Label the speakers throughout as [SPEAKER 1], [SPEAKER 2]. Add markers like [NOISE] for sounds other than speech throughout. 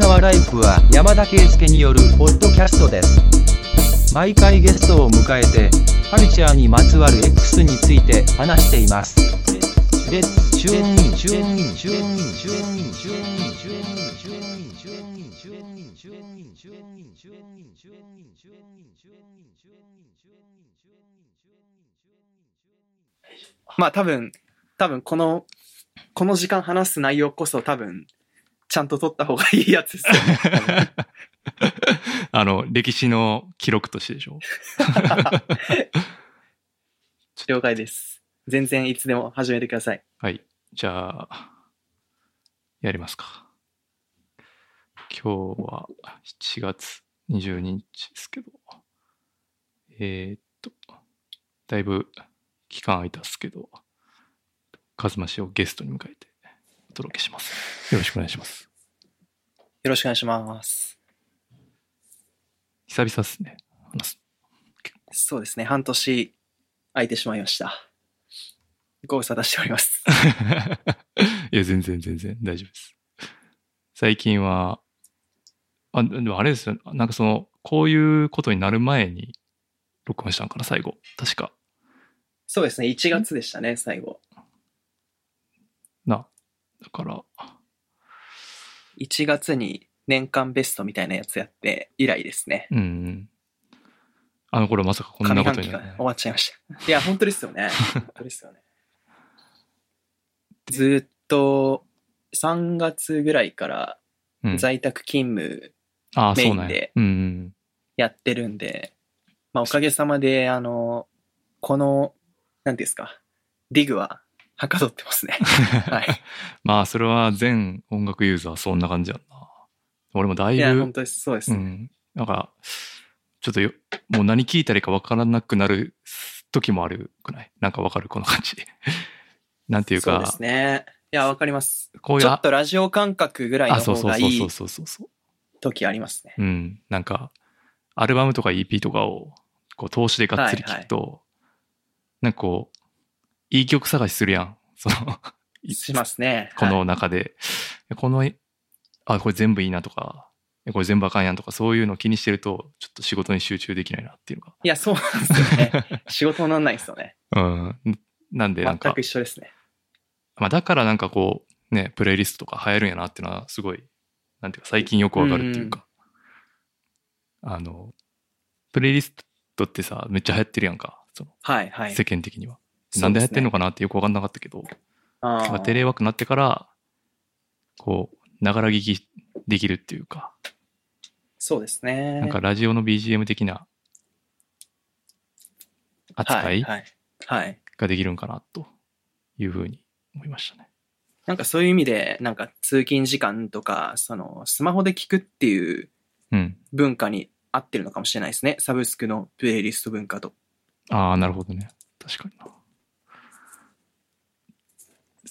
[SPEAKER 1] 川ライフは山田圭介によるポッドキャストです毎回ゲストを迎えてカルチャーにまつわる X について話していますレッツチューンインチューンインチューンインチューンインチューンインチューンインチューンインチューンインチューンインチューンインチューンインチューンインチューンインチューンインチューンインチューンインチューンインチューン
[SPEAKER 2] まあ多分、多分この、この時間話す内容こそ多分、ちゃんと取った方がいいやつですよね。
[SPEAKER 3] [LAUGHS] あの、歴史の記録としてでしょ
[SPEAKER 2] 了解です。全然いつでも始めてください。
[SPEAKER 3] はい。じゃあ、やりますか。今日は7月22日ですけど、えーっと、だいぶ期間空いたっすけど、カズマ氏をゲストに迎えてお届けします。よろしくお願いします。
[SPEAKER 2] よろしくお願いします。
[SPEAKER 3] 久々っすね。話す
[SPEAKER 2] そうですね。半年空いてしまいました。ご無沙汰しております。
[SPEAKER 3] [LAUGHS] いや、全然全然大丈夫です。最近は、あ、でもあれですよ。なんかその、こういうことになる前に録音したんかな、最後。確か。
[SPEAKER 2] そうですね。1月でしたね、最後。
[SPEAKER 3] な。だから、
[SPEAKER 2] 1月に年間ベストみたいなやつやって以来ですね。
[SPEAKER 3] うんうん。あの頃まさかこん
[SPEAKER 2] 上
[SPEAKER 3] なこ
[SPEAKER 2] 半
[SPEAKER 3] と
[SPEAKER 2] 期
[SPEAKER 3] にな
[SPEAKER 2] が
[SPEAKER 3] る、
[SPEAKER 2] 終わっちゃいました。いや、本当ですよ
[SPEAKER 3] [LAUGHS]
[SPEAKER 2] ね。本当ですよね。ずーっと3月ぐらいから
[SPEAKER 3] うん、
[SPEAKER 2] 在宅勤務
[SPEAKER 3] ああ、
[SPEAKER 2] メイ
[SPEAKER 3] そ
[SPEAKER 2] ン
[SPEAKER 3] うなんや
[SPEAKER 2] で。
[SPEAKER 3] うんうん。 [LAUGHS]
[SPEAKER 2] やってるんで、まあ、おかげさまで、あの、この、なんていうんですか、ディグは、はかどってます
[SPEAKER 3] [LAUGHS]
[SPEAKER 2] ね。はい。
[SPEAKER 3] まあ、それは全音楽ユーザーそんな感じやんな。俺もだい
[SPEAKER 2] い
[SPEAKER 3] ぶ、
[SPEAKER 2] や、本当です。そうです
[SPEAKER 3] う
[SPEAKER 2] ね。
[SPEAKER 3] ん。なんか、ちょっとよ、もう何聞いたらいいか分からなくなる時もあるくないなんか分かるこの感じ。 [LAUGHS] なんていう
[SPEAKER 2] そうで
[SPEAKER 3] か
[SPEAKER 2] す、ね。いや、わかります。
[SPEAKER 3] こうい
[SPEAKER 2] ち
[SPEAKER 3] う、
[SPEAKER 2] ょっ
[SPEAKER 3] あ、
[SPEAKER 2] とラジオ感覚ぐらいの
[SPEAKER 3] あそ
[SPEAKER 2] 方
[SPEAKER 3] うそう
[SPEAKER 2] がい
[SPEAKER 3] そうそ
[SPEAKER 2] いう
[SPEAKER 3] そうそうそ
[SPEAKER 2] 時ありますね。
[SPEAKER 3] う。うん。なんか、アルバムとか EP とかを、こう、投資でがっつり聞くと、なんかこう、いい曲探しするやん。その、い
[SPEAKER 2] しますね。
[SPEAKER 3] こ
[SPEAKER 2] は
[SPEAKER 3] の
[SPEAKER 2] い
[SPEAKER 3] 中で、この、あ、これ全部いいなとか、これ全部あかんやんとか、そういうの気にしてると、ちょっと仕事に集中できないなっていうのが
[SPEAKER 2] いや、そうなんですよ
[SPEAKER 3] [LAUGHS]
[SPEAKER 2] ね。仕事にならないですよね。
[SPEAKER 3] うん。なんで、なん
[SPEAKER 2] 全
[SPEAKER 3] か
[SPEAKER 2] く、一緒ですね。
[SPEAKER 3] まあ、だからなんかこう、ね、プレイリストとか流行るんやなっていうのは、すごい、なんていうか、最近よくわかるっていうか、あの、プレイリストってさ、めっちゃ流行ってるやんか、その
[SPEAKER 2] はい、はい。
[SPEAKER 3] 世間的には。なんで流行ってんの
[SPEAKER 2] か
[SPEAKER 3] かなってよくわかんなかったけど、なん
[SPEAKER 2] あ
[SPEAKER 3] かテレワークになってから、こう、ながら聞きできるっていうか、
[SPEAKER 2] そうですね。
[SPEAKER 3] なんかラジオの BGM 的な扱い
[SPEAKER 2] はい、はい。はい。
[SPEAKER 3] ができるんかな、というふうに思いましたね。
[SPEAKER 2] なんかそういう意味で、なんか通勤時間とか、そのスマホで聞くっていう
[SPEAKER 3] うん。
[SPEAKER 2] 文化に合ってるのかもしれないですね。サブスクのプレイリスト文化と。
[SPEAKER 3] ああ、なるほどね。確かにな。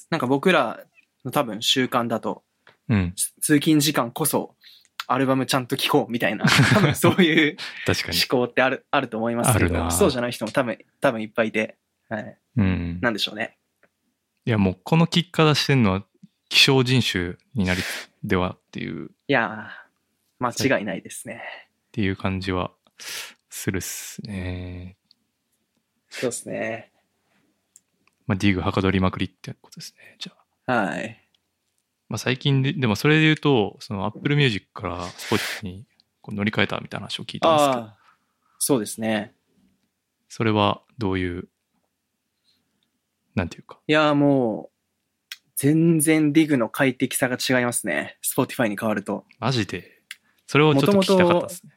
[SPEAKER 2] なんか僕らの多分習慣だと、
[SPEAKER 3] うん。
[SPEAKER 2] 通勤時間こそアルバムちゃんと聴こうみたい
[SPEAKER 3] [LAUGHS]
[SPEAKER 2] な、多分そういう
[SPEAKER 3] 確かに。
[SPEAKER 2] 思考ってある、あると思いますけ
[SPEAKER 3] あるな
[SPEAKER 2] ど、そうじゃない人も多分、多分いっぱいいて、はい。
[SPEAKER 3] うん。
[SPEAKER 2] なんでしょうね。
[SPEAKER 3] いや、もうこの結果出してんのは、希少人種になりではっていう、っ
[SPEAKER 2] いやー、間違いないですね。
[SPEAKER 3] ていう感じはするっすね。
[SPEAKER 2] そうですね。
[SPEAKER 3] まあ、ディグはかどりまくりってことですね。じゃあ。
[SPEAKER 2] はい。
[SPEAKER 3] まあ、最近で、でもそれで言うと、その Apple Music から Spotify にこう乗り換えたみたいな話を聞いたんですけど、
[SPEAKER 2] ああ、そうですね。
[SPEAKER 3] それはどういう、なんていうか。
[SPEAKER 2] いやーもう、全然ディグの快適さが違いますね。Spotify に変わると。
[SPEAKER 3] マジで、それをちょっと聞きたかったですね。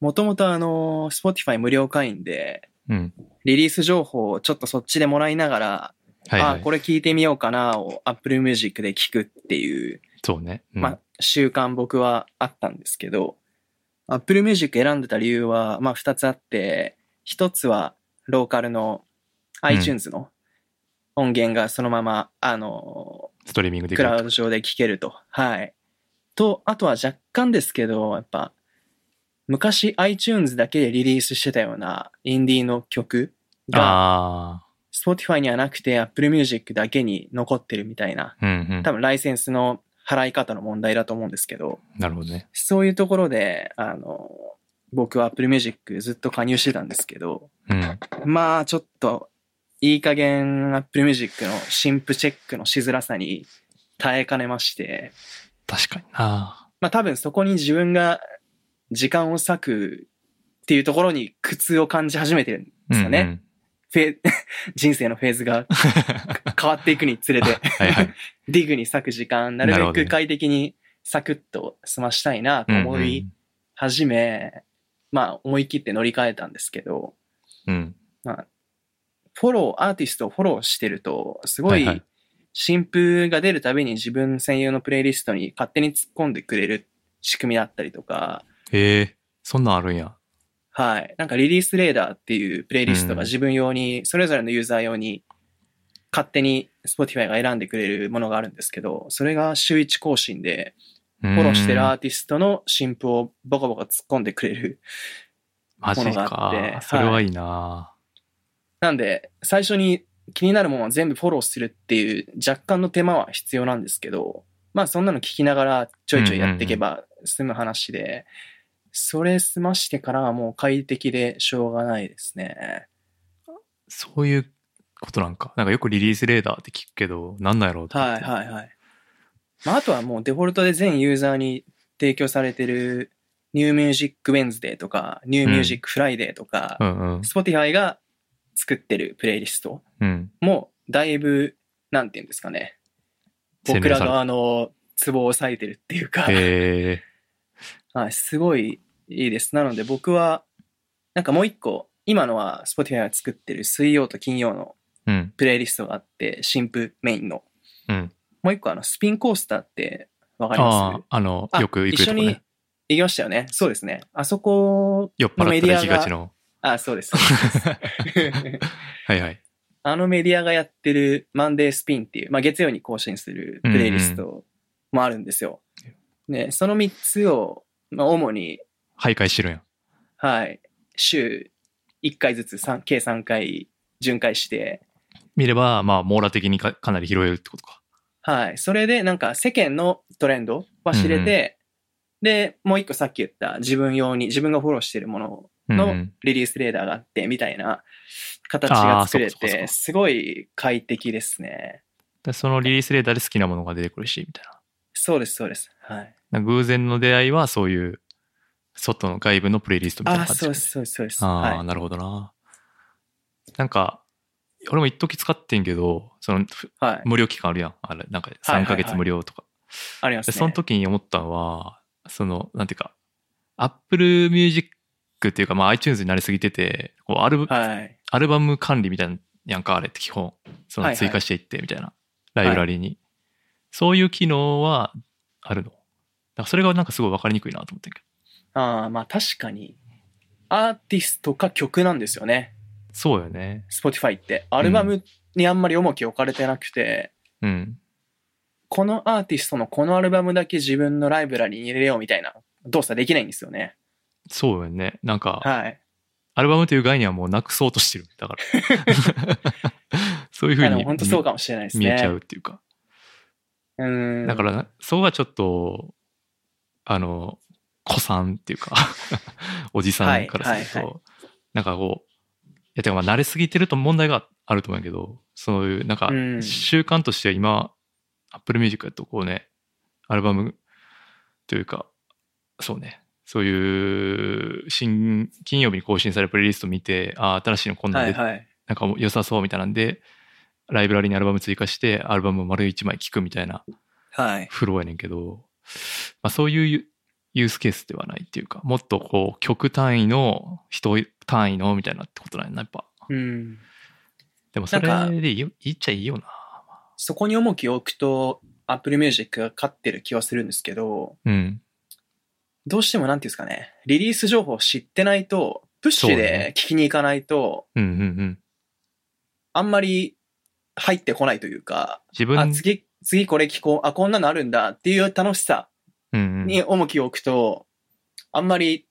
[SPEAKER 2] もともとあの、Spotify 無料会員で、
[SPEAKER 3] うん。
[SPEAKER 2] リリース情報をちょっとそっちでもらいながら、
[SPEAKER 3] はい、
[SPEAKER 2] あ
[SPEAKER 3] は
[SPEAKER 2] あ、
[SPEAKER 3] い。
[SPEAKER 2] これ聞いてみようかなを Apple Music で聞くっていう、
[SPEAKER 3] そうね。うん、
[SPEAKER 2] まあ、習慣僕はあったんですけど、Apple Music 選んでた理由は、まあ、二つあって、一つは、ローカルの
[SPEAKER 3] ん
[SPEAKER 2] iTunes の音源がそのまま、あの、
[SPEAKER 3] ストリーミングでき
[SPEAKER 2] ク
[SPEAKER 3] る
[SPEAKER 2] ラウド上で聴けると。はい。と、あとは若干ですけど、やっぱ、昔 iTunes だけでリリースしてたようなインディーの曲が、
[SPEAKER 3] あ
[SPEAKER 2] Spotify にはなくて Apple Music だけに残ってるみたいな、
[SPEAKER 3] あ、うんうん。
[SPEAKER 2] 多分ライセンスの払い方の問題だと思うんですけど、
[SPEAKER 3] なるほどね。
[SPEAKER 2] そういうところで、あの、僕は Apple Music ずっと加入してたんですけど、
[SPEAKER 3] うん。
[SPEAKER 2] まあちょっと、いい加減 Apple Music の新婦チェックのしづらさに耐えかねまして、
[SPEAKER 3] 確かにな。
[SPEAKER 2] まあ多分そこに自分が時間を割くっていうところに苦痛を感じ始めてるんですかね。
[SPEAKER 3] うん
[SPEAKER 2] フェ [LAUGHS] 人生のフェーズが [LAUGHS] 変わっていくにつれ
[SPEAKER 3] うん。
[SPEAKER 2] て、
[SPEAKER 3] [LAUGHS] はいはい。
[SPEAKER 2] ディグに割く時間、な
[SPEAKER 3] なる
[SPEAKER 2] る
[SPEAKER 3] ほど
[SPEAKER 2] べ
[SPEAKER 3] ね
[SPEAKER 2] く快適にサクッと済ましたいなと
[SPEAKER 3] うん
[SPEAKER 2] 思い始め、まあ思い切って乗り換えたんですけど、
[SPEAKER 3] うん。うん。
[SPEAKER 2] フォロー、アーティストをフォローしてると、すご
[SPEAKER 3] はいはい
[SPEAKER 2] い新風が出るたびに自分専用のプレイリストに勝手に突っ込んでくれる仕組みだったりとか、
[SPEAKER 3] へえ、そんなんあるんや。
[SPEAKER 2] はい。なんかリリースレーダーっていうプレイリスト
[SPEAKER 3] うん
[SPEAKER 2] が自分用に、それぞれのユーザー用に勝手に Spotify が選んでくれるものがあるんですけど、それが週1更新で、
[SPEAKER 3] フ
[SPEAKER 2] フォローしてるアーティストの新譜をボコボコ突っ込んでくれる。
[SPEAKER 3] マジ
[SPEAKER 2] ものがあって
[SPEAKER 3] か。それはいいな。
[SPEAKER 2] なんで、最初に気になるものは全部フォローするっていう若干の手間は必要なんですけど、まあそんなの聞きながらちょいちょいやっていけば済む話で、それ済ましてからはもう快適でしょうがないですね。
[SPEAKER 3] そういうことなんか。なんかよくリリースレーダーって聞くけど、なんなんやろうと思っ
[SPEAKER 2] はい
[SPEAKER 3] て
[SPEAKER 2] はいはい。まああとはもうデフォルトで全ユーザーに提供されてるニューミュージックウェンズデーとか、ニューミュージックフライデーとか、
[SPEAKER 3] うんうん。
[SPEAKER 2] Spotify が作ってるプレイリスト。
[SPEAKER 3] うん。
[SPEAKER 2] もうだいぶ、なんていうんですかね。僕ら側のツボを割いてるっていうか、
[SPEAKER 3] へえ。
[SPEAKER 2] はい、すごいいいです。なので僕は、なんかもう一個、今のは Spotify が作ってる水曜と金曜の
[SPEAKER 3] うん。
[SPEAKER 2] プレイリストがあって、新婦メインの。
[SPEAKER 3] うん。
[SPEAKER 2] もう一個あの、スピンコースターってわかり
[SPEAKER 3] あ
[SPEAKER 2] ま
[SPEAKER 3] あ、あの、
[SPEAKER 2] す
[SPEAKER 3] よく行く
[SPEAKER 2] 一
[SPEAKER 3] と
[SPEAKER 2] 緒
[SPEAKER 3] こ
[SPEAKER 2] に
[SPEAKER 3] ね
[SPEAKER 2] 行。きましたよね。そうですね。あそこ、
[SPEAKER 3] 酔っ払ったら行きがちの。
[SPEAKER 2] あ、そうです。そう
[SPEAKER 3] [LAUGHS]
[SPEAKER 2] です
[SPEAKER 3] はいはい。
[SPEAKER 2] あのメディアがやってるマンデースピンっていう、まあ、月曜に更新するプレイリストもあるんですよ。ね、その3つを、まあ、主に、
[SPEAKER 3] 徘徊してるんや。
[SPEAKER 2] はい、週1回ずつ三計3回巡回して、
[SPEAKER 3] 見れば、まあ、網羅的にかかなり拾えるってことか。
[SPEAKER 2] はい、それでなんか世間のトレンドは知れて、で、もう一個さっき言った自分用に、自分がフォローしてるもの
[SPEAKER 3] うんう
[SPEAKER 2] の
[SPEAKER 3] ん。
[SPEAKER 2] リリースレーダーがあって、みたいな形
[SPEAKER 3] あー
[SPEAKER 2] が作れ
[SPEAKER 3] そっかそっかそっか
[SPEAKER 2] て、すごい快適ですね。
[SPEAKER 3] でそのリリースレーダーで好きなものが出てくるし、みたいな。
[SPEAKER 2] そうです、そうです。はい。
[SPEAKER 3] なんか偶然の出会いはそういう外の外部のプレイリストみたい
[SPEAKER 2] あ
[SPEAKER 3] な
[SPEAKER 2] あ、
[SPEAKER 3] 感じ
[SPEAKER 2] そうです、そうです、そうです。
[SPEAKER 3] ああ、
[SPEAKER 2] はい。
[SPEAKER 3] なるほどな。なんか、俺も一時使ってんけど、そのふ
[SPEAKER 2] はい。
[SPEAKER 3] 無料期間あるやん。あれ、なんか
[SPEAKER 2] はいはい
[SPEAKER 3] 3ヶ月無料とか。
[SPEAKER 2] あります
[SPEAKER 3] で、
[SPEAKER 2] ね。
[SPEAKER 3] その時に思ったのは、その、なんていうか、Apple Music っていうか、まあ iTunes になりすぎてて、こうアルブ
[SPEAKER 2] はい。
[SPEAKER 3] アルバム管理みたいなやんか、あれって基本。そ
[SPEAKER 2] はい
[SPEAKER 3] の
[SPEAKER 2] はい
[SPEAKER 3] 追加していってみたいな、ライブラリに。そういう機能はあるの。だからそれがなんかすごい分かりにくいなと思ってんけど。
[SPEAKER 2] ああ、まあ確かに、アーティストか曲なんですよね。
[SPEAKER 3] そうよね。
[SPEAKER 2] Spotify って。アルバムにあんまり重きを置かれてなくて、
[SPEAKER 3] うん。
[SPEAKER 2] このアーティストのこのアルバムだけ自分のライブラリに入れようみたいな動作できないんですよね。
[SPEAKER 3] そうよね。なんか、
[SPEAKER 2] はい。
[SPEAKER 3] アルバムという概念はもうなくそうとしてる。
[SPEAKER 2] [LAUGHS]
[SPEAKER 3] だから。そういうふう
[SPEAKER 2] あの
[SPEAKER 3] に
[SPEAKER 2] 本当そうかもしれないです
[SPEAKER 3] 見
[SPEAKER 2] ね。
[SPEAKER 3] えちゃうっていうか。
[SPEAKER 2] うーん。
[SPEAKER 3] だからな、そこはちょっと、あの、子さんっていうか、 [LAUGHS] おじさんからする
[SPEAKER 2] はいはい
[SPEAKER 3] と、なんかこう、いや、てかまあ慣れすぎてると問題があると思うんやけど、そういう、なんか
[SPEAKER 2] う、ん
[SPEAKER 3] 習慣としては今、Apple Music やとこうね、アルバムというか、そうね、そういう、新、金曜日に更新されるプレイリスト見て、ああ、新しいのこんなん
[SPEAKER 2] は
[SPEAKER 3] 出
[SPEAKER 2] い
[SPEAKER 3] て
[SPEAKER 2] はい。
[SPEAKER 3] なんか良さそうみたいなんで、ライブラリにアルバム追加して、アルバムを丸一枚聴くみたいな
[SPEAKER 2] はい。
[SPEAKER 3] フローやねんけど、まあ、そういうユユースケースではないっていうか、もっとこう、極単位の、人単位のみたいなってことなんやな、やっぱ。
[SPEAKER 2] うん。
[SPEAKER 3] でもそれ
[SPEAKER 2] なん
[SPEAKER 3] でいいよ言っちゃいいよな。
[SPEAKER 2] そこに重きを置くと、Apple Music が勝ってる気はするんですけど、
[SPEAKER 3] うん。
[SPEAKER 2] どうしてもなんていうんですかね、リリース情報を知ってないと、プッシュ
[SPEAKER 3] そう
[SPEAKER 2] で
[SPEAKER 3] ね
[SPEAKER 2] 聞きに行かないと、
[SPEAKER 3] うんうんうん。
[SPEAKER 2] あんまり入ってこないというか、
[SPEAKER 3] 自分、
[SPEAKER 2] あ、次、次これ聞こう、あ、こんなのあるんだっていう楽しさ
[SPEAKER 3] うんう
[SPEAKER 2] に
[SPEAKER 3] ん、
[SPEAKER 2] 重きを置くと、あんまり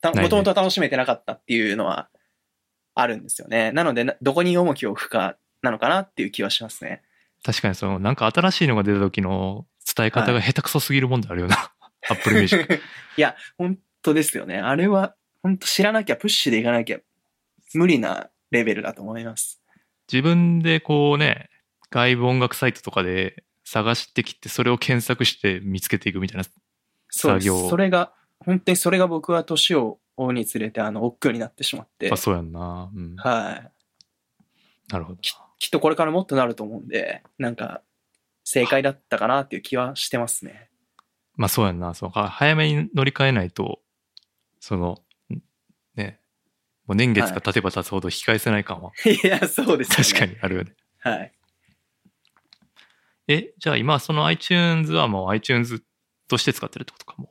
[SPEAKER 2] た、
[SPEAKER 3] ないね
[SPEAKER 2] もともと楽しめてなかったっていうのはあるんですよね。なので、などこに
[SPEAKER 3] [LAUGHS]
[SPEAKER 2] 重きを置くかなのかなっていう気はしますね。
[SPEAKER 3] 確かにその、なんか新しいのが出た時の伝え方が下手くそすぎるもんであるよ
[SPEAKER 2] [LAUGHS]
[SPEAKER 3] な。アップルミュージック。
[SPEAKER 2] いや、本当ですよね。あれは、本当知らなきゃ、プッシュでいかなきゃ、無理なレベルだと思います。
[SPEAKER 3] 自分でこうね、外部音楽サイトとかで探してきて、それを検索して見つけていくみたいな。
[SPEAKER 2] そう
[SPEAKER 3] 作業
[SPEAKER 2] それが、本当にそれが僕は年を追うにつれて、あの、億劫になってしまって
[SPEAKER 3] あ、。そうやんな。うん。
[SPEAKER 2] はい。
[SPEAKER 3] なるほど。
[SPEAKER 2] きっとこれからもっとなると思うんで、なんか、正解だったかなっていう気はしてますね。 [LAUGHS]
[SPEAKER 3] まあそうやんな。そうか。早めに乗り換えないと、その、んね、もう年月が経てば経つほど引き返せない
[SPEAKER 2] [LAUGHS]
[SPEAKER 3] 感は
[SPEAKER 2] いや、そうです、
[SPEAKER 3] 確か
[SPEAKER 2] に。
[SPEAKER 3] にあるよね。
[SPEAKER 2] はい。
[SPEAKER 3] え、じゃあ今その iTunes はもう iTunes として使ってるってことかも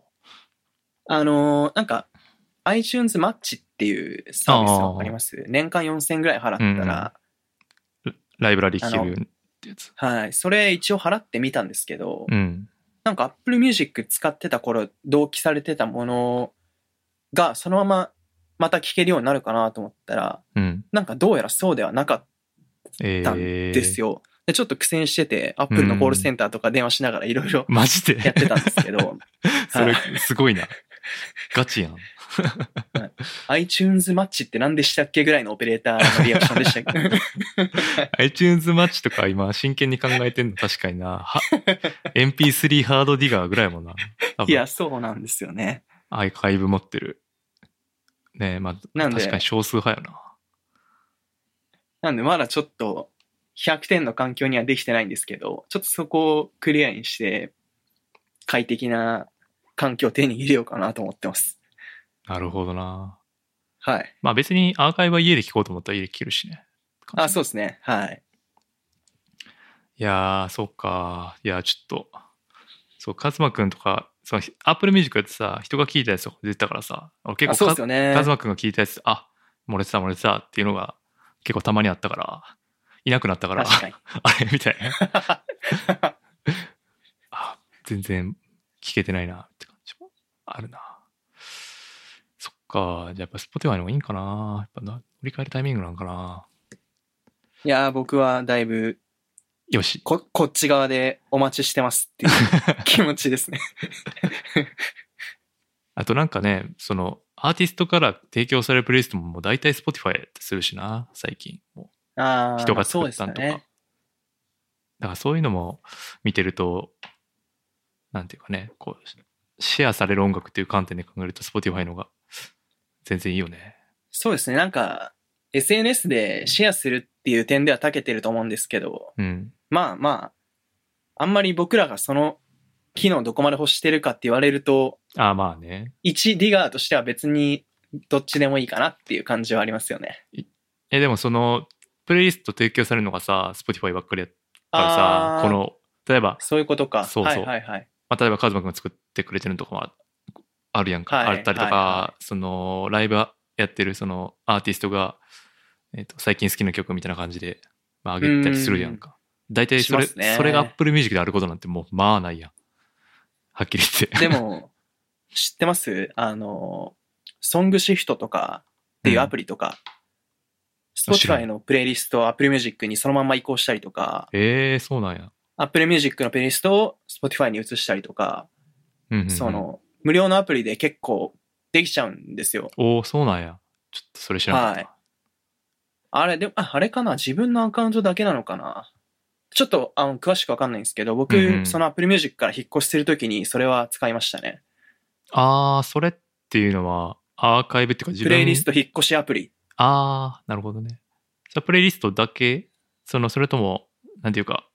[SPEAKER 2] あのーなんか、iTunes マッチっていうサービスわかります年間4000ぐらい払ったら、
[SPEAKER 3] う。ライブラリ消えるってやつ。
[SPEAKER 2] はい。それ一応払ってみたんですけど、
[SPEAKER 3] うん。
[SPEAKER 2] なんか Apple Music 使ってた頃、同期されてたものが、そのまままた聴けるようになるかなと思ったら、
[SPEAKER 3] うん。
[SPEAKER 2] なんかどうやらそうではなかっ
[SPEAKER 3] え
[SPEAKER 2] たんですよ。でちょっと苦戦してて、Apple のコールセンターとか電話しながらいろいろ
[SPEAKER 3] マジで
[SPEAKER 2] [LAUGHS] やってたんですけど、
[SPEAKER 3] [LAUGHS] それ、すごいな。ガチやん。
[SPEAKER 2] iTunes マッチって何でしたっけぐらいのオペレーターのリアクションでしたけど
[SPEAKER 3] iTunes マッチとか今、真剣に考えてんの確かに
[SPEAKER 2] [LAUGHS]
[SPEAKER 3] な。は MP3 ハードディガーぐらいもな。 [LAUGHS] 多
[SPEAKER 2] い
[SPEAKER 3] 分
[SPEAKER 2] や、そうなんですよね。
[SPEAKER 3] アーカイブ持ってる。ねえ、まあ、
[SPEAKER 2] なんで
[SPEAKER 3] 確かに少数派やな。
[SPEAKER 2] なんでまだちょっと100点の環境にはできてないんですけど、ちょっとそこをクリアにして、快適な環境を手に入れようかなと思ってます。
[SPEAKER 3] なるほどな。
[SPEAKER 2] はい。
[SPEAKER 3] まあ別にアーカイブは家で聞こうと思ったら家で聞けるしね。
[SPEAKER 2] あ、そうですね。はい。
[SPEAKER 3] いやー、そうか。いやー、ちょっと。そう、カズマくんとか、その、アップルミュージックやってさ、人が聞いたやつとか出てたからさ、俺結
[SPEAKER 2] あ
[SPEAKER 3] 構
[SPEAKER 2] そう
[SPEAKER 3] カ
[SPEAKER 2] ですよね
[SPEAKER 3] カ。ズマくんが聞いたやつ、あ、漏れてた漏れてたっていうのが結構たまにあったから、いなくなったから、
[SPEAKER 2] 確かに。
[SPEAKER 3] [LAUGHS] あれみたいな。あ、全然聞けてないなって感じもあるな。そっか、じゃあやっぱ Spotify の方がいいんかな。やっぱな、折り返るタイミングなんかな。
[SPEAKER 2] いやー、僕はだいぶ
[SPEAKER 3] よし。
[SPEAKER 2] こ、こっち側でお待ちしてますっていう
[SPEAKER 3] [LAUGHS]
[SPEAKER 2] 気持ちですね。
[SPEAKER 3] あとなんかね、その、アーティストから提供されるプレイリストももう大体 Spotify ってするしな、最近。も
[SPEAKER 2] あ
[SPEAKER 3] う
[SPEAKER 2] あ、
[SPEAKER 3] 人が
[SPEAKER 2] そうで
[SPEAKER 3] 作っ
[SPEAKER 2] す
[SPEAKER 3] たんとか。
[SPEAKER 2] ね。
[SPEAKER 3] だからそういうのも見てると、なんていうかね、こう、シェアされる音楽っていう観点で考えると Spotify の方が全然いいよね。
[SPEAKER 2] そうですね。なんか、SNS でシェアするっていう点では長けてると思うんですけど、
[SPEAKER 3] うん。
[SPEAKER 2] まあまあ、あんまり僕らがその機能どこまで欲してるかって言われると、
[SPEAKER 3] ああ、まあね。
[SPEAKER 2] 一ディガーとしては別にどっちでもいいかなっていう感じはありますよね。
[SPEAKER 3] え、でもその、プレイリスト提供されるのがさ、Spotify ばっかりやったらさ
[SPEAKER 2] あ、ー
[SPEAKER 3] この、例えば、
[SPEAKER 2] そういうことか。
[SPEAKER 3] そうそ
[SPEAKER 2] は
[SPEAKER 3] う
[SPEAKER 2] いはいはい。
[SPEAKER 3] まあ、例えばカズマくんが作ってくれてるのとかもああるやんか、
[SPEAKER 2] はい
[SPEAKER 3] あったり
[SPEAKER 2] は
[SPEAKER 3] とか、
[SPEAKER 2] いは
[SPEAKER 3] そのライブやってるそのアーティストが、えっと最近好きな曲みたいな感じで、まあ、上げたりするやんか大体それ
[SPEAKER 2] しますね
[SPEAKER 3] それが Apple Music であることなんてもうまあないやんはっきり言 [LAUGHS] って
[SPEAKER 2] でも、知ってますあの、ソングシフトとかっていうアプリとか、
[SPEAKER 3] 知らん
[SPEAKER 2] Spotify のプレイリストを Apple Music にそのまんま移行したりとか、
[SPEAKER 3] [LAUGHS] ええそうなんや、
[SPEAKER 2] Apple Music のプレイリストを Spotify に移したりとか、
[SPEAKER 3] うんうんうん
[SPEAKER 2] その、無料のアプリで結構できちゃうんですよ。
[SPEAKER 3] おおそうなんやちょっとそれ知らなかった、
[SPEAKER 2] はいあれ、でも、ああれかな自分のアカウントだけなのかなちょっと、あの、詳しくわかんないんですけど、僕、
[SPEAKER 3] うんうん
[SPEAKER 2] その Apple Music から引っ越しするときにそれは使いましたね。
[SPEAKER 3] ああそれっていうのはアーカイブっていうか自
[SPEAKER 2] プ
[SPEAKER 3] 分
[SPEAKER 2] レイリスト引っ越しアプリ。
[SPEAKER 3] ああ、なるほどね。じゃあプレイリストだけその、それとも、なんていうか、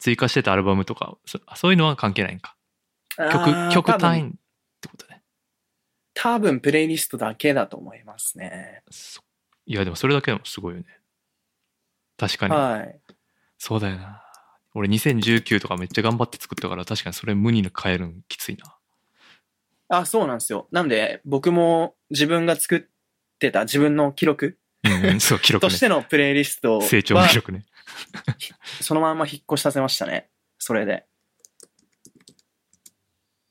[SPEAKER 3] 追加してたアルバムとか、そそういうのは関係ないんか。曲、曲単位
[SPEAKER 2] 位
[SPEAKER 3] ってことね。
[SPEAKER 2] 多分プレイリストだけだと思いますね。
[SPEAKER 3] そいや、でもそれだけでもすごいよね。確かに。
[SPEAKER 2] はい。
[SPEAKER 3] そうだよな。俺2019とかめっちゃ頑張って作ったから、確かにそれ無理に変えるのきつ
[SPEAKER 2] [LAUGHS]
[SPEAKER 3] いな。
[SPEAKER 2] あ、そうなんですよ。なんで、僕も自分が作ってた自分の記録
[SPEAKER 3] うんうん、そう、記録
[SPEAKER 2] と
[SPEAKER 3] ね
[SPEAKER 2] し。てのプレイリスト
[SPEAKER 3] 成長の
[SPEAKER 2] は
[SPEAKER 3] 記録ね。
[SPEAKER 2] そのまんま引っ越しさせましたね。それで。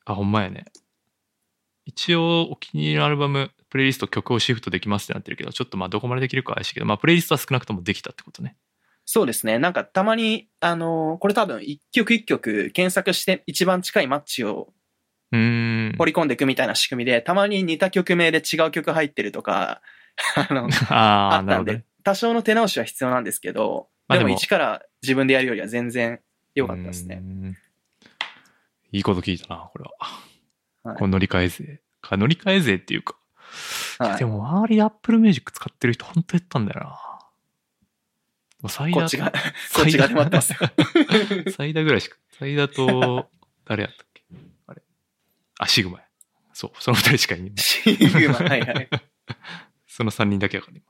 [SPEAKER 3] あ、ほんまやね。一応、お気に入りのアルバム、プレイリスト曲をシフトできますってなってるけど、ちょっとまあ、どこまでできるか怪しいけど、まあ、プレイリストは少なくともできたってことね。
[SPEAKER 2] そうですね。なんかたまに、あのーこれ多分一曲一曲検索して一番近いマッチを
[SPEAKER 3] うーん。
[SPEAKER 2] 掘り込んでいくみたいな仕組みで、たまに似た曲名で違う曲入ってるとか、 [LAUGHS] あの、あ
[SPEAKER 3] [LAUGHS] ああ、
[SPEAKER 2] っ
[SPEAKER 3] な
[SPEAKER 2] たん
[SPEAKER 3] るほど
[SPEAKER 2] で
[SPEAKER 3] ね。、
[SPEAKER 2] 多少の手直しは必要なんですけど、
[SPEAKER 3] まあ
[SPEAKER 2] でも
[SPEAKER 3] でも
[SPEAKER 2] 一から自分でやるよりは全然良かったですね。
[SPEAKER 3] うーん。いいこと聞いたな、これは。
[SPEAKER 2] はい
[SPEAKER 3] この乗り換え税。か乗り換え税っていうか。
[SPEAKER 2] はい
[SPEAKER 3] でも、周りで Apple Music 使ってる人、ほんと減ったんだよな。もう最
[SPEAKER 2] こ
[SPEAKER 3] 大
[SPEAKER 2] っちが、 [LAUGHS] こっちがで待ってますよ。 [LAUGHS]
[SPEAKER 3] 最大ぐらいしか。最大と、誰やったっけあれ。あ、シグマや。そう、その二人しかいない。
[SPEAKER 2] シグマ、はいはい。
[SPEAKER 3] その三人だけやから、今。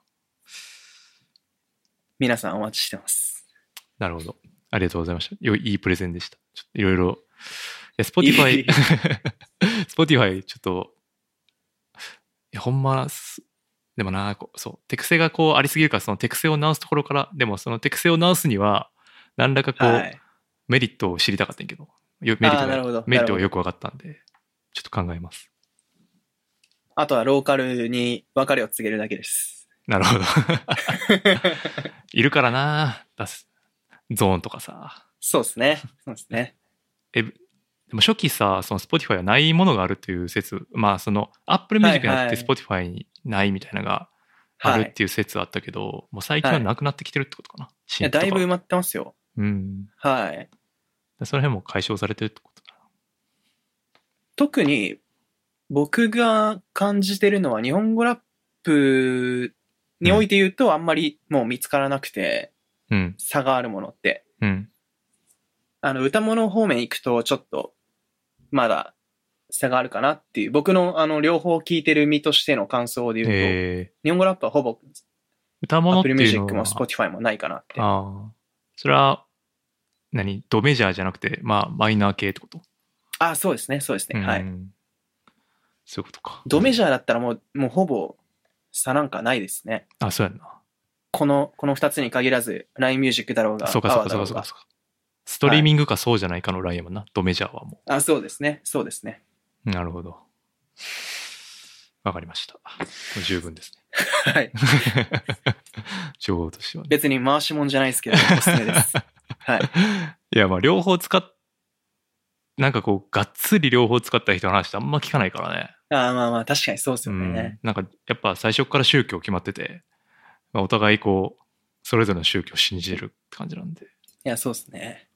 [SPEAKER 2] 皆さんお待ちしてます。
[SPEAKER 3] なるほど。ありがとうございました。よいいプレゼンでした。ちょっといろいろ。い
[SPEAKER 2] い
[SPEAKER 3] や、
[SPEAKER 2] え
[SPEAKER 3] Spotify
[SPEAKER 2] い、
[SPEAKER 3] [LAUGHS] Spotify、ちょっと、いや、ほんま、すでもな、こうそう、手癖がこうありすぎるから、その手癖を直すところから、でもその手癖を直すには、何らかこう、
[SPEAKER 2] はい。
[SPEAKER 3] メリットを知りたかったんやけど、よメリット
[SPEAKER 2] あーなるほ
[SPEAKER 3] が
[SPEAKER 2] ど
[SPEAKER 3] メリッ
[SPEAKER 2] なるほ
[SPEAKER 3] トが
[SPEAKER 2] ど
[SPEAKER 3] よく分かったんで、ちょっと考えます。
[SPEAKER 2] あとはローカルに別れを告げるだけです。
[SPEAKER 3] なるほど。
[SPEAKER 2] [LAUGHS]
[SPEAKER 3] いるからな、出す。ゾーンとかさ。
[SPEAKER 2] そうですね。そうですね。
[SPEAKER 3] でも初期さ、その Spotify はないものがあるという説、まあその Apple Music になって
[SPEAKER 2] は
[SPEAKER 3] Spotify にないみたいなのがあ
[SPEAKER 2] は
[SPEAKER 3] るっ
[SPEAKER 2] い。
[SPEAKER 3] ていう説あったけど、もう最近はなくなってきてるってことかな。
[SPEAKER 2] い
[SPEAKER 3] シー
[SPEAKER 2] や
[SPEAKER 3] ンと
[SPEAKER 2] だ
[SPEAKER 3] か
[SPEAKER 2] いぶ埋まってますよ。
[SPEAKER 3] うん。
[SPEAKER 2] はい。
[SPEAKER 3] その辺も解消されてるってことだ
[SPEAKER 2] 特に僕が感じてるのは日本語ラップにおいて言うとあんまりもう見つからなくて
[SPEAKER 3] な。うん。
[SPEAKER 2] 差があるものって。
[SPEAKER 3] うん。
[SPEAKER 2] あの、歌物方面行くと、ちょっと、まだ、差があるかなっていう、僕の、あの、両方聞いてる身としての感想で言うと、
[SPEAKER 3] えー、
[SPEAKER 2] 日本語ラップはほぼ、
[SPEAKER 3] 歌物
[SPEAKER 2] アッ
[SPEAKER 3] っ
[SPEAKER 2] プ
[SPEAKER 3] て
[SPEAKER 2] ルミュー
[SPEAKER 3] い
[SPEAKER 2] ジ
[SPEAKER 3] うの
[SPEAKER 2] ックも
[SPEAKER 3] は
[SPEAKER 2] Spotify もないかなって。
[SPEAKER 3] ああ。それは、何ドメジャーじゃなくて、まあ、マイナー系ってこと
[SPEAKER 2] あ、そうですね、そうですね。は
[SPEAKER 3] う
[SPEAKER 2] い。
[SPEAKER 3] んそういうことか。
[SPEAKER 2] ドメジ
[SPEAKER 3] ャー
[SPEAKER 2] ャーだったらもう、もうほぼ、差なんかないですね。
[SPEAKER 3] あ、そうやんな。
[SPEAKER 2] この、この二つに限らず、LINE ミュージックだろうが、
[SPEAKER 3] そうか、そうか、
[SPEAKER 2] Power だろ
[SPEAKER 3] そうか、
[SPEAKER 2] う
[SPEAKER 3] そう
[SPEAKER 2] が
[SPEAKER 3] か。そうかストリーミングかそうじゃないかのラインやもんな。ドメジャーはも
[SPEAKER 2] あ、そうですね、そうですね。
[SPEAKER 3] う。なるほど。わかりました。もう十分ですね。
[SPEAKER 2] [LAUGHS] はい。
[SPEAKER 3] 情報としてはね。
[SPEAKER 2] 別に回しもんじゃないですけど、おすすめ
[SPEAKER 3] [LAUGHS]
[SPEAKER 2] です。はい。
[SPEAKER 3] いや、まあ、両方使っ、なんかこう、がっつり両方使った人の話ってあんま聞かないからね。
[SPEAKER 2] あーまあまあ、確かにそうです
[SPEAKER 3] う
[SPEAKER 2] よ
[SPEAKER 3] ん
[SPEAKER 2] ね。、
[SPEAKER 3] なんかやっぱ最初から宗教決まってて、まあお互いこうそれぞれの宗教を信じるって感じなんで
[SPEAKER 2] いや、そうですね。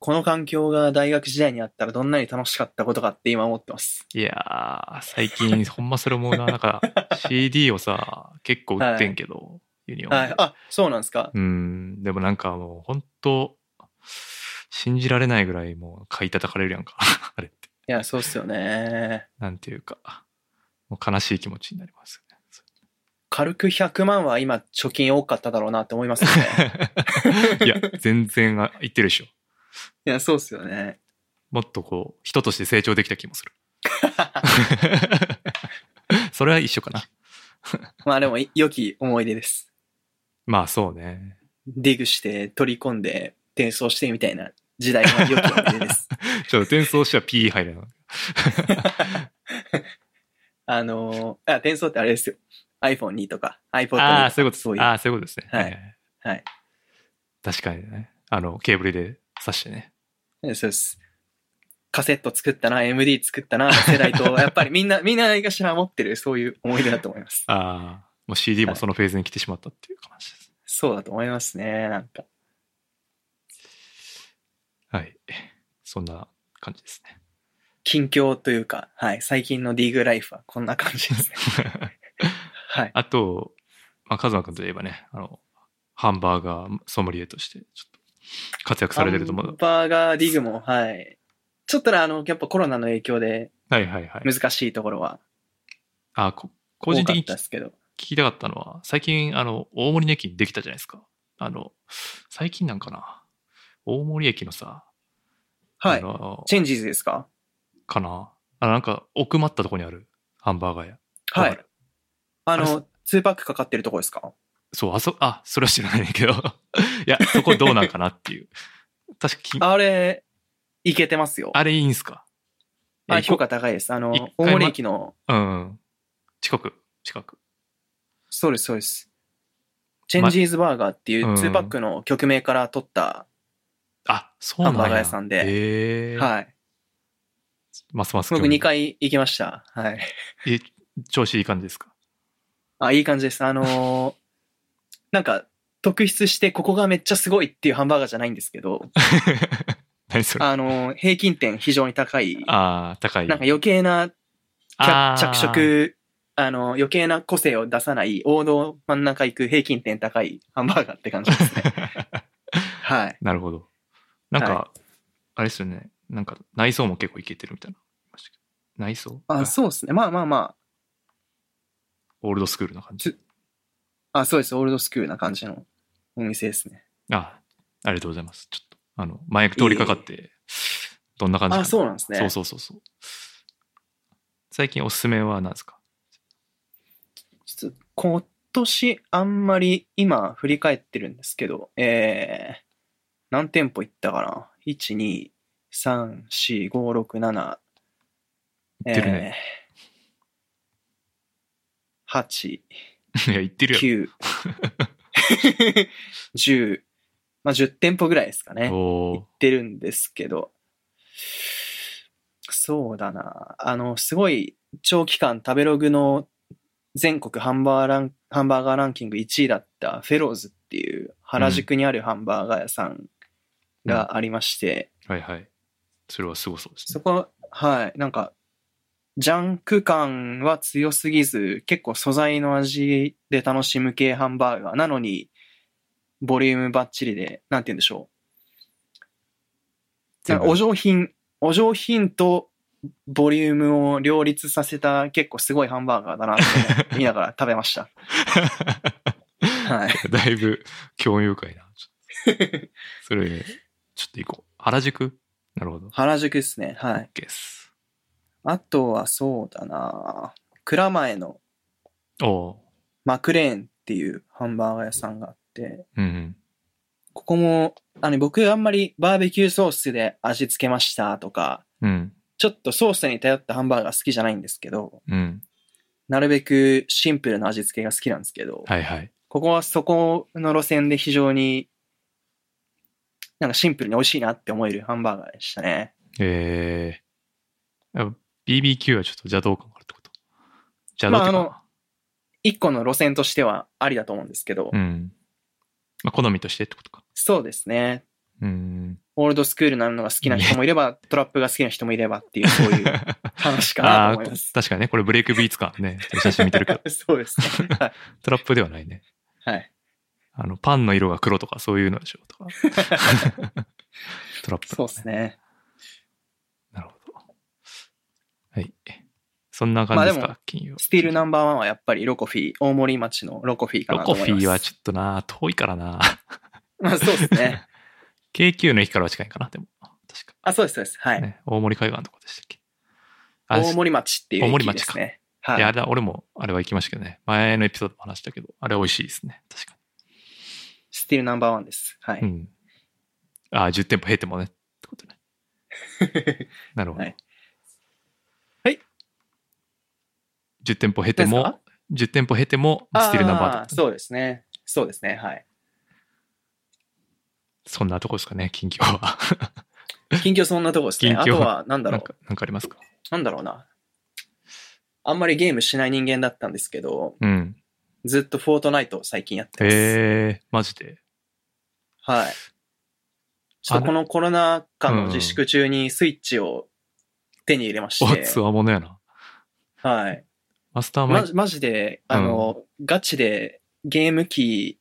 [SPEAKER 2] この環境が大学時代にあったらどんなに楽しかったことかって今思ってます。
[SPEAKER 3] いやー最
[SPEAKER 2] [LAUGHS]
[SPEAKER 3] 近ほんまそれ思うななんか CD をさ結構売ってんけど、ユニオンで、
[SPEAKER 2] はい。あ、そうなんですか。
[SPEAKER 3] うんでもなんかもう本当信じられないぐらいもう買い叩かれるやんか [LAUGHS] あれって
[SPEAKER 2] いや、そうっすよね。
[SPEAKER 3] なんていうかもう悲しい気持ちになりますよね
[SPEAKER 2] 軽く100万は今貯金多かっただろうなって思います
[SPEAKER 3] [LAUGHS]
[SPEAKER 2] ね。 [LAUGHS]
[SPEAKER 3] いや全然あ言ってるでしょ
[SPEAKER 2] いや、そうっすよね。
[SPEAKER 3] もっとこう、人として成長できた気もす
[SPEAKER 2] [LAUGHS]
[SPEAKER 3] る。 [LAUGHS] それは一緒かな。
[SPEAKER 2] まあでも、い良き思い出です。
[SPEAKER 3] まあそうね。
[SPEAKER 2] ディグして取り込んで転送してみたいな時代が良き思い出
[SPEAKER 3] [LAUGHS]
[SPEAKER 2] です。
[SPEAKER 3] ちょっと転送したら P 入るな。
[SPEAKER 2] あのーあ、転送ってあれですよ。iPhone にとか iPod にとか
[SPEAKER 3] ああ、そういうこと
[SPEAKER 2] そういう。
[SPEAKER 3] ああ、そういうことですね。
[SPEAKER 2] はい
[SPEAKER 3] い
[SPEAKER 2] はい。
[SPEAKER 3] 確かにね。あの、ケーブルで挿してね。
[SPEAKER 2] えそうです。カセット作ったな、MD 作ったな、世代と、
[SPEAKER 3] [LAUGHS]
[SPEAKER 2] やっぱりみんな、みんな何かしら持ってる、そういう思い出だと思います。
[SPEAKER 3] ああ、もう CD もそのフェーズに来てしまったっていう感じです。
[SPEAKER 2] そうだと思いますね、なんか。
[SPEAKER 3] はい。そんな感じですね。
[SPEAKER 2] 近況というか、はい、最近のディーグライフはこんな感じです
[SPEAKER 3] [LAUGHS]
[SPEAKER 2] ね。はい。
[SPEAKER 3] あと、まあ、カズマ君といえばね、あの、ハンバーガーソムリエとして、ちょっと活躍されてると思
[SPEAKER 2] ハン
[SPEAKER 3] う。
[SPEAKER 2] バーガーディグも、はい。ちょっとね、あの、やっぱコロナの影響で
[SPEAKER 3] はいはいはい。
[SPEAKER 2] 難しいところは
[SPEAKER 3] あーこ個
[SPEAKER 2] 多か
[SPEAKER 3] 人
[SPEAKER 2] った
[SPEAKER 3] 的に
[SPEAKER 2] ですけど。
[SPEAKER 3] 聞きたかったのは、最近、あの、大森の駅にできたじゃないですか。あの、最近なんかな。大森駅のさ、
[SPEAKER 2] は
[SPEAKER 3] あ
[SPEAKER 2] い。
[SPEAKER 3] の
[SPEAKER 2] チェンジーズですか
[SPEAKER 3] かな。あのなんか、奥まったとこにあるハンバーガー屋。
[SPEAKER 2] は
[SPEAKER 3] わか
[SPEAKER 2] い
[SPEAKER 3] る。。
[SPEAKER 2] あ
[SPEAKER 3] あれ
[SPEAKER 2] の、2パックかかってるとこですか
[SPEAKER 3] そう、あそ、あ、それは知らないんだけど。い [LAUGHS] や、そこどうなんかなっていう。確かき、あ
[SPEAKER 2] あれ、いけてますよ。
[SPEAKER 3] れいいんすか
[SPEAKER 2] あ、
[SPEAKER 3] いや
[SPEAKER 2] 評価高いです。あの
[SPEAKER 3] 一回、
[SPEAKER 2] 大森
[SPEAKER 3] ま
[SPEAKER 2] 駅の、
[SPEAKER 3] うん。近く、近く。
[SPEAKER 2] そうです、そうです。チェンジーズバーガーっていう
[SPEAKER 3] うん
[SPEAKER 2] 2パックの曲名から取った、
[SPEAKER 3] あ、そうなんや。
[SPEAKER 2] ハンバーガー屋さんで
[SPEAKER 3] ええ
[SPEAKER 2] はい。
[SPEAKER 3] ますます
[SPEAKER 2] すごく2回行きました。はい。
[SPEAKER 3] え、調子いい感じですか [LAUGHS]
[SPEAKER 2] あ、いい感じです。あのーなんか、特筆してここがめっちゃすごいっていうハンバーガーじゃないんですけ
[SPEAKER 3] [LAUGHS]
[SPEAKER 2] ど、
[SPEAKER 3] 何それ
[SPEAKER 2] あのー平均点非常に高い、なんか
[SPEAKER 3] ああ、高い。
[SPEAKER 2] 余計なキャ
[SPEAKER 3] あー
[SPEAKER 2] 着。色、あのー余計な個性を出さない、王道真ん中行く平均点高いハンバーガーって感じです
[SPEAKER 3] [LAUGHS]
[SPEAKER 2] ね。はい。
[SPEAKER 3] [LAUGHS] なるほど。なんか、
[SPEAKER 2] は
[SPEAKER 3] あれですよね。なんか、内装も結構いけてるみたいな。内装
[SPEAKER 2] あ、そうですね。まあまあま
[SPEAKER 3] オールドスクールな感じ。
[SPEAKER 2] あ。あ、そうです。オールドスクールな感じのお店ですね。
[SPEAKER 3] あ、ありがとうございます。ちょっと、あの、マイク通りかかって、どんな感じか
[SPEAKER 2] あ、そうなんですね。
[SPEAKER 3] そうそうそうそう。最近おすすめは何ですか [LAUGHS]
[SPEAKER 2] ちょっと今年あんまり今振り返ってるんですけど、えー、何店舗行ったかな ?1、2、3、4、5、6、7、
[SPEAKER 3] 言ってるね。
[SPEAKER 2] えー、
[SPEAKER 3] いや、言ってるやろ [LAUGHS]
[SPEAKER 2] 8、9、10、まあ10店舗ぐらいですかね。
[SPEAKER 3] お
[SPEAKER 2] 行ってるんですけど、そうだな。あの、すごい長期間食べログの全国ハンバーランハンバーガーランキング1位だったフェローズっていう原宿にあるハンバーガー屋さんがありまして、
[SPEAKER 3] ーはいはい。それはすごそうです
[SPEAKER 2] そ
[SPEAKER 3] ね。
[SPEAKER 2] こ、はい、なんか、ジャンク感は強すぎず、結構素材の味で楽しむ系ハンバーガーなのに、ボリュームばっちりで、なんて言うんでしょう。
[SPEAKER 3] 全部
[SPEAKER 2] お上品、お上品とボリュームを両立させた結構すごいハンバーガーだなって思い見ながら食べま
[SPEAKER 3] [LAUGHS]
[SPEAKER 2] した。はい。
[SPEAKER 3] だいぶ興味深いな。ちょっとそれ、ちょっと行こう。原宿なるほど。
[SPEAKER 2] 原宿ですね。はい。
[SPEAKER 3] ケース。
[SPEAKER 2] あとはそうだな蔵前の
[SPEAKER 3] おお
[SPEAKER 2] マクレーンっていうハンバーガー屋さんがあって、
[SPEAKER 3] ー。うんうん。
[SPEAKER 2] ここも、あの、僕あんまりバーベキューソースで味付けましたとか、
[SPEAKER 3] うん。
[SPEAKER 2] ちょっとソースに頼ったハンバーガー好きじゃないんですけど、
[SPEAKER 3] うん。
[SPEAKER 2] なるべくシンプルな味付けが好きなんですけど、
[SPEAKER 3] はいはい。
[SPEAKER 2] ここはそこの路線で非常に、なんかシンプルに美味しいなって思えるハンバーガーでしたね。
[SPEAKER 3] えー、あ BBQ はちょっと邪道感があるってこと邪道ってか、
[SPEAKER 2] まあ一個の路線としてはありだと思うんですけど、
[SPEAKER 3] うん。まあ、好みとしてってことか。
[SPEAKER 2] そうですね。
[SPEAKER 3] うん。
[SPEAKER 2] オールドスクールなのが好きな人もいれば、トラップが好きな人もいればっていう、そういう話かな
[SPEAKER 3] あ
[SPEAKER 2] と思
[SPEAKER 3] あ
[SPEAKER 2] いま [LAUGHS]
[SPEAKER 3] ー、
[SPEAKER 2] す。
[SPEAKER 3] 確かにね、これブレイクビーツ感ね。写真見てる [LAUGHS] けど、
[SPEAKER 2] [LAUGHS] そうですね。はい
[SPEAKER 3] トラップではないね。
[SPEAKER 2] はい。
[SPEAKER 3] あの、パンの色が黒とかそういうのでしょうとか。トラップ、
[SPEAKER 2] そうです。ね。
[SPEAKER 3] なるほど。はい。そんな感じですか、
[SPEAKER 2] まあで
[SPEAKER 3] 金曜。
[SPEAKER 2] スティールナンバーワンはやっぱりロコフィー、大森町のロコフィーか
[SPEAKER 3] ロ
[SPEAKER 2] なと
[SPEAKER 3] コ
[SPEAKER 2] 思
[SPEAKER 3] フ
[SPEAKER 2] います。
[SPEAKER 3] ィーはちょっとな、遠いからな。
[SPEAKER 2] [LAUGHS] まあそうですね。
[SPEAKER 3] KQ の駅からは近いかな、でも。確か。
[SPEAKER 2] あ、そうです、そうです。はい。
[SPEAKER 3] ね、大森海岸のとこでしたっけ。あ
[SPEAKER 2] 大森町っていう
[SPEAKER 3] 大森
[SPEAKER 2] 駅
[SPEAKER 3] 町
[SPEAKER 2] ですね。はい
[SPEAKER 3] や、あ
[SPEAKER 2] い。
[SPEAKER 3] れは俺もあれは行きましたけどね。前のエピソードも話したけど、あれは美味しいですね。確か
[SPEAKER 2] スティールナンバーワンです。はい。 [LAUGHS]
[SPEAKER 3] に。うん。ああ、10店舗経てもね。ってことね。なるほど。
[SPEAKER 2] はいはい
[SPEAKER 3] 10店舗経て
[SPEAKER 2] 何
[SPEAKER 3] も、10店舗経ても、スティールナンバーって
[SPEAKER 2] あ
[SPEAKER 3] こ
[SPEAKER 2] ー
[SPEAKER 3] とね
[SPEAKER 2] そうですね。そうですね。はい。
[SPEAKER 3] そんなとこですかね、近況は。
[SPEAKER 2] 近況そんなとこですね。
[SPEAKER 3] [LAUGHS] 近況
[SPEAKER 2] あとは、なんだ
[SPEAKER 3] なん
[SPEAKER 2] ろ
[SPEAKER 3] か
[SPEAKER 2] う。、
[SPEAKER 3] なんかありますか
[SPEAKER 2] なんだろうな。あんまりゲームしない人間だったんですけど、
[SPEAKER 3] うん。
[SPEAKER 2] ずっとフォートナイトを最近やってます。
[SPEAKER 3] えー、マジで。
[SPEAKER 2] はい。ちょっとこのコロナ禍の自粛中にスイッチを手に入れまして。
[SPEAKER 3] おつわものやな。
[SPEAKER 2] はい。
[SPEAKER 3] マスターマイ
[SPEAKER 2] ま
[SPEAKER 3] ン
[SPEAKER 2] じ、マジで、あの、ガチでゲーム機、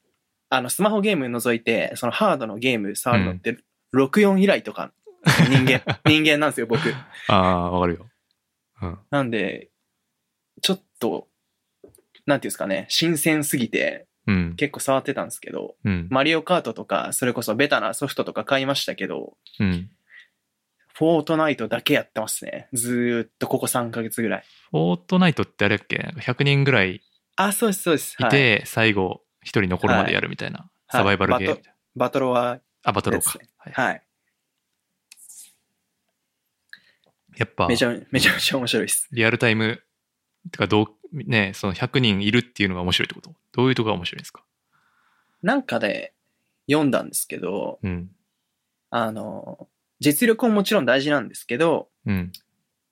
[SPEAKER 2] あの、スマホゲーム除いて、そのハードのゲーム触るのって、64以来とか、人間、人間なんですよ、僕。
[SPEAKER 3] ああ、わかるよ。うん。
[SPEAKER 2] なんで、ちょっと、なんていうんですかね、新鮮すぎて、
[SPEAKER 3] うん。
[SPEAKER 2] 結構触ってたんですけど、
[SPEAKER 3] うん。
[SPEAKER 2] マリオカートとか、それこそベタなソフトとか買いましたけど、
[SPEAKER 3] うん。
[SPEAKER 2] フォートナイトだけやってますね。ずーっとここ3ヶ月ぐらい。
[SPEAKER 3] フォートナイトってあれやっけなんか ?100 人ぐらい
[SPEAKER 2] あ、そうです、そうです。
[SPEAKER 3] い
[SPEAKER 2] はい、
[SPEAKER 3] て、最後、1人残るまでやるみたいな、サバイバルゲームみたいな。
[SPEAKER 2] バトロは、
[SPEAKER 3] あ、バトローか
[SPEAKER 2] で。
[SPEAKER 3] はい
[SPEAKER 2] はい。
[SPEAKER 3] やっぱ、
[SPEAKER 2] めちゃめちゃめちゃ面白いです。
[SPEAKER 3] リアルタイム、てか、どう、ね、その100人いるっていうのが面白いってことどういうとこが面白いんですか
[SPEAKER 2] なんかで読んだんですけど、
[SPEAKER 3] うん。
[SPEAKER 2] あの、実力ももちろん大事なんですけど、
[SPEAKER 3] うん。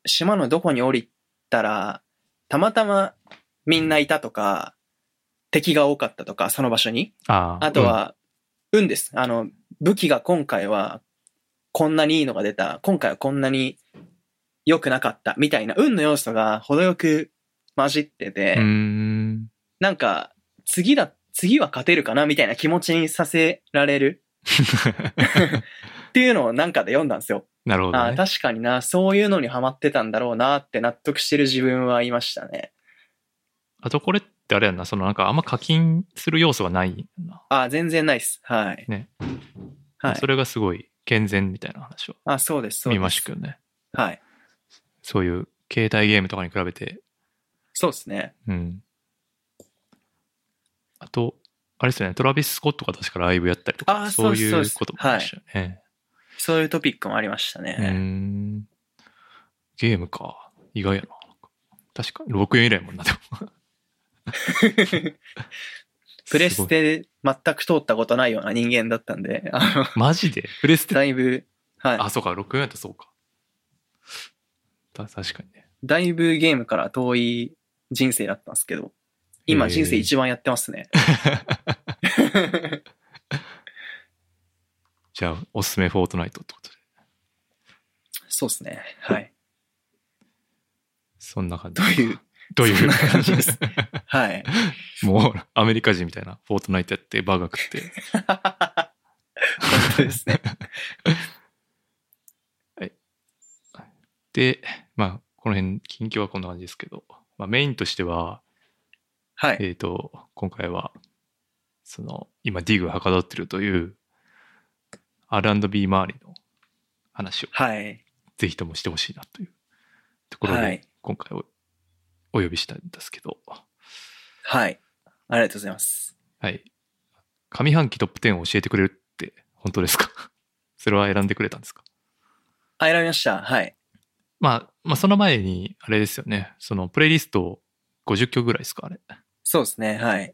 [SPEAKER 2] 島のどこに降りたら、たまたまみんないたとか、敵が多かったとか、その場所に。
[SPEAKER 3] ああ。
[SPEAKER 2] あとは、運です。あの、武器が今回は、こんなにいいのが出た。今回はこんなに良くなかった。みたいな、運の要素が程よく混じってて、
[SPEAKER 3] うん。うーん。
[SPEAKER 2] なんか、次だ、次は勝てるかなみたいな気持ちにさせられるっていうのをなんかで読んだんですよ。
[SPEAKER 3] [LAUGHS] なるほ
[SPEAKER 2] あ
[SPEAKER 3] ど、
[SPEAKER 2] あ
[SPEAKER 3] ね。
[SPEAKER 2] 確かにな、そういうのにハマってたんだろうなって納得してる自分はいましたね。
[SPEAKER 3] あとこれってあれやんな、そのなんかあんま課金する要素がないんな。
[SPEAKER 2] ああ全然ないっす。はい。
[SPEAKER 3] ね。
[SPEAKER 2] はい
[SPEAKER 3] そ。れがすごい健全みたいな話を
[SPEAKER 2] あ、そうです、そうです。
[SPEAKER 3] 見ましたけどね。
[SPEAKER 2] はい。
[SPEAKER 3] そういう携帯ゲームとかに比べて。
[SPEAKER 2] そうですね。
[SPEAKER 3] うん。あと、あれですよね、トラビス・スコットが確かライブやったりと
[SPEAKER 2] あ
[SPEAKER 3] か、
[SPEAKER 2] ー
[SPEAKER 3] そうい
[SPEAKER 2] そうで
[SPEAKER 3] う
[SPEAKER 2] す
[SPEAKER 3] こともありましたよね。
[SPEAKER 2] そういうトピックもありましたね。
[SPEAKER 3] うーん。ゲームか。意外やな。確かに、6円以来やもんな、でも。
[SPEAKER 2] [LAUGHS] プレス
[SPEAKER 3] すごい。
[SPEAKER 2] テ全く通ったことないような人間だったんで、 [LAUGHS] あ
[SPEAKER 3] マジでプレス
[SPEAKER 2] の、
[SPEAKER 3] テ
[SPEAKER 2] だいぶ、はい。
[SPEAKER 3] あ、そうか、64やったらそうか。た確かにね。
[SPEAKER 2] だいぶゲームから遠い人生だったんですけど、
[SPEAKER 3] へ
[SPEAKER 2] 今
[SPEAKER 3] ー
[SPEAKER 2] 人生一番やってますね。
[SPEAKER 3] じゃあ、おすすめフォートナイトってことで。
[SPEAKER 2] そうですね。はい。
[SPEAKER 3] そんな感じ
[SPEAKER 2] と。いう、
[SPEAKER 3] どういう
[SPEAKER 2] そんな感じです。
[SPEAKER 3] [LAUGHS]
[SPEAKER 2] はい。
[SPEAKER 3] もう、アメリカ人みたいな、フォートナイトやって、バーガー食って。
[SPEAKER 2] 本当ですね。
[SPEAKER 3] で、まあ、この辺、近況はこんな感じですけど、まあ、メインとしては、
[SPEAKER 2] はい。
[SPEAKER 3] [LAUGHS] えっ、と、今回は、その、今、ディグがはかどってるという、R&B 周りの話を、
[SPEAKER 2] はい。
[SPEAKER 3] ぜひともしてほしいなというところで、
[SPEAKER 2] はい。
[SPEAKER 3] 今回お、お呼びしたんですけど、
[SPEAKER 2] はい。ありがとうございます。
[SPEAKER 3] はい。上半期トップ10を教えてくれるって、本当ですか [LAUGHS] それは選んでくれたんですか
[SPEAKER 2] あ、選びました。はい。
[SPEAKER 3] まあ、まあ、その前に、あれですよね、その、プレイリスト50曲ぐらいですか、あれ。
[SPEAKER 2] そうですね。はい。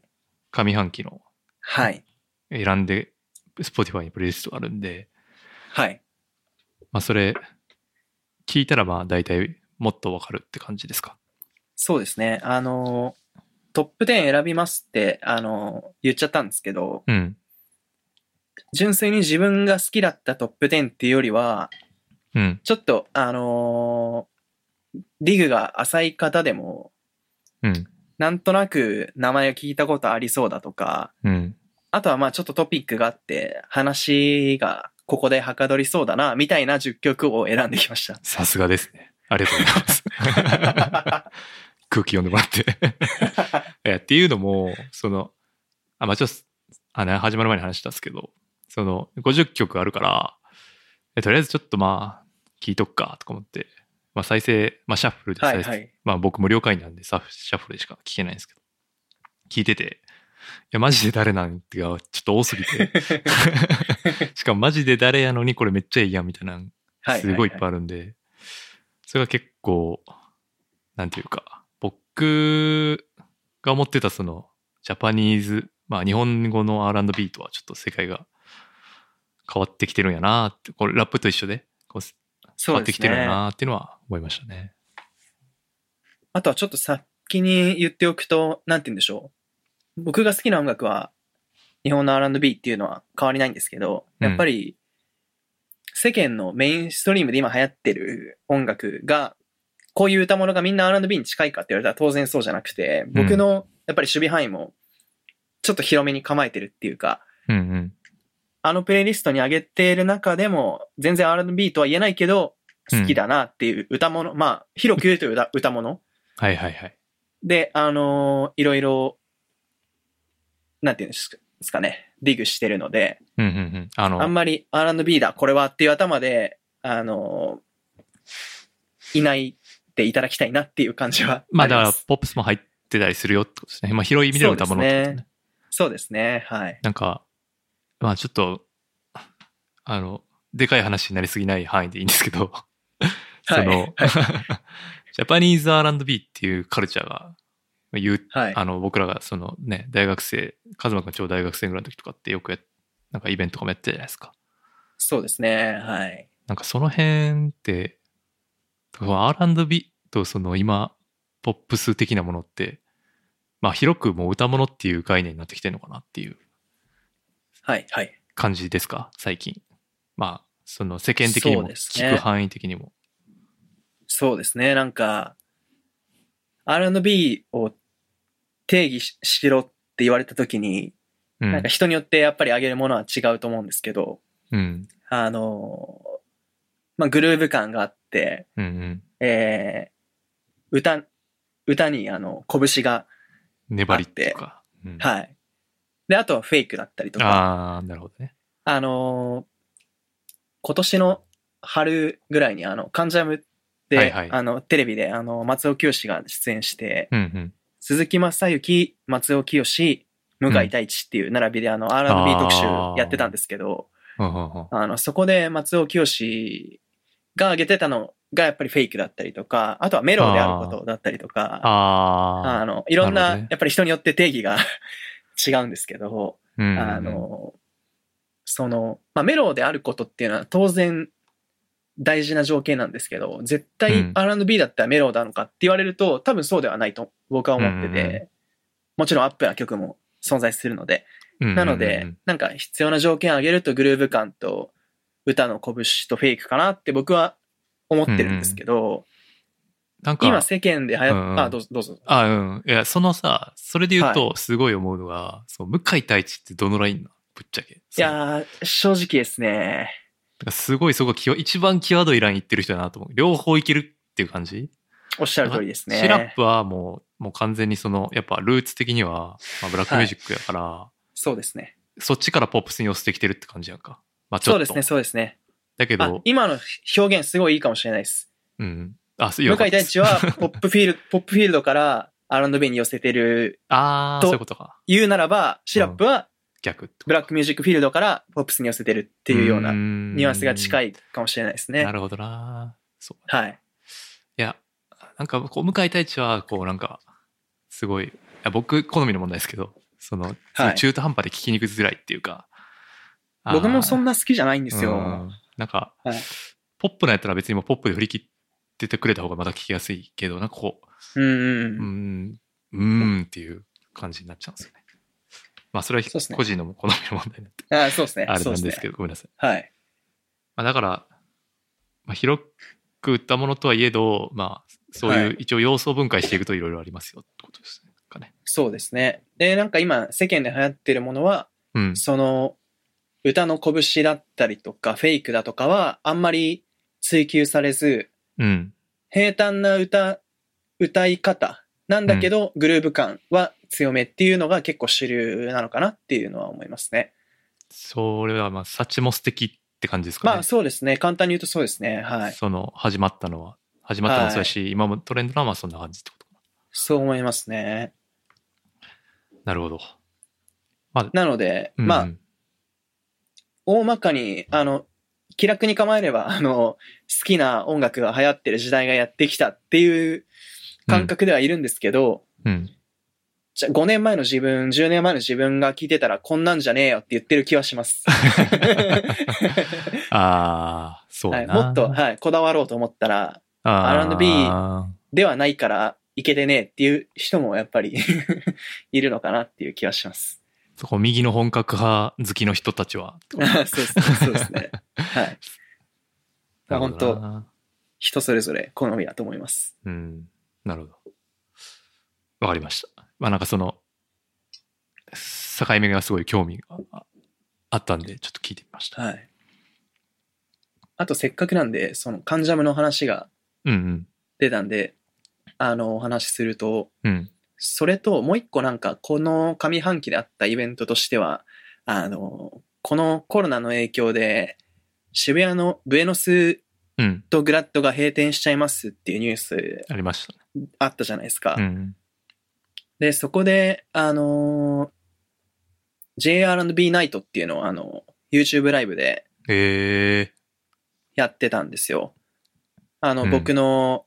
[SPEAKER 3] 上半期の
[SPEAKER 2] はい。
[SPEAKER 3] 選んで、Spotify にプレイリストがあるんで、
[SPEAKER 2] はい。
[SPEAKER 3] まあ、それ、聞いたら、まあ、大体、もっとわかるって感じですか。
[SPEAKER 2] そうですね。あの、トップ10選びますって、あの、言っちゃったんですけど、
[SPEAKER 3] うん。
[SPEAKER 2] 純粋に自分が好きだったトップ10っていうよりは、
[SPEAKER 3] うん。
[SPEAKER 2] ちょっと、あのディグが浅い方でも、
[SPEAKER 3] うん。
[SPEAKER 2] なんとなく名前を聞いたことありそうだとか、
[SPEAKER 3] うん。
[SPEAKER 2] あとはまあちょっとトピックがあって、話がここではかどりそうだな、みたいな10曲を選んできました。
[SPEAKER 3] さすがですね。ありがとうございます。 [LAUGHS] 空気読んでもらって [LAUGHS] いや。っていうのも、その、あ、まあ、ちょっと、あね、始まる前に話したんですけど、その、50曲あるから、えとりあえずちょっとまあ、聞いとくか、とか思って、まあ、再生、まあ、シャッフルで
[SPEAKER 2] は
[SPEAKER 3] 再
[SPEAKER 2] い
[SPEAKER 3] 生、
[SPEAKER 2] はい。
[SPEAKER 3] まあ、僕無料会員なんで、サフシャッフルでしか聞けないんですけど、聞いてて、いや、マジで誰なんてか、ちょっと多すぎて、しかもマジで誰やのに、これめっちゃいいやん、みたいな
[SPEAKER 2] は
[SPEAKER 3] すごいいっぱい
[SPEAKER 2] い。
[SPEAKER 3] あるんで、それが結構、なんていうか、僕が思ってたその、ジャパニーズ、まあ日本語の R&B とはちょっと世界が変わってきてるんやなって、これラップと一緒で、こう変
[SPEAKER 2] そ
[SPEAKER 3] わ
[SPEAKER 2] う
[SPEAKER 3] って
[SPEAKER 2] で
[SPEAKER 3] き
[SPEAKER 2] す
[SPEAKER 3] てるんや
[SPEAKER 2] ね。
[SPEAKER 3] なっていうのは思いましたね。
[SPEAKER 2] あとはちょっと先に言っておくと、なんて言うんでしょう。僕が好きな音楽は、日本の R&B っていうのは変わりないんですけど、
[SPEAKER 3] うん
[SPEAKER 2] やっぱり、世間のメインストリームで今流行ってる音楽が、こういう歌物がみんな R&B に近いかって言われたら当然そうじゃなくて、僕のやっぱり守備範囲も、ちょっと広めに構えてるっていうか、
[SPEAKER 3] うんうん。
[SPEAKER 2] あのプレイリストに上げている中でも、全然 R&B とは言えないけど、好きだなっていう歌物、まあ、広く言うと歌歌物
[SPEAKER 3] はいはいはい。
[SPEAKER 2] で、あのーいろいろ、なんていうんですかね、ディグしてるので、
[SPEAKER 3] うんうんうん。あの、
[SPEAKER 2] あんまり R&B だ、これはっていう頭で、あのーいないでいただきたいなっていう感じは
[SPEAKER 3] ま
[SPEAKER 2] あ
[SPEAKER 3] あ
[SPEAKER 2] り
[SPEAKER 3] だか
[SPEAKER 2] ま
[SPEAKER 3] ら
[SPEAKER 2] す。
[SPEAKER 3] ポップスも入ってたりするよってことですね。まあ広い意味での歌物ってこと
[SPEAKER 2] そうですねそうですね、はい。
[SPEAKER 3] なんか、まあちょっと、あの、でかい話になりすぎない範囲でいいんですけど、その、
[SPEAKER 2] [LAUGHS]
[SPEAKER 3] [LAUGHS]
[SPEAKER 2] はい。はい
[SPEAKER 3] ジャパニーズ R&B っていうカルチャーが言う
[SPEAKER 2] はい。
[SPEAKER 3] あの僕らがそのね大学生カズマ君がちょうど大学生ぐらいの時とかってよくやなんかイベントとかもやってたじゃないですか
[SPEAKER 2] そうですね。はい。
[SPEAKER 3] なんかその辺ってその R&B とその今ポップス的なものってまあ広くもう歌物っていう概念になってきてるのかなっていう
[SPEAKER 2] はい。はい。
[SPEAKER 3] 感じですか最近まあその世間的に
[SPEAKER 2] そ
[SPEAKER 3] も
[SPEAKER 2] うですね
[SPEAKER 3] 聞く範囲的にも
[SPEAKER 2] そうですね。なんか、R&B を定義ししろって言われた時に、
[SPEAKER 3] う
[SPEAKER 2] なん
[SPEAKER 3] ん
[SPEAKER 2] か人によってやっぱり上げるものは違うと思うんですけど、
[SPEAKER 3] うん
[SPEAKER 2] あの、まあ、グルーヴ感があって、
[SPEAKER 3] うんうん
[SPEAKER 2] えー歌、歌にあの、拳が、
[SPEAKER 3] 粘りっていうか、うん
[SPEAKER 2] はい。で、あとはフェイクだったりとか、あ、
[SPEAKER 3] ああなるほどね
[SPEAKER 2] のー今年の春ぐらいにあの、カンジャムで、
[SPEAKER 3] はいはい
[SPEAKER 2] あの、テレビであの、松尾清が出演して、
[SPEAKER 3] うんうん
[SPEAKER 2] 鈴木正幸、松尾清、向井太一っていう並びであの、R&B 特集やってたんですけど、
[SPEAKER 3] うんうんうん
[SPEAKER 2] あの、そこで松尾清が上げてたのがやっぱりフェイクだったりとか、あとはメロであることだったりとか、あ
[SPEAKER 3] ああ
[SPEAKER 2] の、いろん
[SPEAKER 3] なる
[SPEAKER 2] な、
[SPEAKER 3] ほどね
[SPEAKER 2] やっぱり人によって定義が [LAUGHS] 違うんですけど、あ
[SPEAKER 3] あ
[SPEAKER 2] の、その、まあ、メロであることっていうのは当然大事な条件なんですけど、絶
[SPEAKER 3] う
[SPEAKER 2] 対
[SPEAKER 3] ん
[SPEAKER 2] R&B だったらメロなのかって言われると、多分そうではないと僕は思って
[SPEAKER 3] うんうんう
[SPEAKER 2] て、もちろんアップな曲も存在するので、な
[SPEAKER 3] な
[SPEAKER 2] ので、なんか必要な条件を挙げるとグルーヴ感と歌の拳とフェイクかなって僕は思ってるんですけど、
[SPEAKER 3] なんか、
[SPEAKER 2] 今世間で流
[SPEAKER 3] うん
[SPEAKER 2] 行
[SPEAKER 3] う
[SPEAKER 2] っ
[SPEAKER 3] ん
[SPEAKER 2] た、あ、どうぞ、どうぞ。
[SPEAKER 3] あ、うん。いや、そのさ、それで言うと、すごい思うのが、そう向井太一ってどのラインなのぶっちゃけ。
[SPEAKER 2] いやー、正直ですね。
[SPEAKER 3] だからすごいそこ際、一番際どいラインいってる人だなと思う。両方いけるっていう感じ
[SPEAKER 2] おっしゃる通りですね。
[SPEAKER 3] シラップはもう、もう完全にその、やっぱルーツ的には、まあ、ブラックミュージックやから、
[SPEAKER 2] そうですね。
[SPEAKER 3] そっちからポップスに寄せてきてるって感じやんか。まあち
[SPEAKER 2] そう
[SPEAKER 3] ょっと。
[SPEAKER 2] ですね、そうですね。
[SPEAKER 3] だけ
[SPEAKER 2] あ
[SPEAKER 3] ど、
[SPEAKER 2] 今の表現すごいいいかもしれないです。
[SPEAKER 3] うん。あ、そう
[SPEAKER 2] 向井太
[SPEAKER 3] 一
[SPEAKER 2] 一
[SPEAKER 3] [LAUGHS]
[SPEAKER 2] はポップフィールド、ポップフィールドから R&B に寄せてる、
[SPEAKER 3] ああ、
[SPEAKER 2] と
[SPEAKER 3] そういうことか。
[SPEAKER 2] 言うならば、シラップは
[SPEAKER 3] 逆ってこと
[SPEAKER 2] ブラックミュージックフィールドからポップスに寄せてるっていうようなニ
[SPEAKER 3] ニ
[SPEAKER 2] ュアンスが近
[SPEAKER 3] い
[SPEAKER 2] いかもしれないです
[SPEAKER 3] な
[SPEAKER 2] ね。
[SPEAKER 3] るほどな。そう
[SPEAKER 2] はい。
[SPEAKER 3] いや、なんか、こう、向井太一は、こう、なんか、すごい、いや僕、好みの問題ですけど、その、
[SPEAKER 2] はい
[SPEAKER 3] 中途半端で聞きにくづらいっていうか、
[SPEAKER 2] 僕もそん
[SPEAKER 3] な
[SPEAKER 2] な好きじゃないんです
[SPEAKER 3] う
[SPEAKER 2] よ。
[SPEAKER 3] んなんか、
[SPEAKER 2] はい
[SPEAKER 3] ポップなやったら別にもうポップで振り切っててくれた方がまだ聞きやすいけど、なんかこ
[SPEAKER 2] うん
[SPEAKER 3] う、
[SPEAKER 2] う
[SPEAKER 3] うー
[SPEAKER 2] ん。
[SPEAKER 3] ん、うーんっていう感じになっちゃうんですよね。まあ、それは
[SPEAKER 2] そうですね
[SPEAKER 3] 個人の好みの問題になって、
[SPEAKER 2] あそうですね。
[SPEAKER 3] あれ
[SPEAKER 2] そ
[SPEAKER 3] な
[SPEAKER 2] うんで
[SPEAKER 3] ですす
[SPEAKER 2] ね。
[SPEAKER 3] けど、ごめんなさい。
[SPEAKER 2] はい。
[SPEAKER 3] まあ、だから、まあ、広く売ったものとはいえど、まあ、そう
[SPEAKER 2] はいいう
[SPEAKER 3] 一応要素を分解していくといろいろありますよってことですね。かね
[SPEAKER 2] そうですね。で、なんか今世間で流行ってるものは、
[SPEAKER 3] うん、
[SPEAKER 2] その歌の拳だったりとかフェイクだとかはあんまり追求されず
[SPEAKER 3] うん、
[SPEAKER 2] 平坦な歌歌い方なんだけど、グルーヴ感は強めっていうのが結構主流なのかなっていうのは思いますね。
[SPEAKER 3] それはまあ、サチモス的って感じですかね。
[SPEAKER 2] まあそうですね簡単に言うとそうですねはい
[SPEAKER 3] その始まったのは、始まったのもそうだし、今もトレンドのはまあそんな感じってことか
[SPEAKER 2] そう思いますね。
[SPEAKER 3] な。なるほど。
[SPEAKER 2] なので、
[SPEAKER 3] うん
[SPEAKER 2] まあ大まかにあの気楽に構えればあ [LAUGHS] の好きな音楽が流行ってる時代がやってきたっていう感覚ではいるんですけど、
[SPEAKER 3] うん、
[SPEAKER 2] じゃ5年前の自分、10年前の自分が聞いてたらこんなんじゃねえよって言ってる気はし
[SPEAKER 3] [LAUGHS]
[SPEAKER 2] ます。
[SPEAKER 3] ああ、そう
[SPEAKER 2] は
[SPEAKER 3] だ
[SPEAKER 2] い、
[SPEAKER 3] な、
[SPEAKER 2] もっと、はい、こだわろうと思ったら、R&B
[SPEAKER 3] あ
[SPEAKER 2] ではないからいけてねえっていう人もやっぱり [LAUGHS] いるのかなっていう気はします。
[SPEAKER 3] ーそこ右の本格派好きの人たちは。
[SPEAKER 2] [LAUGHS] そうですね、そうですね。はい。まあ本
[SPEAKER 3] なるほど
[SPEAKER 2] 当
[SPEAKER 3] な
[SPEAKER 2] 人それぞれ好みだと思います。
[SPEAKER 3] うん、なるほど。わかりました。まあなんかその、境目がすごい興味がああったんで、ちょっと聞いてみました。
[SPEAKER 2] はい。あとせっかくなんで、そのカンジャムの話が
[SPEAKER 3] うん
[SPEAKER 2] 出たんで、あの、お話しすると、
[SPEAKER 3] うん。うん。
[SPEAKER 2] それと、もう一個なんか、この上半期であったイベントとしては、あの、このコロナの影響で、渋谷のブエノス
[SPEAKER 3] うん。
[SPEAKER 2] とグラッドが閉店しちゃいますっていうニュース
[SPEAKER 3] ありましたね。
[SPEAKER 2] あったじゃないですか。
[SPEAKER 3] うん。
[SPEAKER 2] で、そこで、あの、JR&B ナイトっていうのを、あの、YouTube ライブで
[SPEAKER 3] え
[SPEAKER 2] やってたんですよ。あの、
[SPEAKER 3] うん
[SPEAKER 2] 僕の、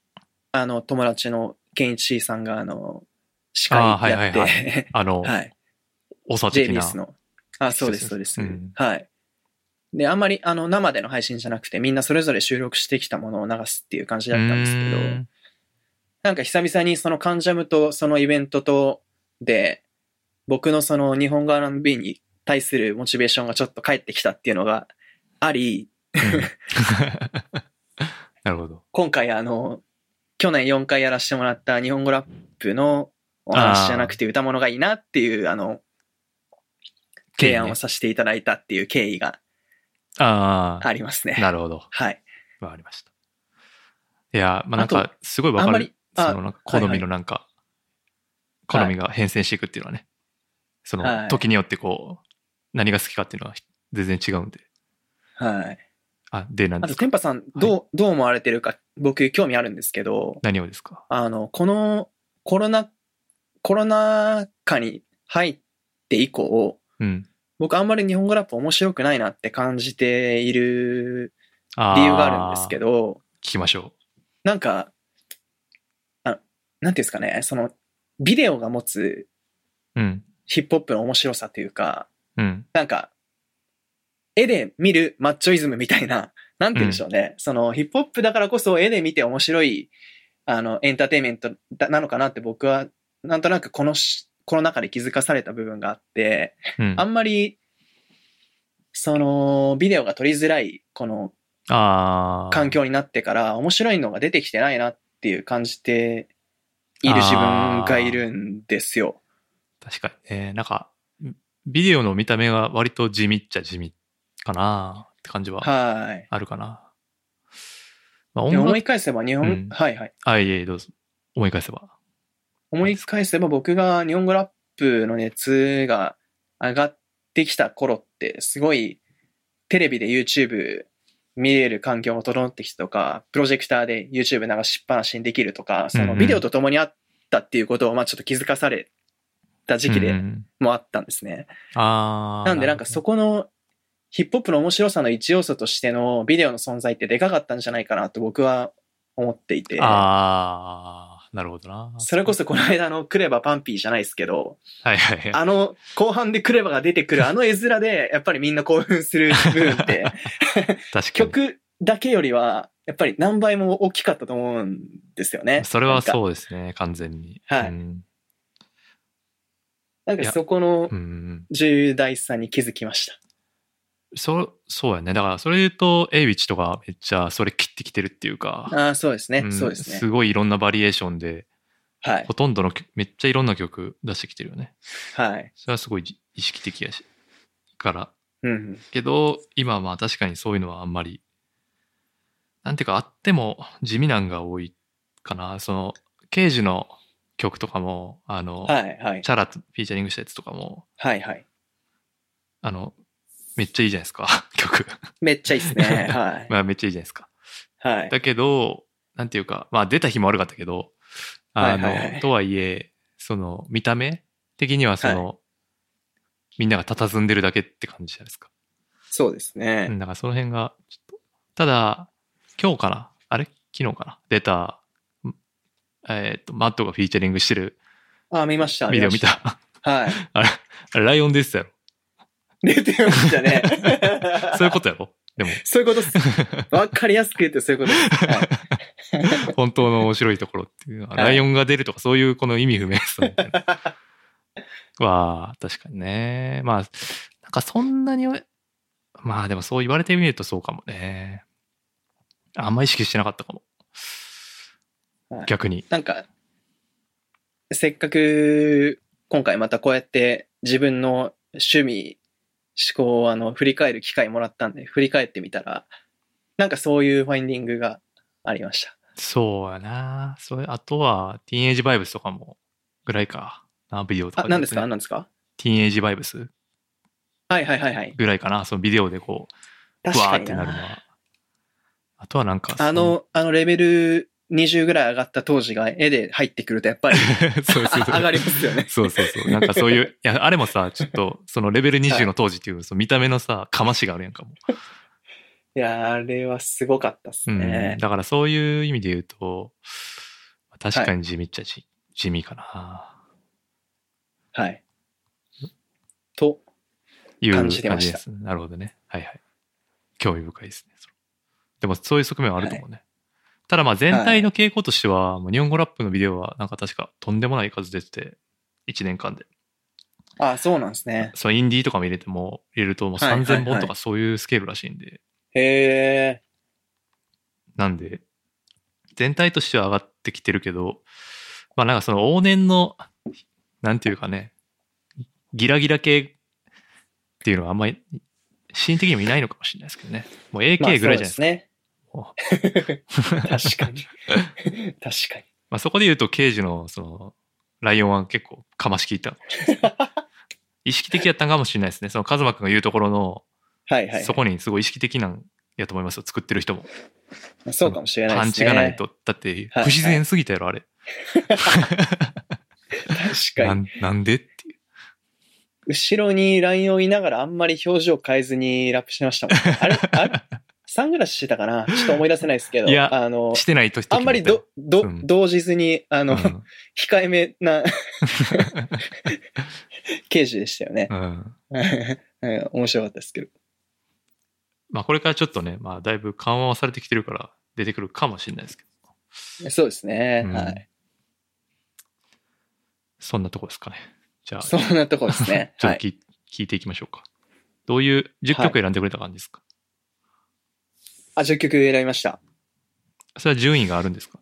[SPEAKER 2] あの、友達の健一さんが、あの、司会や
[SPEAKER 3] あーはい
[SPEAKER 2] っ
[SPEAKER 3] はい
[SPEAKER 2] て、
[SPEAKER 3] あの、
[SPEAKER 2] はい。
[SPEAKER 3] 長的な。
[SPEAKER 2] JBS の。あ、そうです、そうです。
[SPEAKER 3] うん
[SPEAKER 2] はい。で、あんまり、あの、生での配信じゃなくて、みんなそれぞれ収録してきたものを流すっていう感じだったんですけど、
[SPEAKER 3] うん
[SPEAKER 2] なんか久々にそのカンジャムとそのイベントとで、僕のその日本語 R&B に対するモチベーションがちょっと返ってきたっていうのがあり、
[SPEAKER 3] うん [LAUGHS] なるほど。
[SPEAKER 2] 今回あの、去年4回やらせてもらった日本語ラップのお話じゃなくて歌物がいいなっていう、あの、提案をさせていただいたっていう経緯が
[SPEAKER 3] あ
[SPEAKER 2] あります
[SPEAKER 3] あ、
[SPEAKER 2] ね。
[SPEAKER 3] なるほど。
[SPEAKER 2] はい。
[SPEAKER 3] わかりました。いや、まあなん
[SPEAKER 2] あ
[SPEAKER 3] か、すごいわ
[SPEAKER 2] あん
[SPEAKER 3] か
[SPEAKER 2] ま
[SPEAKER 3] る
[SPEAKER 2] り。、あ
[SPEAKER 3] そのなんか好みのなんか、
[SPEAKER 2] はい
[SPEAKER 3] 好みが変遷していくっていうのはね、そ
[SPEAKER 2] は
[SPEAKER 3] の
[SPEAKER 2] い
[SPEAKER 3] 時によってこう、何が好きかっていうのは全然違うんで。
[SPEAKER 2] はい。
[SPEAKER 3] あ、で、なん
[SPEAKER 2] あと、
[SPEAKER 3] です
[SPEAKER 2] テ
[SPEAKER 3] か
[SPEAKER 2] ンパさん、どう、どう思われてるか、僕、興味あるんですけど、
[SPEAKER 3] 何をですか
[SPEAKER 2] あの、このコロナ、コロナ禍に入って以降、
[SPEAKER 3] うん。
[SPEAKER 2] 僕あんまり日本語ラップ面白くないなって感じている
[SPEAKER 3] あ
[SPEAKER 2] 理由があるんですけ
[SPEAKER 3] ど。
[SPEAKER 2] ど、
[SPEAKER 3] 聞きましょ
[SPEAKER 2] なんか、あなんていうんですかね、その、ビデオが持つ
[SPEAKER 3] う。うん。
[SPEAKER 2] ヒップホップの面白さというか、
[SPEAKER 3] うん。
[SPEAKER 2] なんか、絵で見るマッチョイズムみたいな、 [LAUGHS] なんて言うんでしょうね。そのヒップホップだからこそ絵で見て面白い、あの、エンターテインメントだなのかなって僕は、なんとなくこのし、この中で気づかされた部分があって、
[SPEAKER 3] うん、
[SPEAKER 2] あんまり、その、ビデオが撮りづらい、この
[SPEAKER 3] あー
[SPEAKER 2] 環境になってから、面白いのが出てきてないなっていう感じている自分がいるんですよ。
[SPEAKER 3] 確かにね。なんか、ビデオの見た目が割と地味っちゃ地味かなって感じは
[SPEAKER 2] はい。
[SPEAKER 3] あるかな。まあ、
[SPEAKER 2] で
[SPEAKER 3] 音
[SPEAKER 2] 思
[SPEAKER 3] 楽
[SPEAKER 2] い、返せば日本、
[SPEAKER 3] うん
[SPEAKER 2] はいはい。
[SPEAKER 3] あ、いえいえ、どうぞ。思い返せば。
[SPEAKER 2] 思い返せば僕が日本語ラップの熱が上がってきた頃ってすごいテレビで YouTube 見れる環境も整ってきたとかプロジェクターで YouTube 流しっぱなしにできるとかそ
[SPEAKER 3] うんう
[SPEAKER 2] の
[SPEAKER 3] ん
[SPEAKER 2] ビデオと共にあったっていうことをまあちょっと気づかされた時期
[SPEAKER 3] うんう
[SPEAKER 2] で
[SPEAKER 3] ん
[SPEAKER 2] もあったんですね。
[SPEAKER 3] あー
[SPEAKER 2] なんでなんかそこのヒップホップの面白さの一要素としてのビデオの存在ってでかかったんじゃないかなと僕は思っていて。
[SPEAKER 3] ああ、なるほどな。
[SPEAKER 2] それこそこの間のクレバパンピーじゃないですけど、
[SPEAKER 3] はいはいはい。
[SPEAKER 2] あの、後半でクレバが出てくるあの絵面で、やっぱりみんな興奮する部分
[SPEAKER 3] [LAUGHS]
[SPEAKER 2] って、
[SPEAKER 3] 確かに。
[SPEAKER 2] 曲だけよりは、やっぱり何倍も大きかったと思うんですよね。
[SPEAKER 3] それは
[SPEAKER 2] う。
[SPEAKER 3] そうですね、完全に。
[SPEAKER 2] はい
[SPEAKER 3] うん。
[SPEAKER 2] なんかそこの
[SPEAKER 3] うんうん、
[SPEAKER 2] 重大さに気づきました。
[SPEAKER 3] そそうやね。だから、それで言うと、エイウィッチとかめっちゃそれ切ってきてるっていうか、
[SPEAKER 2] ああ、そうですね。
[SPEAKER 3] ん
[SPEAKER 2] そうです
[SPEAKER 3] す
[SPEAKER 2] ね。
[SPEAKER 3] ごいいろんなバリエーションで、
[SPEAKER 2] はい
[SPEAKER 3] ほ。とんどの曲、めっちゃいろんな曲出してきてるよね。
[SPEAKER 2] はい。
[SPEAKER 3] それはすごいじ意識的やし。から。
[SPEAKER 2] うん。
[SPEAKER 3] けど、今はまあ確かにそういうのはあんまり、なんていうか、あっても地味なんが多いかな。その、刑事の曲とかも、あの、
[SPEAKER 2] はい、はい。
[SPEAKER 3] チャラとフィーチャリングしたやつとかも、
[SPEAKER 2] はい、はい。
[SPEAKER 3] あの、めっちゃいいじゃないですか、 [LAUGHS] 曲。
[SPEAKER 2] めっちゃいいですね。
[SPEAKER 3] [LAUGHS]
[SPEAKER 2] はい。
[SPEAKER 3] まあ、めっちゃいいじゃないですか。
[SPEAKER 2] はい。
[SPEAKER 3] だけど、なんていうか、まあ、出た日も悪かったけど、あの、
[SPEAKER 2] はいはいはい
[SPEAKER 3] とはいえ、その、見た目的には、その、みんなが佇んでるだけって感じじゃないですか。
[SPEAKER 2] そうです
[SPEAKER 3] う
[SPEAKER 2] ね。
[SPEAKER 3] んだから、その辺が、ちょっと、ただ、今日かなあれ昨日かな出た、んえーっと、マットがフィーチャリングしてる
[SPEAKER 2] ああ、見ました。
[SPEAKER 3] ビデオ見。
[SPEAKER 2] ましたた。はい。
[SPEAKER 3] [LAUGHS]
[SPEAKER 2] [LAUGHS]
[SPEAKER 3] あれ、あれライオンですやろ。。
[SPEAKER 2] 出てましたね
[SPEAKER 3] [LAUGHS] そういうことや
[SPEAKER 2] [LAUGHS]
[SPEAKER 3] ろでも。
[SPEAKER 2] そういうことっす。わかりやすく言ってそういうことです。はい
[SPEAKER 3] [LAUGHS] 本当の面白いところっていうのは、
[SPEAKER 2] はい
[SPEAKER 3] ライオンが出るとかそういうこの意味不明さみた
[SPEAKER 2] [LAUGHS]
[SPEAKER 3] いな。は確かにね。まあ、なんかそんなに、まあでもそう言われてみるとそうかもね。あんま意識してなかったかも
[SPEAKER 2] は。い
[SPEAKER 3] 逆に。
[SPEAKER 2] なんか、せっかく今回またこうやって自分の趣味、思考をあの振り返る機会もらったんで、振り返ってみたら、なんかそういうファインディングがありました。
[SPEAKER 3] そうやな。それ、あとは、ティーンエイジバイブスとかも、ぐらいかな。ビデオとか
[SPEAKER 2] あ、何ですか
[SPEAKER 3] ね
[SPEAKER 2] 何ですか
[SPEAKER 3] ティーンエイジバイブス
[SPEAKER 2] はいはいはいはい。
[SPEAKER 3] ぐらいかな。そのビデオでこう、
[SPEAKER 2] 確
[SPEAKER 3] わ
[SPEAKER 2] か
[SPEAKER 3] ーっ
[SPEAKER 2] に
[SPEAKER 3] てなるの
[SPEAKER 2] な。
[SPEAKER 3] は。あとはなんか、
[SPEAKER 2] あの、あのレベル20ぐらい上がった当時が絵で入ってくるとやっぱり
[SPEAKER 3] [LAUGHS] そうそうそう。
[SPEAKER 2] [LAUGHS] 上がりますよね
[SPEAKER 3] そうそうそう。なんかそういう、いや、あれもさ、ちょっと、そのレベル20の当時っていう、その見た目のさ、かましがあるやんかも。
[SPEAKER 2] いやー、あれはすごかったっす
[SPEAKER 3] うん。
[SPEAKER 2] ね。
[SPEAKER 3] だからそういう意味で言うと、確かに地味っちゃ地,、地味かな。
[SPEAKER 2] はい。と、
[SPEAKER 3] いう
[SPEAKER 2] 感
[SPEAKER 3] 感
[SPEAKER 2] じ
[SPEAKER 3] じ
[SPEAKER 2] てました
[SPEAKER 3] ですね。なるほどね。はいはい。興味深いですね。それでもそういう側面はあると思うね。ただまあ全体の傾向としては、もう日本語ラップのビデオはなんか確かとんでもない数出てて、1年間で。
[SPEAKER 2] あ、そうなんですね。
[SPEAKER 3] そのインディーとかも入れても、入れるともう
[SPEAKER 2] はいはいはい
[SPEAKER 3] 3000本とかそういうスケールらしいんで。
[SPEAKER 2] へえ。
[SPEAKER 3] なんで、全体としては上がってきてるけど、まあなんかその往年の、なんていうかね、ギラギラ系っていうのはあんまり、シーン的にもいないのかもしれないですけどね。もう AK ぐらいじゃないですか。
[SPEAKER 2] まあそうですね。確かに。確かに。
[SPEAKER 3] [LAUGHS] まあそこで言うと、刑事の、その、ライオンは結構かましきいたかもしれないですね。意識的やったんかもしれないですね。その、カズマ君が言うところの、
[SPEAKER 2] はいはい。
[SPEAKER 3] そこにすごい意識的なんやと思いますよ。作ってる人も。
[SPEAKER 2] そうかもしれな
[SPEAKER 3] パ
[SPEAKER 2] い
[SPEAKER 3] ン
[SPEAKER 2] です
[SPEAKER 3] チ
[SPEAKER 2] ね。
[SPEAKER 3] がない。と。だって、不自然すぎたやろ、あ
[SPEAKER 2] [LAUGHS]
[SPEAKER 3] れ。
[SPEAKER 2] 確か
[SPEAKER 3] な
[SPEAKER 2] に。
[SPEAKER 3] んなんでっていう。
[SPEAKER 2] 後ろにラインをいながらあんまり表情変えずにラップしてましたも
[SPEAKER 3] [LAUGHS]
[SPEAKER 2] ん。あれあれサングラスしてたかなちょっと思い出せないですけど。
[SPEAKER 3] いや
[SPEAKER 2] あの、
[SPEAKER 3] してないと
[SPEAKER 2] あんまりど、ど、
[SPEAKER 3] うん
[SPEAKER 2] 動じずに、あの、
[SPEAKER 3] うん
[SPEAKER 2] 控えめ
[SPEAKER 3] [LAUGHS]
[SPEAKER 2] な [LAUGHS] 刑事でしたよね
[SPEAKER 3] う。ん
[SPEAKER 2] うん面白かったですけど。
[SPEAKER 3] まあこれからちょっとね、まあだいぶ緩和はされてきてるから出てくるかもしれないですけ
[SPEAKER 2] そうですね。
[SPEAKER 3] ど。うん
[SPEAKER 2] はい。
[SPEAKER 3] そんなとこですかね。じゃあ、。
[SPEAKER 2] そんなとこですね
[SPEAKER 3] [LAUGHS] ちょ
[SPEAKER 2] は
[SPEAKER 3] っと
[SPEAKER 2] い。
[SPEAKER 3] 聞,、聞いていきましょうか。どういう10
[SPEAKER 2] はい
[SPEAKER 3] 曲選んでくれた感じですか、
[SPEAKER 2] あ、10曲選びました。
[SPEAKER 3] それは順位があるんですか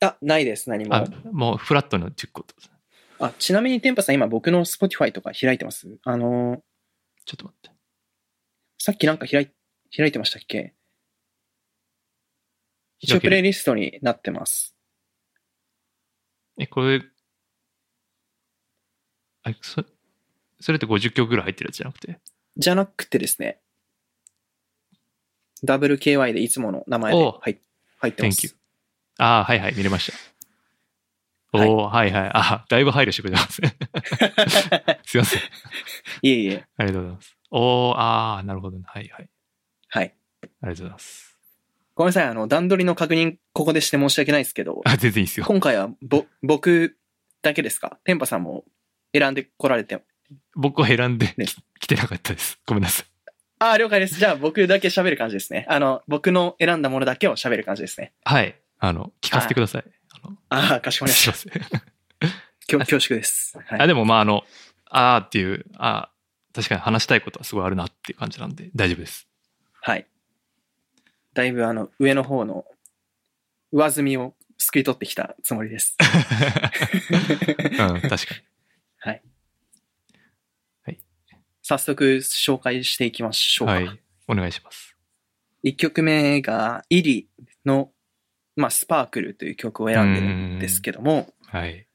[SPEAKER 2] あ、ないです、何も。
[SPEAKER 3] あ
[SPEAKER 2] あ、
[SPEAKER 3] もうフラットの10個ってことですね。
[SPEAKER 2] ちなみにテンパさん、今僕の Spotify とか開いてますあのー、
[SPEAKER 3] ちょっと待って。
[SPEAKER 2] さっきなんか開い、開いてましたっけ一応
[SPEAKER 3] 開け
[SPEAKER 2] プ
[SPEAKER 3] る
[SPEAKER 2] レイリストになってます。
[SPEAKER 3] え、これ、あそそれって50曲ぐらい入ってるやつじゃなくて。
[SPEAKER 2] じゃなくてですね、WKY でいつもの名前で
[SPEAKER 3] おう
[SPEAKER 2] 入っ入ってま
[SPEAKER 3] Thank you
[SPEAKER 2] す。
[SPEAKER 3] ああ、はいはい、見れました。おお、はい、はいはいあだいぶ配慮してくれてますね。 [LAUGHS] すいません。
[SPEAKER 2] [LAUGHS] いえいえ、
[SPEAKER 3] ありがとうございます。おー、あー、なるほど、ね。はいはい。
[SPEAKER 2] はい。
[SPEAKER 3] ありがとうございます。
[SPEAKER 2] ごめんなさい、あの、段取りの確認、ここでして申し訳ないですけど、
[SPEAKER 3] あ、全然いいですよ。
[SPEAKER 2] 今回はぼ、僕だけですかテンパさんも選んでこられて。
[SPEAKER 3] 僕は選んで
[SPEAKER 2] ね
[SPEAKER 3] き来てなかったです。ごめんなさい。
[SPEAKER 2] ああ、了解です。じゃあ僕だけ喋る感じですね。あの、僕の選んだものだけを喋る感じですね。
[SPEAKER 3] はい。あの、聞かせてください。あの
[SPEAKER 2] ああ、かしこまります
[SPEAKER 3] い
[SPEAKER 2] し
[SPEAKER 3] ま [LAUGHS]
[SPEAKER 2] た。
[SPEAKER 3] せ
[SPEAKER 2] 恐
[SPEAKER 3] ん。
[SPEAKER 2] 恐縮です。はい
[SPEAKER 3] あでも、まあ、あの、あーっていう、あー確かに話したいことはすごいあるなっていう感じなんで、大丈夫
[SPEAKER 2] [LAUGHS]
[SPEAKER 3] です。
[SPEAKER 2] はい。だいぶあの、上の方の上積みをすくい取ってきたつもりです。 [LAUGHS]
[SPEAKER 3] うん、確かに。
[SPEAKER 2] 早速紹介していきましょうか。
[SPEAKER 3] はい。お願いします。
[SPEAKER 2] 1曲目が、イリの、まあ、スパークルという曲を選んでるんですけども、
[SPEAKER 3] はい。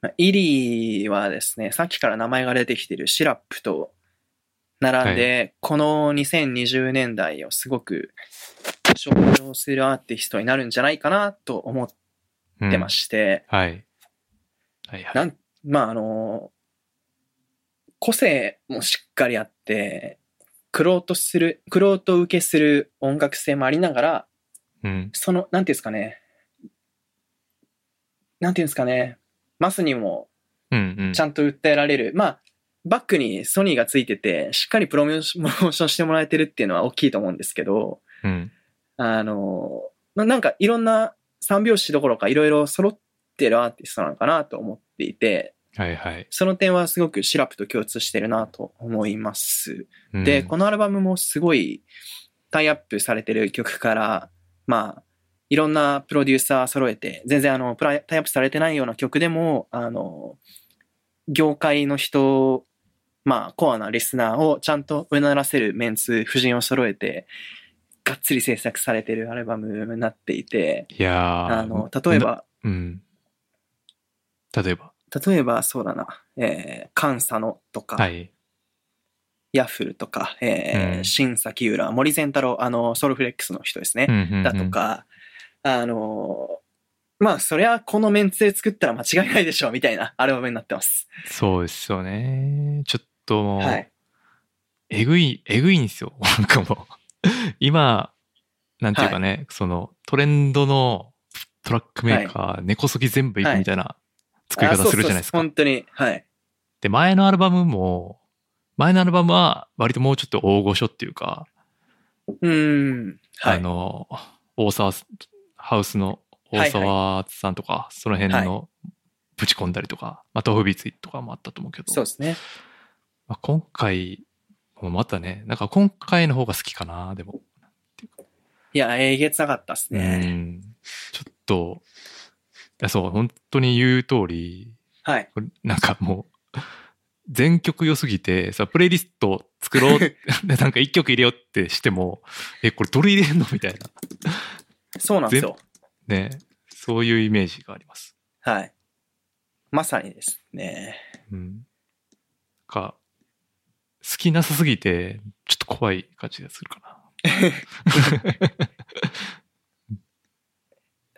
[SPEAKER 2] まあイリはですね、さっきから名前が出てきてるシラップと並んで、この2020年代をすごく象徴するアーティストになるんじゃないかなと思っ
[SPEAKER 3] うん
[SPEAKER 2] てまして、
[SPEAKER 3] はい。はいはい。
[SPEAKER 2] なん、まああの、個性もしっかりあって、クロートする、クロート受けする音楽性もありながら、
[SPEAKER 3] うん。
[SPEAKER 2] その、なんていうんですかね、なんていうんですかね、マスにも
[SPEAKER 3] うんうん。
[SPEAKER 2] ちゃんと訴えられる、まあ、バックにソニーがついてて、しっかりプロモーションプロモーションしてもらえてるっていうのは大きいと思うんですけど、
[SPEAKER 3] うん。
[SPEAKER 2] あの、まあなんかいろんな三拍子どころかいろいろ揃ってるアーティストなのかなと思っていて、
[SPEAKER 3] はいはい。
[SPEAKER 2] その点はすごくシラップと共通してるなと思います。
[SPEAKER 3] うん
[SPEAKER 2] で、このアルバムもすごいタイアップされてる曲から、まあ、いろんなプロデューサー揃えて、全然あの、プラタイアップされてないような曲でも、あの、業界の人、まあ、コアなリスナーをちゃんとうならせるメンツ、夫人を揃えて、がっつり制作されてるアルバムになっていて、
[SPEAKER 3] いやー
[SPEAKER 2] あの、例えば、
[SPEAKER 3] うん。例えば。
[SPEAKER 2] 例えばそうだな、えー、カンサノとか、
[SPEAKER 3] はい。
[SPEAKER 2] ヤッフルとか、え
[SPEAKER 3] う
[SPEAKER 2] ー、
[SPEAKER 3] ん
[SPEAKER 2] 新崎浦、森善太郎、あの、ソルフレックスの人ですね。だ
[SPEAKER 3] だ
[SPEAKER 2] と。か、あの、まあ、そりゃこのメンツで作ったら間違いないでしょう、みたいなアルバムになってます。
[SPEAKER 3] そうですよね。ちょっともう、
[SPEAKER 2] はい。
[SPEAKER 3] えぐい、えぐいんですよ。 [LAUGHS] なんかもう。今、なんていうかね、そのトレンドのトラックメーカー、根こそぎ全部いくみたいな作り
[SPEAKER 2] あ
[SPEAKER 3] 方
[SPEAKER 2] そう
[SPEAKER 3] するじゃないですか。
[SPEAKER 2] そうそう本当に、はい。
[SPEAKER 3] で、前のアルバムも、前のアルバムは割ともうちょっと大御所っていうか、
[SPEAKER 2] うん。は
[SPEAKER 3] あ
[SPEAKER 2] い。
[SPEAKER 3] の、大沢、ハウスの大沢さんとか、その辺のぶち込んだりとか、まあ、豆腐ビーツとかもあったと思うけど、
[SPEAKER 2] そうですね。
[SPEAKER 3] まあ、今回もまたね、なんか今回の方が好きかな、でも。
[SPEAKER 2] いや、えげつなかったです
[SPEAKER 3] う
[SPEAKER 2] ね。
[SPEAKER 3] んちょっと、いやそう、本当に言う通り、
[SPEAKER 2] はい。
[SPEAKER 3] これなんかもう、全曲良すぎて、さ、プレイリスト作ろうって、でなんか一曲入れようってしても、え、これどれ入れんのみたいな、
[SPEAKER 2] そうなんですよ。
[SPEAKER 3] ね、そういうイメージがあります。
[SPEAKER 2] はい。まさにですね。
[SPEAKER 3] うん。か、好きなさすぎて、ちょっと怖い感じがするかな。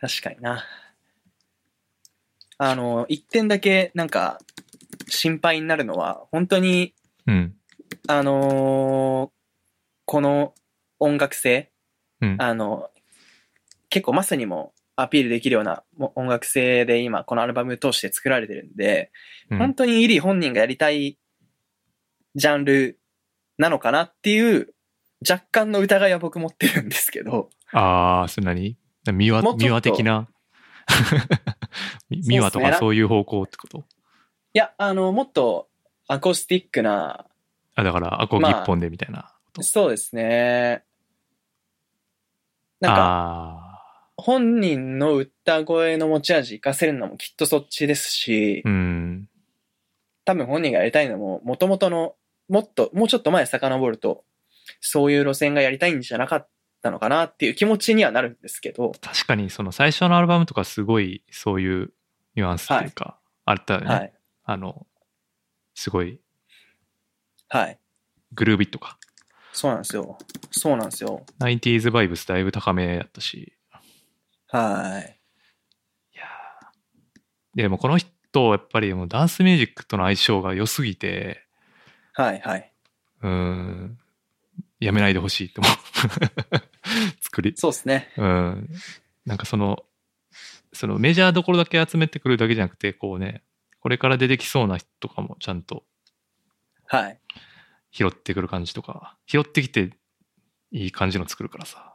[SPEAKER 2] 確かにな。あの、一点だけ、なんか、心配になるのは、本当に、
[SPEAKER 3] うん。
[SPEAKER 2] あのーこの音楽性、
[SPEAKER 3] うん。
[SPEAKER 2] あの、結構マスにもアピールできるようなも音楽性で今、このアルバム通して作られてるんで、
[SPEAKER 3] うん
[SPEAKER 2] 本当にイリー本人がやりたいジャンルなのかなっていう、若干の疑いは僕持ってるんですけど、
[SPEAKER 3] ああ、それ何ミワ
[SPEAKER 2] もうちょっと
[SPEAKER 3] ミワ的なミミワと
[SPEAKER 2] そうっす
[SPEAKER 3] か
[SPEAKER 2] ね
[SPEAKER 3] そういう方向ってこと
[SPEAKER 2] いや、あの、もっとアコースティックな、
[SPEAKER 3] あ、だから、アコギ
[SPEAKER 2] まあ
[SPEAKER 3] 一本でみたいなこと。
[SPEAKER 2] そうですね。なんか、
[SPEAKER 3] あ
[SPEAKER 2] 本人の歌声の持ち味活かせるのもきっとそっちですし
[SPEAKER 3] あ、ー、うん。
[SPEAKER 2] 多分本人がやりたいのも、もともとの、もっと、もうちょっと前遡ると、そういう路線がやりたいんじゃなかったのかなっていう気持ちにはなるんですけど、
[SPEAKER 3] 確かに、その最初のアルバムとかすごいそういうニュアンスというか、あったよね。
[SPEAKER 2] はい、
[SPEAKER 3] あの、すごい、
[SPEAKER 2] はい。
[SPEAKER 3] グルービットか。
[SPEAKER 2] そうなんですよ。そうなんですよ。
[SPEAKER 3] 90s バイブスだいぶ高めだったし。
[SPEAKER 2] はい。
[SPEAKER 3] いやーでもこの人、やっぱりもうダンスミュージックとの相性が良すぎて、
[SPEAKER 2] はい、はい。
[SPEAKER 3] うーん、やめないでほしいと思う。 [LAUGHS] 作り、
[SPEAKER 2] そうですね。
[SPEAKER 3] うん。なんかその、そのメジャーどころだけ集めてくるだけじゃなくて、こうね、これから出てきそうな人とかもちゃんと
[SPEAKER 2] はい。
[SPEAKER 3] 拾ってくる感じとか、拾ってきていい感じの作るからさ、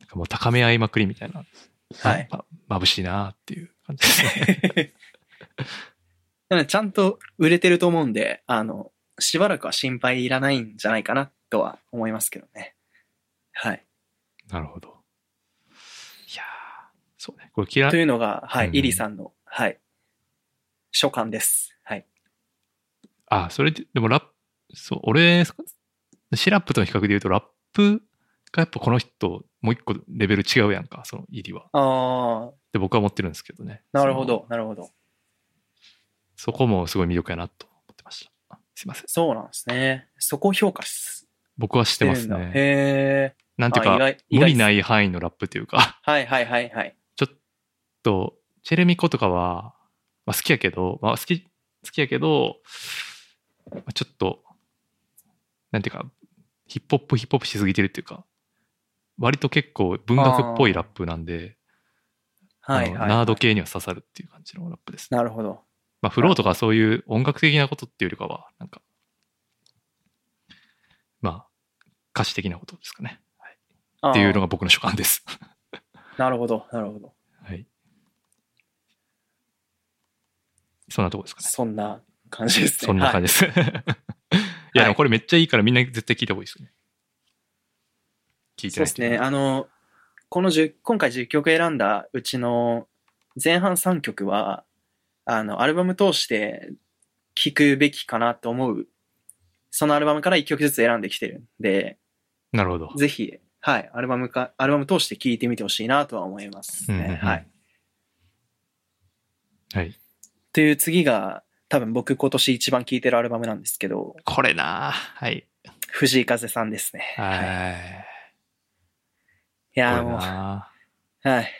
[SPEAKER 3] なんかもう高め合いまくりみたいな、 [LAUGHS]
[SPEAKER 2] はい。
[SPEAKER 3] ま、眩しいなっていう感じですね。
[SPEAKER 2] なのでちゃんと売れてると思うんで、あの、しばらくは心配いらないんじゃないかなとは思いますけどね。はい。
[SPEAKER 3] なるほど。いやーそうね。これ嫌
[SPEAKER 2] と
[SPEAKER 3] い、
[SPEAKER 2] いうのが、はい、
[SPEAKER 3] うん
[SPEAKER 2] イリさんの、はい、所感です。はい。
[SPEAKER 3] あ、それで、でもラップ、そう、俺、シラップとの比較で言うと、ラップがやっぱこの人、もう一個レベル違うやんか、その入りは。
[SPEAKER 2] ああ、
[SPEAKER 3] で、僕は思ってるんですけどね。
[SPEAKER 2] なるほ
[SPEAKER 3] その。
[SPEAKER 2] ど、なるほど。
[SPEAKER 3] そこもすごい魅力やなと思ってました。すいません。
[SPEAKER 2] そうなんですね。そこを評価し
[SPEAKER 3] 僕は知って
[SPEAKER 2] て
[SPEAKER 3] ま
[SPEAKER 2] る
[SPEAKER 3] す
[SPEAKER 2] んだ。
[SPEAKER 3] ね。
[SPEAKER 2] へえ。
[SPEAKER 3] なんていう
[SPEAKER 2] あ
[SPEAKER 3] か、
[SPEAKER 2] 意外意外
[SPEAKER 3] 無
[SPEAKER 2] っす
[SPEAKER 3] 理ない範囲のラップというか、 [LAUGHS]
[SPEAKER 2] はいはいはいはい。
[SPEAKER 3] ちょっと、チェレミコとかは、まあ、好きやけど、まあ、好き、好きやけど、まあ、ちょっと、なんていうか、ヒップホップヒップホップしすぎてるっていうか、割と結構文学っぽいラップなんで、
[SPEAKER 2] はいは
[SPEAKER 3] あ
[SPEAKER 2] い、
[SPEAKER 3] の
[SPEAKER 2] はい。
[SPEAKER 3] ナード。系には刺さるっていう感じのラップですね。
[SPEAKER 2] なるほど。
[SPEAKER 3] まあ、フローとかそういう音楽的なことっていうよりかは、なんか、まあ、歌詞的なことですかね。はい、
[SPEAKER 2] っ
[SPEAKER 3] っていうのが僕の所感です。 [LAUGHS]
[SPEAKER 2] なるほど、なるほど。
[SPEAKER 3] はい。そんなとこですかね。
[SPEAKER 2] そんな感じですね。
[SPEAKER 3] そんな感じです。い、や、で
[SPEAKER 2] は
[SPEAKER 3] も
[SPEAKER 2] い
[SPEAKER 3] これめ [LAUGHS] っちゃいいからみんな絶対聞いた方がいいですよね。聞いて
[SPEAKER 2] そう
[SPEAKER 3] ない
[SPEAKER 2] です
[SPEAKER 3] 人は
[SPEAKER 2] ね。あの、この10、今回10曲選んだうちの前半3曲は、あの、アルバム通して聴くべきかなと思う、そのアルバムから1曲ずつ選んできてるんで、
[SPEAKER 3] なるほど。
[SPEAKER 2] ぜひ、はい、アルバムか、アルバム通して聴いてみてほしいなとは思います
[SPEAKER 3] うんうんうん
[SPEAKER 2] ね。はい。。
[SPEAKER 3] はい。
[SPEAKER 2] という次が、多分僕今年一番聴いてるアルバムなんですけど、
[SPEAKER 3] これなあはい。
[SPEAKER 2] 藤井風さんですね。い。
[SPEAKER 3] はい。
[SPEAKER 2] い
[SPEAKER 3] これ
[SPEAKER 2] やーもう、
[SPEAKER 3] なあ
[SPEAKER 2] はい。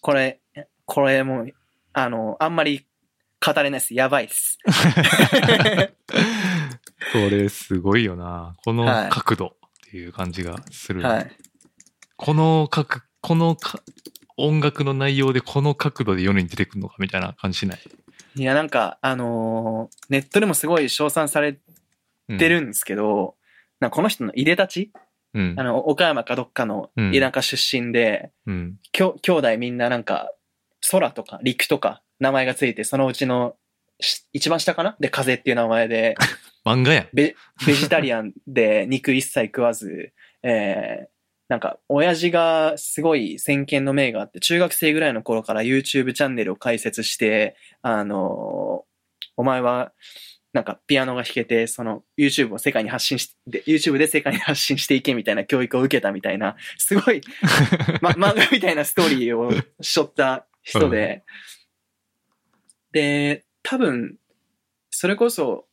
[SPEAKER 2] これ、これもう、あの、あんまり語れないです。やばいです。
[SPEAKER 3] [LAUGHS] これすごいよな。この
[SPEAKER 2] はい
[SPEAKER 3] 角度っていう感じがする。
[SPEAKER 2] はい。
[SPEAKER 3] この角、このか音楽の内容でこの角度で世に出てくるのかみたいな感じしない。
[SPEAKER 2] いや、なんか、あのーネットでもすごい称賛され
[SPEAKER 3] うん
[SPEAKER 2] てるんですけど、なんかこの人のいでたち、
[SPEAKER 3] うん
[SPEAKER 2] あの、岡山かどっかの
[SPEAKER 3] うん
[SPEAKER 2] 田舎出身で、
[SPEAKER 3] うん
[SPEAKER 2] きょ兄弟みんななんか、空とか陸とか名前がついて、そのうちのし一番下かなで、風っていう名前で、
[SPEAKER 3] 漫
[SPEAKER 2] [LAUGHS]
[SPEAKER 3] 画やん
[SPEAKER 2] ベベジタリアンで肉一切食わず、えー、なんか、親父がすごい先見の明があって、中学生ぐらいの頃から YouTube チャンネルを開設して、あのーお前は、なんかピアノが弾けて、その YouTube を世界に発信して、YouTube で世界に発信していけみたいな教育を受けたみたいな、すごいま、漫画みたいなストーリーをしょった人で、で、多分、それこそ、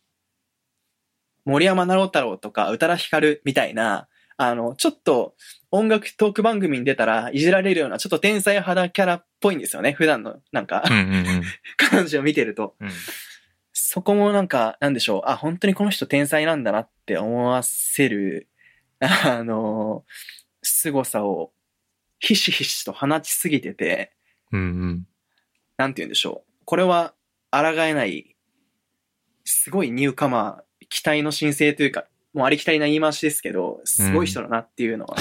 [SPEAKER 2] 森山直太朗とか宇多田ヒカルみたいな、あの、ちょっと音楽トーク番組に出たらいじられるような、ちょっと天才肌キャラっぽいんですよね、普段の、なんか
[SPEAKER 3] う、んうんうん
[SPEAKER 2] [LAUGHS] 彼女を見てると。
[SPEAKER 3] うん
[SPEAKER 2] そこもなんか、なんでしょう、あ、本当にこの人天才なんだなって思わせる、 [LAUGHS] あの、凄さを、ひしひしと放ちすぎてて、
[SPEAKER 3] うんうん
[SPEAKER 2] なんて言うんでしょう。これは、抗えない、すごいニューカマー、期待の申請というか、もうありきたりな言い回しですけど、すごい人だなっていうのは、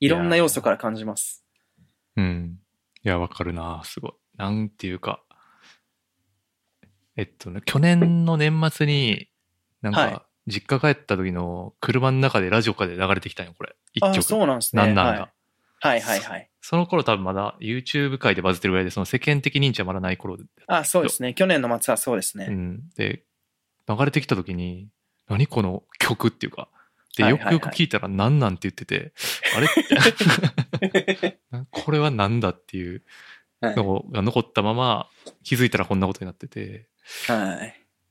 [SPEAKER 2] いろんな要素から感じます。
[SPEAKER 3] うん。いや、わかるな、すごい。なんていうか、えっとね、去年の年末に、なんか、
[SPEAKER 2] はい
[SPEAKER 3] 実家帰った時の車の中でラジオかで流れてきたんよ、これ。一
[SPEAKER 2] あ、
[SPEAKER 3] 曲。
[SPEAKER 2] そうなんですね。
[SPEAKER 3] なんなんが、
[SPEAKER 2] はい、はいはいはい。
[SPEAKER 3] その頃多分まだ YouTube 界でバズってるぐらいで、その世間的認知はまだない頃で。
[SPEAKER 2] あ、そうですね。去年の末はそうですね。
[SPEAKER 3] うん。で、流れてきた時に、何この曲っていうか、で、
[SPEAKER 2] はいはい
[SPEAKER 3] よ
[SPEAKER 2] は
[SPEAKER 3] く
[SPEAKER 2] い
[SPEAKER 3] よく聞いたら何なんて言ってて、
[SPEAKER 2] [LAUGHS]
[SPEAKER 3] あれなこれは何だっていう
[SPEAKER 2] はい
[SPEAKER 3] のが残ったまま、気づいたらこんなことになってて、
[SPEAKER 2] は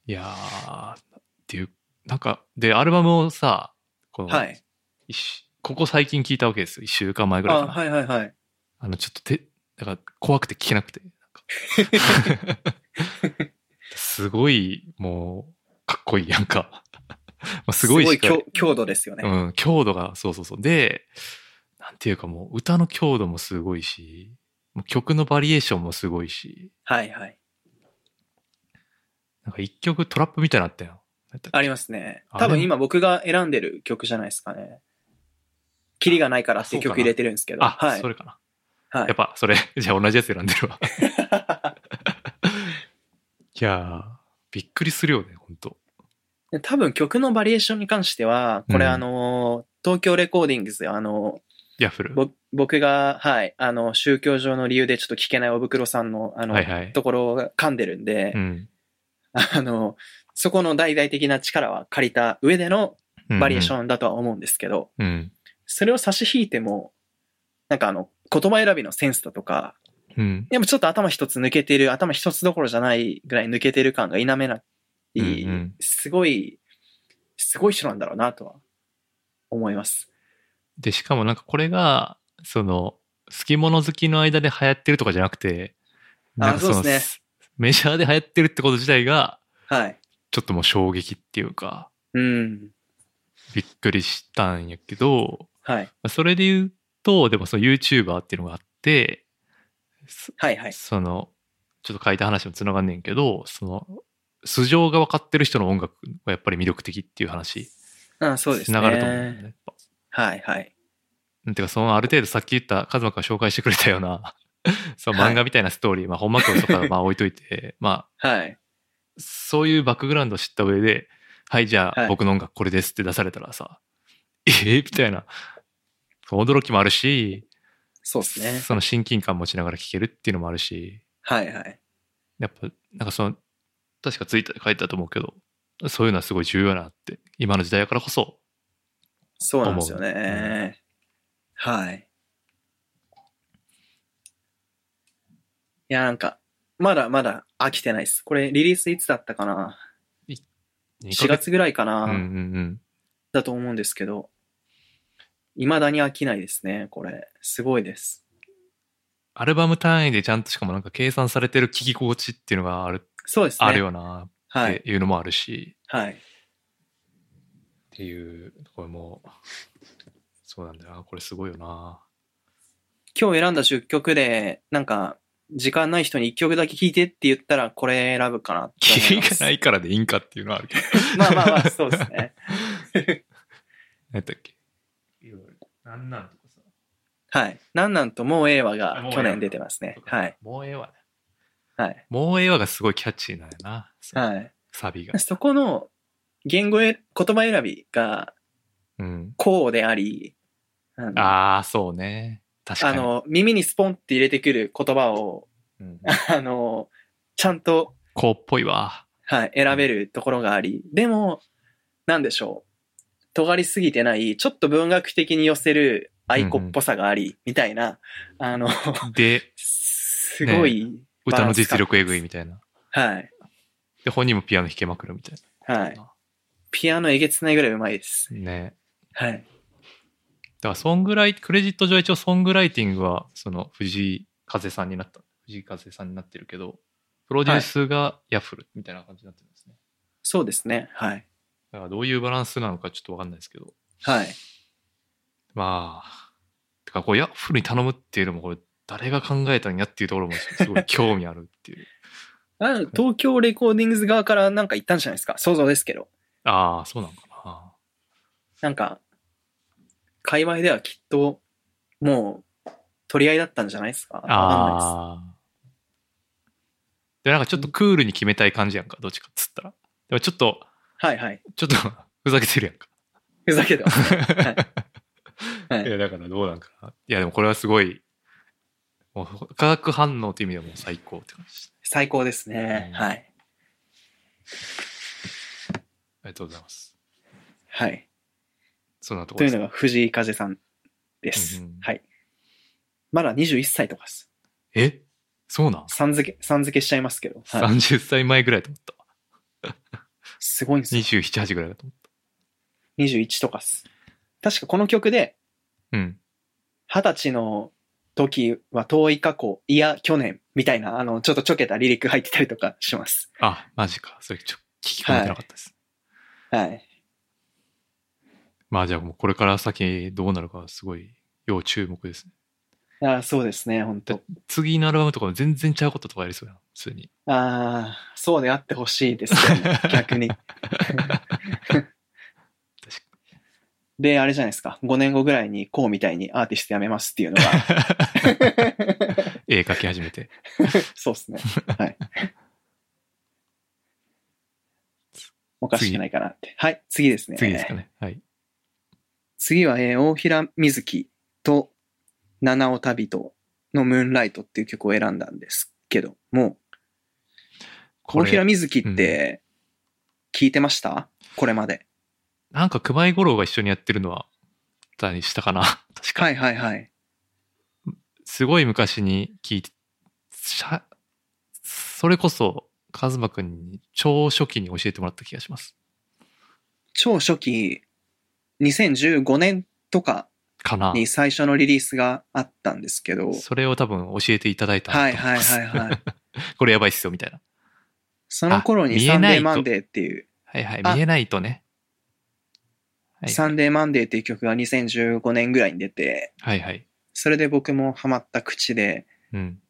[SPEAKER 2] い。
[SPEAKER 3] いやー、っていう、なんか、で、アルバムをさ、この、
[SPEAKER 2] はい。
[SPEAKER 3] 一週ここ最近聞いたわけですよ。一週間前ぐらいか
[SPEAKER 2] あ、
[SPEAKER 3] な。
[SPEAKER 2] はいはいはい。
[SPEAKER 3] あの、ちょっとて、だから怖くて聞けなくて。なんかすごい、もう、かっこいいやんか。
[SPEAKER 2] [LAUGHS]
[SPEAKER 3] まあすごいしか
[SPEAKER 2] 強強度ですよね。
[SPEAKER 3] うん、強度が、そうそうそう。で、なんていうかもう、歌の強度もすごいし、もう曲のバリエーションもすごいし、
[SPEAKER 2] はいはい。
[SPEAKER 3] なんか一曲トラップみたいになったよ。
[SPEAKER 2] ありますね。
[SPEAKER 3] あれ
[SPEAKER 2] 多分今僕が選んでる曲じゃないですかね。キリがないからっていう
[SPEAKER 3] あそ
[SPEAKER 2] 曲
[SPEAKER 3] うかな
[SPEAKER 2] 入れてるんですけど。
[SPEAKER 3] あ、
[SPEAKER 2] はい
[SPEAKER 3] そ。れかな。
[SPEAKER 2] はい
[SPEAKER 3] やっぱ、それ、 [LAUGHS] じゃあ同じやつ選んでるわ。いやー、びっくりするよね、ほんと。
[SPEAKER 2] [LAUGHS] で多分曲のバリエーションに関しては、これ
[SPEAKER 3] うん
[SPEAKER 2] あのー、東京レコーディングスであの
[SPEAKER 3] ヤフル。
[SPEAKER 2] ー、ぼ僕が、はい、あの、宗教上の理由でちょっと聞けないお袋さんの、あの、
[SPEAKER 3] はいはい。
[SPEAKER 2] ところが噛んでるんで、
[SPEAKER 3] うん
[SPEAKER 2] あの、そこの大々的な力は借りた上でのバリエーシ
[SPEAKER 3] ン。
[SPEAKER 2] ョンだとは思うんですけど、
[SPEAKER 3] うん。
[SPEAKER 2] それを差し引いても、なんかあの、言葉選びのセンスだとか、
[SPEAKER 3] うん。
[SPEAKER 2] でもちょっと頭一つ抜けてる、頭一つどころじゃないぐらい抜けてる感が否めない、
[SPEAKER 3] うんうん
[SPEAKER 2] すごい、すごい人なんだろうなとは思います。
[SPEAKER 3] で、しかもなんかこれが、その、好き者好きの間で流行ってるとかじゃなくて、
[SPEAKER 2] あ
[SPEAKER 3] なんかの
[SPEAKER 2] そうです
[SPEAKER 3] メジャーで流行ってるってこと自体が、
[SPEAKER 2] はい。
[SPEAKER 3] ちょっともう衝撃っていうか、
[SPEAKER 2] うん。
[SPEAKER 3] びっくりしたんやけど、
[SPEAKER 2] はい。
[SPEAKER 3] それで言うと、でもその YouTuber っていうのがあって、そ
[SPEAKER 2] はいはい。
[SPEAKER 3] その、ちょっと書いた話もつながんねんけど、その、素性が分かってる人の音楽がやっぱり魅力的っていう話、
[SPEAKER 2] あそうです
[SPEAKER 3] つ
[SPEAKER 2] ね。
[SPEAKER 3] ながると思うんだよね。やっぱ
[SPEAKER 2] はいはい。
[SPEAKER 3] うんてか、そのある程度さっき言った、カズマ君が紹介してくれたよう
[SPEAKER 2] [LAUGHS]
[SPEAKER 3] な、そう
[SPEAKER 2] はい
[SPEAKER 3] 漫画みたいなストーリー、まあ本幕とかはまあ置いといて、まあ
[SPEAKER 2] はい。
[SPEAKER 3] そういうバックグラウンドを知った上で、はい、じゃ
[SPEAKER 2] は
[SPEAKER 3] あ
[SPEAKER 2] い
[SPEAKER 3] 僕の音楽これですって出されたらさ、ええみたいな、驚きもあるし、
[SPEAKER 2] そうですね。
[SPEAKER 3] その親近感持ちながら聴けるっていうのもあるし、
[SPEAKER 2] はいはい。
[SPEAKER 3] やっぱ、なんかその、確かツイッターで書いてたと思うけど、そういうのはすごい重要やなって、今の時代やからこそ、
[SPEAKER 2] そうなんですよね。はい。いや、なんか、まだまだ飽きてないです。これ、リリースいつだったかな
[SPEAKER 3] 2
[SPEAKER 2] ?4 月ぐらいかな、
[SPEAKER 3] うんうんうん。
[SPEAKER 2] だと思うんですけど、未だに飽きないですね、これ。すごいです。
[SPEAKER 3] アルバム単位でちゃんとしかもなんか計算されてる聴き心地っていうのがある
[SPEAKER 2] そうですね。
[SPEAKER 3] あるよな
[SPEAKER 2] は
[SPEAKER 3] っ
[SPEAKER 2] い。
[SPEAKER 3] ていうのもあるし、
[SPEAKER 2] はい。
[SPEAKER 3] っていうこれもそうなんだよなこれすごいよな
[SPEAKER 2] 今日選んだ10曲で、なんか、時間ない人に一曲だけ聴いてって言ったら、これ選ぶかなって思
[SPEAKER 3] キ
[SPEAKER 2] い
[SPEAKER 3] リ
[SPEAKER 2] ます
[SPEAKER 3] がないからでいいんかっていうのはあるけど。
[SPEAKER 2] まあまあまあ、そうですね。
[SPEAKER 3] 何やったっけ
[SPEAKER 4] いろいろ。なんなんとかさ。
[SPEAKER 2] はい。なんなんともうええわ
[SPEAKER 4] あ
[SPEAKER 2] が
[SPEAKER 4] もうええ
[SPEAKER 2] 去
[SPEAKER 4] わ
[SPEAKER 2] 年出てますね
[SPEAKER 4] と。か
[SPEAKER 2] はい。。
[SPEAKER 4] もうええわね。
[SPEAKER 2] はい。
[SPEAKER 3] もうええわがすごいキャッチーなんやな。
[SPEAKER 2] はい。
[SPEAKER 3] サビが。
[SPEAKER 2] そこの言語え、言葉選びが
[SPEAKER 3] うん。
[SPEAKER 2] こうであり、あの
[SPEAKER 3] ああ、そうね。確か
[SPEAKER 2] あ
[SPEAKER 3] に。
[SPEAKER 2] の、耳にスポンって入れてくる言葉を、 [LAUGHS]
[SPEAKER 3] うん、
[SPEAKER 2] あの、ちゃんと、
[SPEAKER 3] こうっぽいわ。
[SPEAKER 2] はい、選べるところがあり、でも、なんでしょう。尖りすぎてない、ちょっと文学的に寄せる愛子っぽさがあり、みたいな、あ
[SPEAKER 3] [LAUGHS]
[SPEAKER 2] の、
[SPEAKER 3] で、
[SPEAKER 2] すごい、
[SPEAKER 3] 歌の実力えぐいみたいな。
[SPEAKER 2] はい。
[SPEAKER 3] で、本人もピアノ弾けまくるみたい
[SPEAKER 2] はい。ピアノえげつないぐらいうまいです。
[SPEAKER 3] な。ね。
[SPEAKER 2] はい。
[SPEAKER 3] だから、ソングライクレジット上一応ソングライティングは、その、藤井風さんになった。藤井風さんになってるけど、プロデュースがヤフルみたいな感じになってるんですね。
[SPEAKER 2] そうですね。はい。
[SPEAKER 3] だから、どういうバランスなのかちょっとわかんないですけど。
[SPEAKER 2] はい。
[SPEAKER 3] まあ、てか、こう、ヤッフルに頼むっていうのも、これ、誰が考えたんやっていうところも、すごい興味あるっていう。 [LAUGHS]
[SPEAKER 2] あの東京レコーディングズ側からなんか言ったんじゃないですか。想像ですけど。
[SPEAKER 3] ああ、そうなのかな。
[SPEAKER 2] なんか、界隈ではきっと、もう、取り合いだったんじゃないですか。わかんない
[SPEAKER 3] ああ。で、なんかちょっとクールに決めたい感じやんか、どっちかっつったら。でもちょっと、
[SPEAKER 2] ですはいはい。
[SPEAKER 3] ちょっと、ふざけてるやんか。
[SPEAKER 2] ふざけてます
[SPEAKER 3] [LAUGHS]
[SPEAKER 2] はい
[SPEAKER 3] いや、だからどうなんかな。いや、でもこれはすごい、もう化学反応っていう意味ではもう最高って感じですね。
[SPEAKER 2] 最高ですね。
[SPEAKER 3] うん
[SPEAKER 2] はい。
[SPEAKER 3] ありがとうございます。
[SPEAKER 2] はい。
[SPEAKER 3] そんなとことろ
[SPEAKER 2] い
[SPEAKER 3] で
[SPEAKER 2] う
[SPEAKER 3] す
[SPEAKER 2] のが藤井風さんです。
[SPEAKER 3] うんうん
[SPEAKER 2] はい。まだ21歳とかです。
[SPEAKER 3] えそうなん、
[SPEAKER 2] さん付け、さん付けしちゃいますけど。はい
[SPEAKER 3] ?30 歳前ぐらいと思ったわ。
[SPEAKER 2] すごいんですよ。
[SPEAKER 3] 27、8ぐらいだと思っ
[SPEAKER 2] 21とかっす。確かこの曲で、
[SPEAKER 3] た。うん。
[SPEAKER 2] 二十歳の時は遠い過去、いや、去年、みたいな、あの、ちょっとちょけたリリック入ってたりとかします。
[SPEAKER 3] あ、マジか。それちょっと聞き込めてなかったです。
[SPEAKER 2] はい。
[SPEAKER 3] まあじゃあもうこれから先どうなるかすごい要注目ですね。
[SPEAKER 2] あーそうですね、本
[SPEAKER 3] だ
[SPEAKER 2] 当
[SPEAKER 3] 次のアルバムとかも全然ちゃうこととかやりそうやん、普通に。
[SPEAKER 2] ああ、そうであってほしいですよ
[SPEAKER 3] [LAUGHS]
[SPEAKER 2] ね、逆に。で、あれじゃないですか。5年後ぐらいに、こうみたいにアーティスト辞めますっていうのは、
[SPEAKER 3] [LAUGHS] 絵描き始
[SPEAKER 2] [LAUGHS]
[SPEAKER 3] めて。
[SPEAKER 2] そうですね。
[SPEAKER 3] [LAUGHS]
[SPEAKER 2] はい。おかしくないかなって。はい、次ですね。
[SPEAKER 3] 次ですかね。はい。
[SPEAKER 2] 次は、えー大平瑞希と七尾旅人のムーンライトっていう曲を選んだんですけども、
[SPEAKER 3] こ
[SPEAKER 2] 大平
[SPEAKER 3] れ、
[SPEAKER 2] 瑞希って聞いてました、これまで。
[SPEAKER 3] なんか熊井五郎が一緒にやってるのは、だにした
[SPEAKER 2] [LAUGHS]
[SPEAKER 3] かな。確か、
[SPEAKER 2] はいはいはい。
[SPEAKER 3] すごい昔に聞いて、しゃそれこそ、カズマくんに超初期に教えてもらった気がします。
[SPEAKER 2] 超初期、2015年とか
[SPEAKER 3] かな。
[SPEAKER 2] に最初のリリースがあったんですけど、
[SPEAKER 3] それを多分教えていただいたん
[SPEAKER 2] は
[SPEAKER 3] だ
[SPEAKER 2] い
[SPEAKER 3] と
[SPEAKER 2] は
[SPEAKER 3] 思
[SPEAKER 2] い
[SPEAKER 3] います
[SPEAKER 2] はいはい。
[SPEAKER 3] [LAUGHS] これやばいっすよ、みたいな。
[SPEAKER 2] その頃
[SPEAKER 3] あ
[SPEAKER 2] に
[SPEAKER 3] 見
[SPEAKER 2] サ
[SPEAKER 3] え
[SPEAKER 2] ン
[SPEAKER 3] ない
[SPEAKER 2] デー
[SPEAKER 3] と
[SPEAKER 2] マンデーっていう、
[SPEAKER 3] はいはい。
[SPEAKER 2] あ
[SPEAKER 3] 見えないとね。はい
[SPEAKER 2] サンデーマンデーっていう曲が2015年ぐらいに出て、
[SPEAKER 3] はいはい。
[SPEAKER 2] それで僕もハマった口で、
[SPEAKER 3] うん。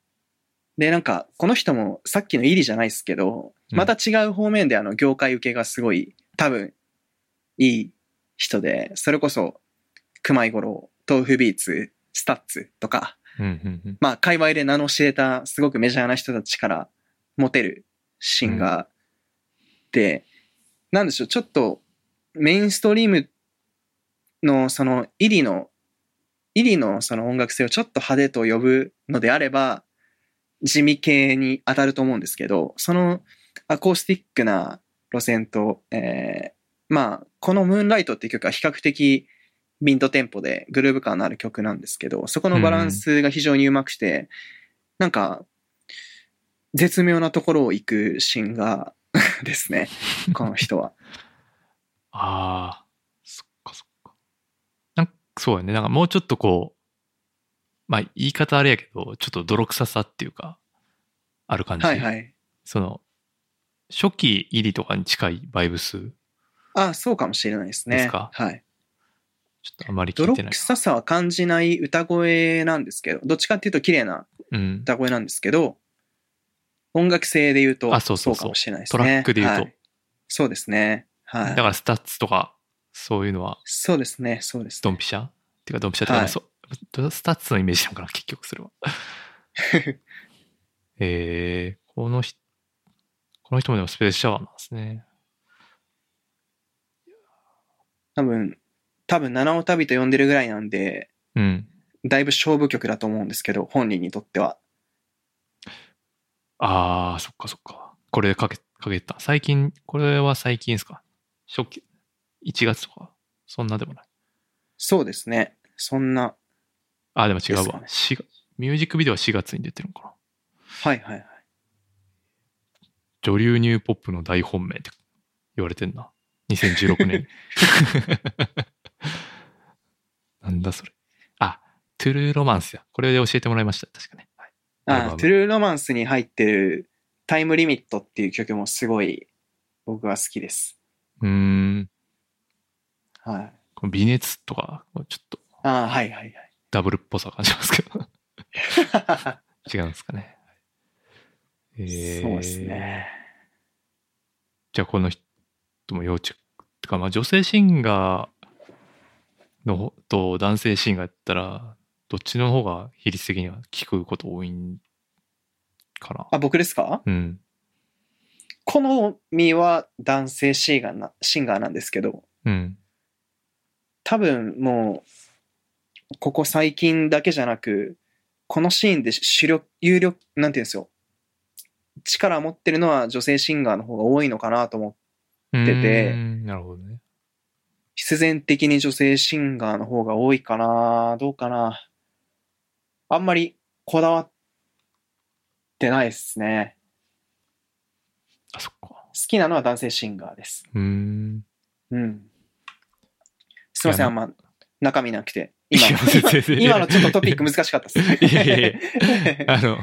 [SPEAKER 2] で、なんか、この人もさっきのイリじゃないですけど、
[SPEAKER 3] うん
[SPEAKER 2] また違う方面であの、業界受けがすごい、多分、いい人で、それこそ、熊井五郎、豆腐ビーツ、スタッツとか、
[SPEAKER 3] うんうんうん。
[SPEAKER 2] まあ、界隈で名の知れた、すごくメジャーな人たちから、モテるシンガーで、なんでしょう、ちょっと、メインストリームの、その、イリの、イリのその音楽性をちょっと派手と呼ぶのであれば、地味系に当たると思うんですけど、そのアコースティックな路線と、えーまあ、このムーンライトっていう曲は比較的ミントテンポでグルーヴ感のある曲なんですけど、そこのバランスが非常にうまくて、なんか、絶妙なところを行くシンガー [LAUGHS] ですね、この
[SPEAKER 3] [LAUGHS]
[SPEAKER 2] 人は。
[SPEAKER 3] ああ、そっかそっか。なんかそうやね。なんかもうちょっとこう、まあ言い方あれやけど、ちょっと泥臭さっていうか、ある感じ。
[SPEAKER 2] はいはい。
[SPEAKER 3] その、初期入りとかに近いバイブス、ちょ
[SPEAKER 2] あ、そうかもしれないですね。
[SPEAKER 3] ですか
[SPEAKER 2] はい。
[SPEAKER 3] っとあまり聞い
[SPEAKER 2] 泥
[SPEAKER 3] てない。
[SPEAKER 2] 臭さは感じない歌声なんですけど、どっちかっていうと綺麗な
[SPEAKER 3] うん。
[SPEAKER 2] 歌声なんですけど、音楽性で言うと
[SPEAKER 3] あ、そうそうそう
[SPEAKER 2] かもしれないです
[SPEAKER 3] ト
[SPEAKER 2] ね。
[SPEAKER 3] ラックで言うと。
[SPEAKER 2] はいそうですね。は
[SPEAKER 3] だ
[SPEAKER 2] い。
[SPEAKER 3] からスタッツとか、そういうのは
[SPEAKER 2] そうですね、そうです
[SPEAKER 3] ド
[SPEAKER 2] ね
[SPEAKER 3] ン。ピシャっていうかドンピシャっていうか
[SPEAKER 2] はい
[SPEAKER 3] そう、スタッツのイメージなのかな結局
[SPEAKER 2] [LAUGHS]
[SPEAKER 3] それは。えー、この人、この人もでもスペースシャワーなんですね。
[SPEAKER 2] 多分、多分、七尾旅と呼んでるぐらいなんで、
[SPEAKER 3] うん。
[SPEAKER 2] だいぶ勝負曲だと思うんですけど、本人にとっては。
[SPEAKER 3] あー、そっかそっか。これかけ、かけてた。最近、これは最近ですか初期、1月とか、そんなでもない。
[SPEAKER 2] そうですね。そんな、
[SPEAKER 3] あー、でも違
[SPEAKER 2] です
[SPEAKER 3] う
[SPEAKER 2] か
[SPEAKER 3] わ
[SPEAKER 2] ね。
[SPEAKER 3] しミュージックビデオは4月に出てるのかな。
[SPEAKER 2] はいはいはい。
[SPEAKER 3] 女流ニューポップの大本命って言われてんな。2016年。
[SPEAKER 2] [LAUGHS]
[SPEAKER 3] なんだそれ。あ、トゥルーロマンスや。これで教えてもらいました。確かね。はいアルバ
[SPEAKER 2] あ
[SPEAKER 3] ム
[SPEAKER 2] トゥルーロマンスに入ってるタイムリミットっていう曲もすごい僕は好きです。
[SPEAKER 3] うーん。
[SPEAKER 2] はい。
[SPEAKER 3] この微熱とか、ちょっと
[SPEAKER 2] ああ、はいはい
[SPEAKER 3] ダブルっぽさ感じますけど。 [LAUGHS]
[SPEAKER 2] は
[SPEAKER 3] 違うんですかね。え
[SPEAKER 2] い。
[SPEAKER 3] ー
[SPEAKER 2] そうです。ね。
[SPEAKER 3] じゃあこの人も要チェック。てかまあ女性シンガーの方と男性シンガーやったら、どっちの方が比率的には聞くこと多いんかな。
[SPEAKER 2] あ、僕ですか
[SPEAKER 3] うん。
[SPEAKER 2] 好みは男性シンガーなシンガーなんですけど、
[SPEAKER 3] うん。
[SPEAKER 2] 多分もう、ここ最近だけじゃなく、このシーンで主力、有力、なんていうんですよ。力を持ってるのは女性シンガーの方が多いのかなと思って
[SPEAKER 3] 出
[SPEAKER 2] て
[SPEAKER 3] なるほどね。
[SPEAKER 2] 必然的に女性シンガーの方が多いかなどうかなあんまりこだわってないですね。
[SPEAKER 3] あ、そっか
[SPEAKER 2] 好。きなのは男性シンガーです。
[SPEAKER 3] う
[SPEAKER 2] [LAUGHS]
[SPEAKER 3] ーん。
[SPEAKER 2] うん。すいません、あ
[SPEAKER 3] いや
[SPEAKER 2] んま中身なくて。今の、
[SPEAKER 3] 今
[SPEAKER 2] 今のちょっとトピック難しかったですね。
[SPEAKER 3] [LAUGHS] いやいやいや、あの、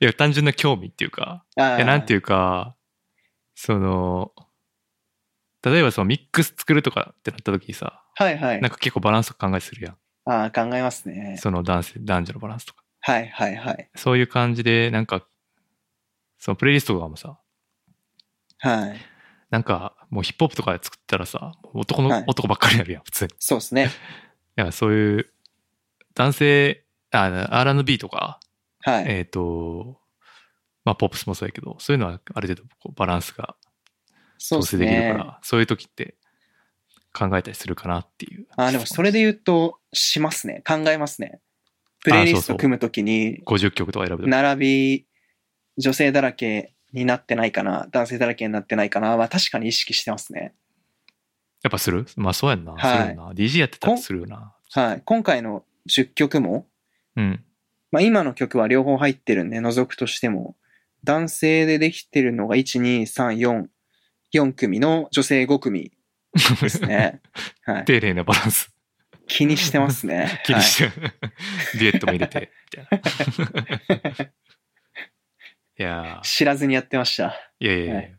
[SPEAKER 3] いや、単純な興味っていうか、
[SPEAKER 2] [LAUGHS] あー
[SPEAKER 3] いや、なんていうか、その、例えばそのミックス作るとかってなった時にさ、
[SPEAKER 2] はいはい
[SPEAKER 3] なん。か結構バランスを考えするやん。
[SPEAKER 2] ああ、考えますね。
[SPEAKER 3] その男性、男女のバランスとか。
[SPEAKER 2] はいはいはい。
[SPEAKER 3] そういう感じで、なんか、そのプレイリストとかもさ、
[SPEAKER 2] はい。
[SPEAKER 3] なんかもうヒップホップとかで作ったらさ、男の、
[SPEAKER 2] はい
[SPEAKER 3] 男ばっかりやるやん、普通に。
[SPEAKER 2] そうで
[SPEAKER 3] [LAUGHS]
[SPEAKER 2] すね。
[SPEAKER 3] いや、そういう、男性、あ R&B とか、
[SPEAKER 2] はい。
[SPEAKER 3] えっ、と、まあ、ポップスもそうやけど、そういうのはある程度こうバランスが
[SPEAKER 2] そうです
[SPEAKER 3] 調整できるから、
[SPEAKER 2] ね
[SPEAKER 3] そう,、。いう時って考えたりするかなっていう。
[SPEAKER 2] あーでもそれで言うと、しますね。考えますね。プレイリスト組むときに、
[SPEAKER 3] 50曲とか選ぶと
[SPEAKER 2] 並び、女性だらけになってないかな、男性だらけになってないかなは確かに意識してますね。
[SPEAKER 3] やっぱするまあ、そうやんな。
[SPEAKER 2] はい
[SPEAKER 3] そうやんな。DJ やってたらするよな。
[SPEAKER 2] はい。今回の10曲も、
[SPEAKER 3] うん。
[SPEAKER 2] まあ今の曲は両方入ってるんで、除くとしても、男性でできてるのが1、2、3、4、4組の女性5組ですね。はい。
[SPEAKER 3] [LAUGHS] 丁寧なバランス。。
[SPEAKER 2] 気にしてますね
[SPEAKER 3] [LAUGHS] 気にして、デュエットも入れて、みたいな。
[SPEAKER 2] [LAUGHS]
[SPEAKER 3] いや
[SPEAKER 2] はい
[SPEAKER 3] ー
[SPEAKER 2] 知らずにやってました。
[SPEAKER 3] いやいやいや、
[SPEAKER 2] はい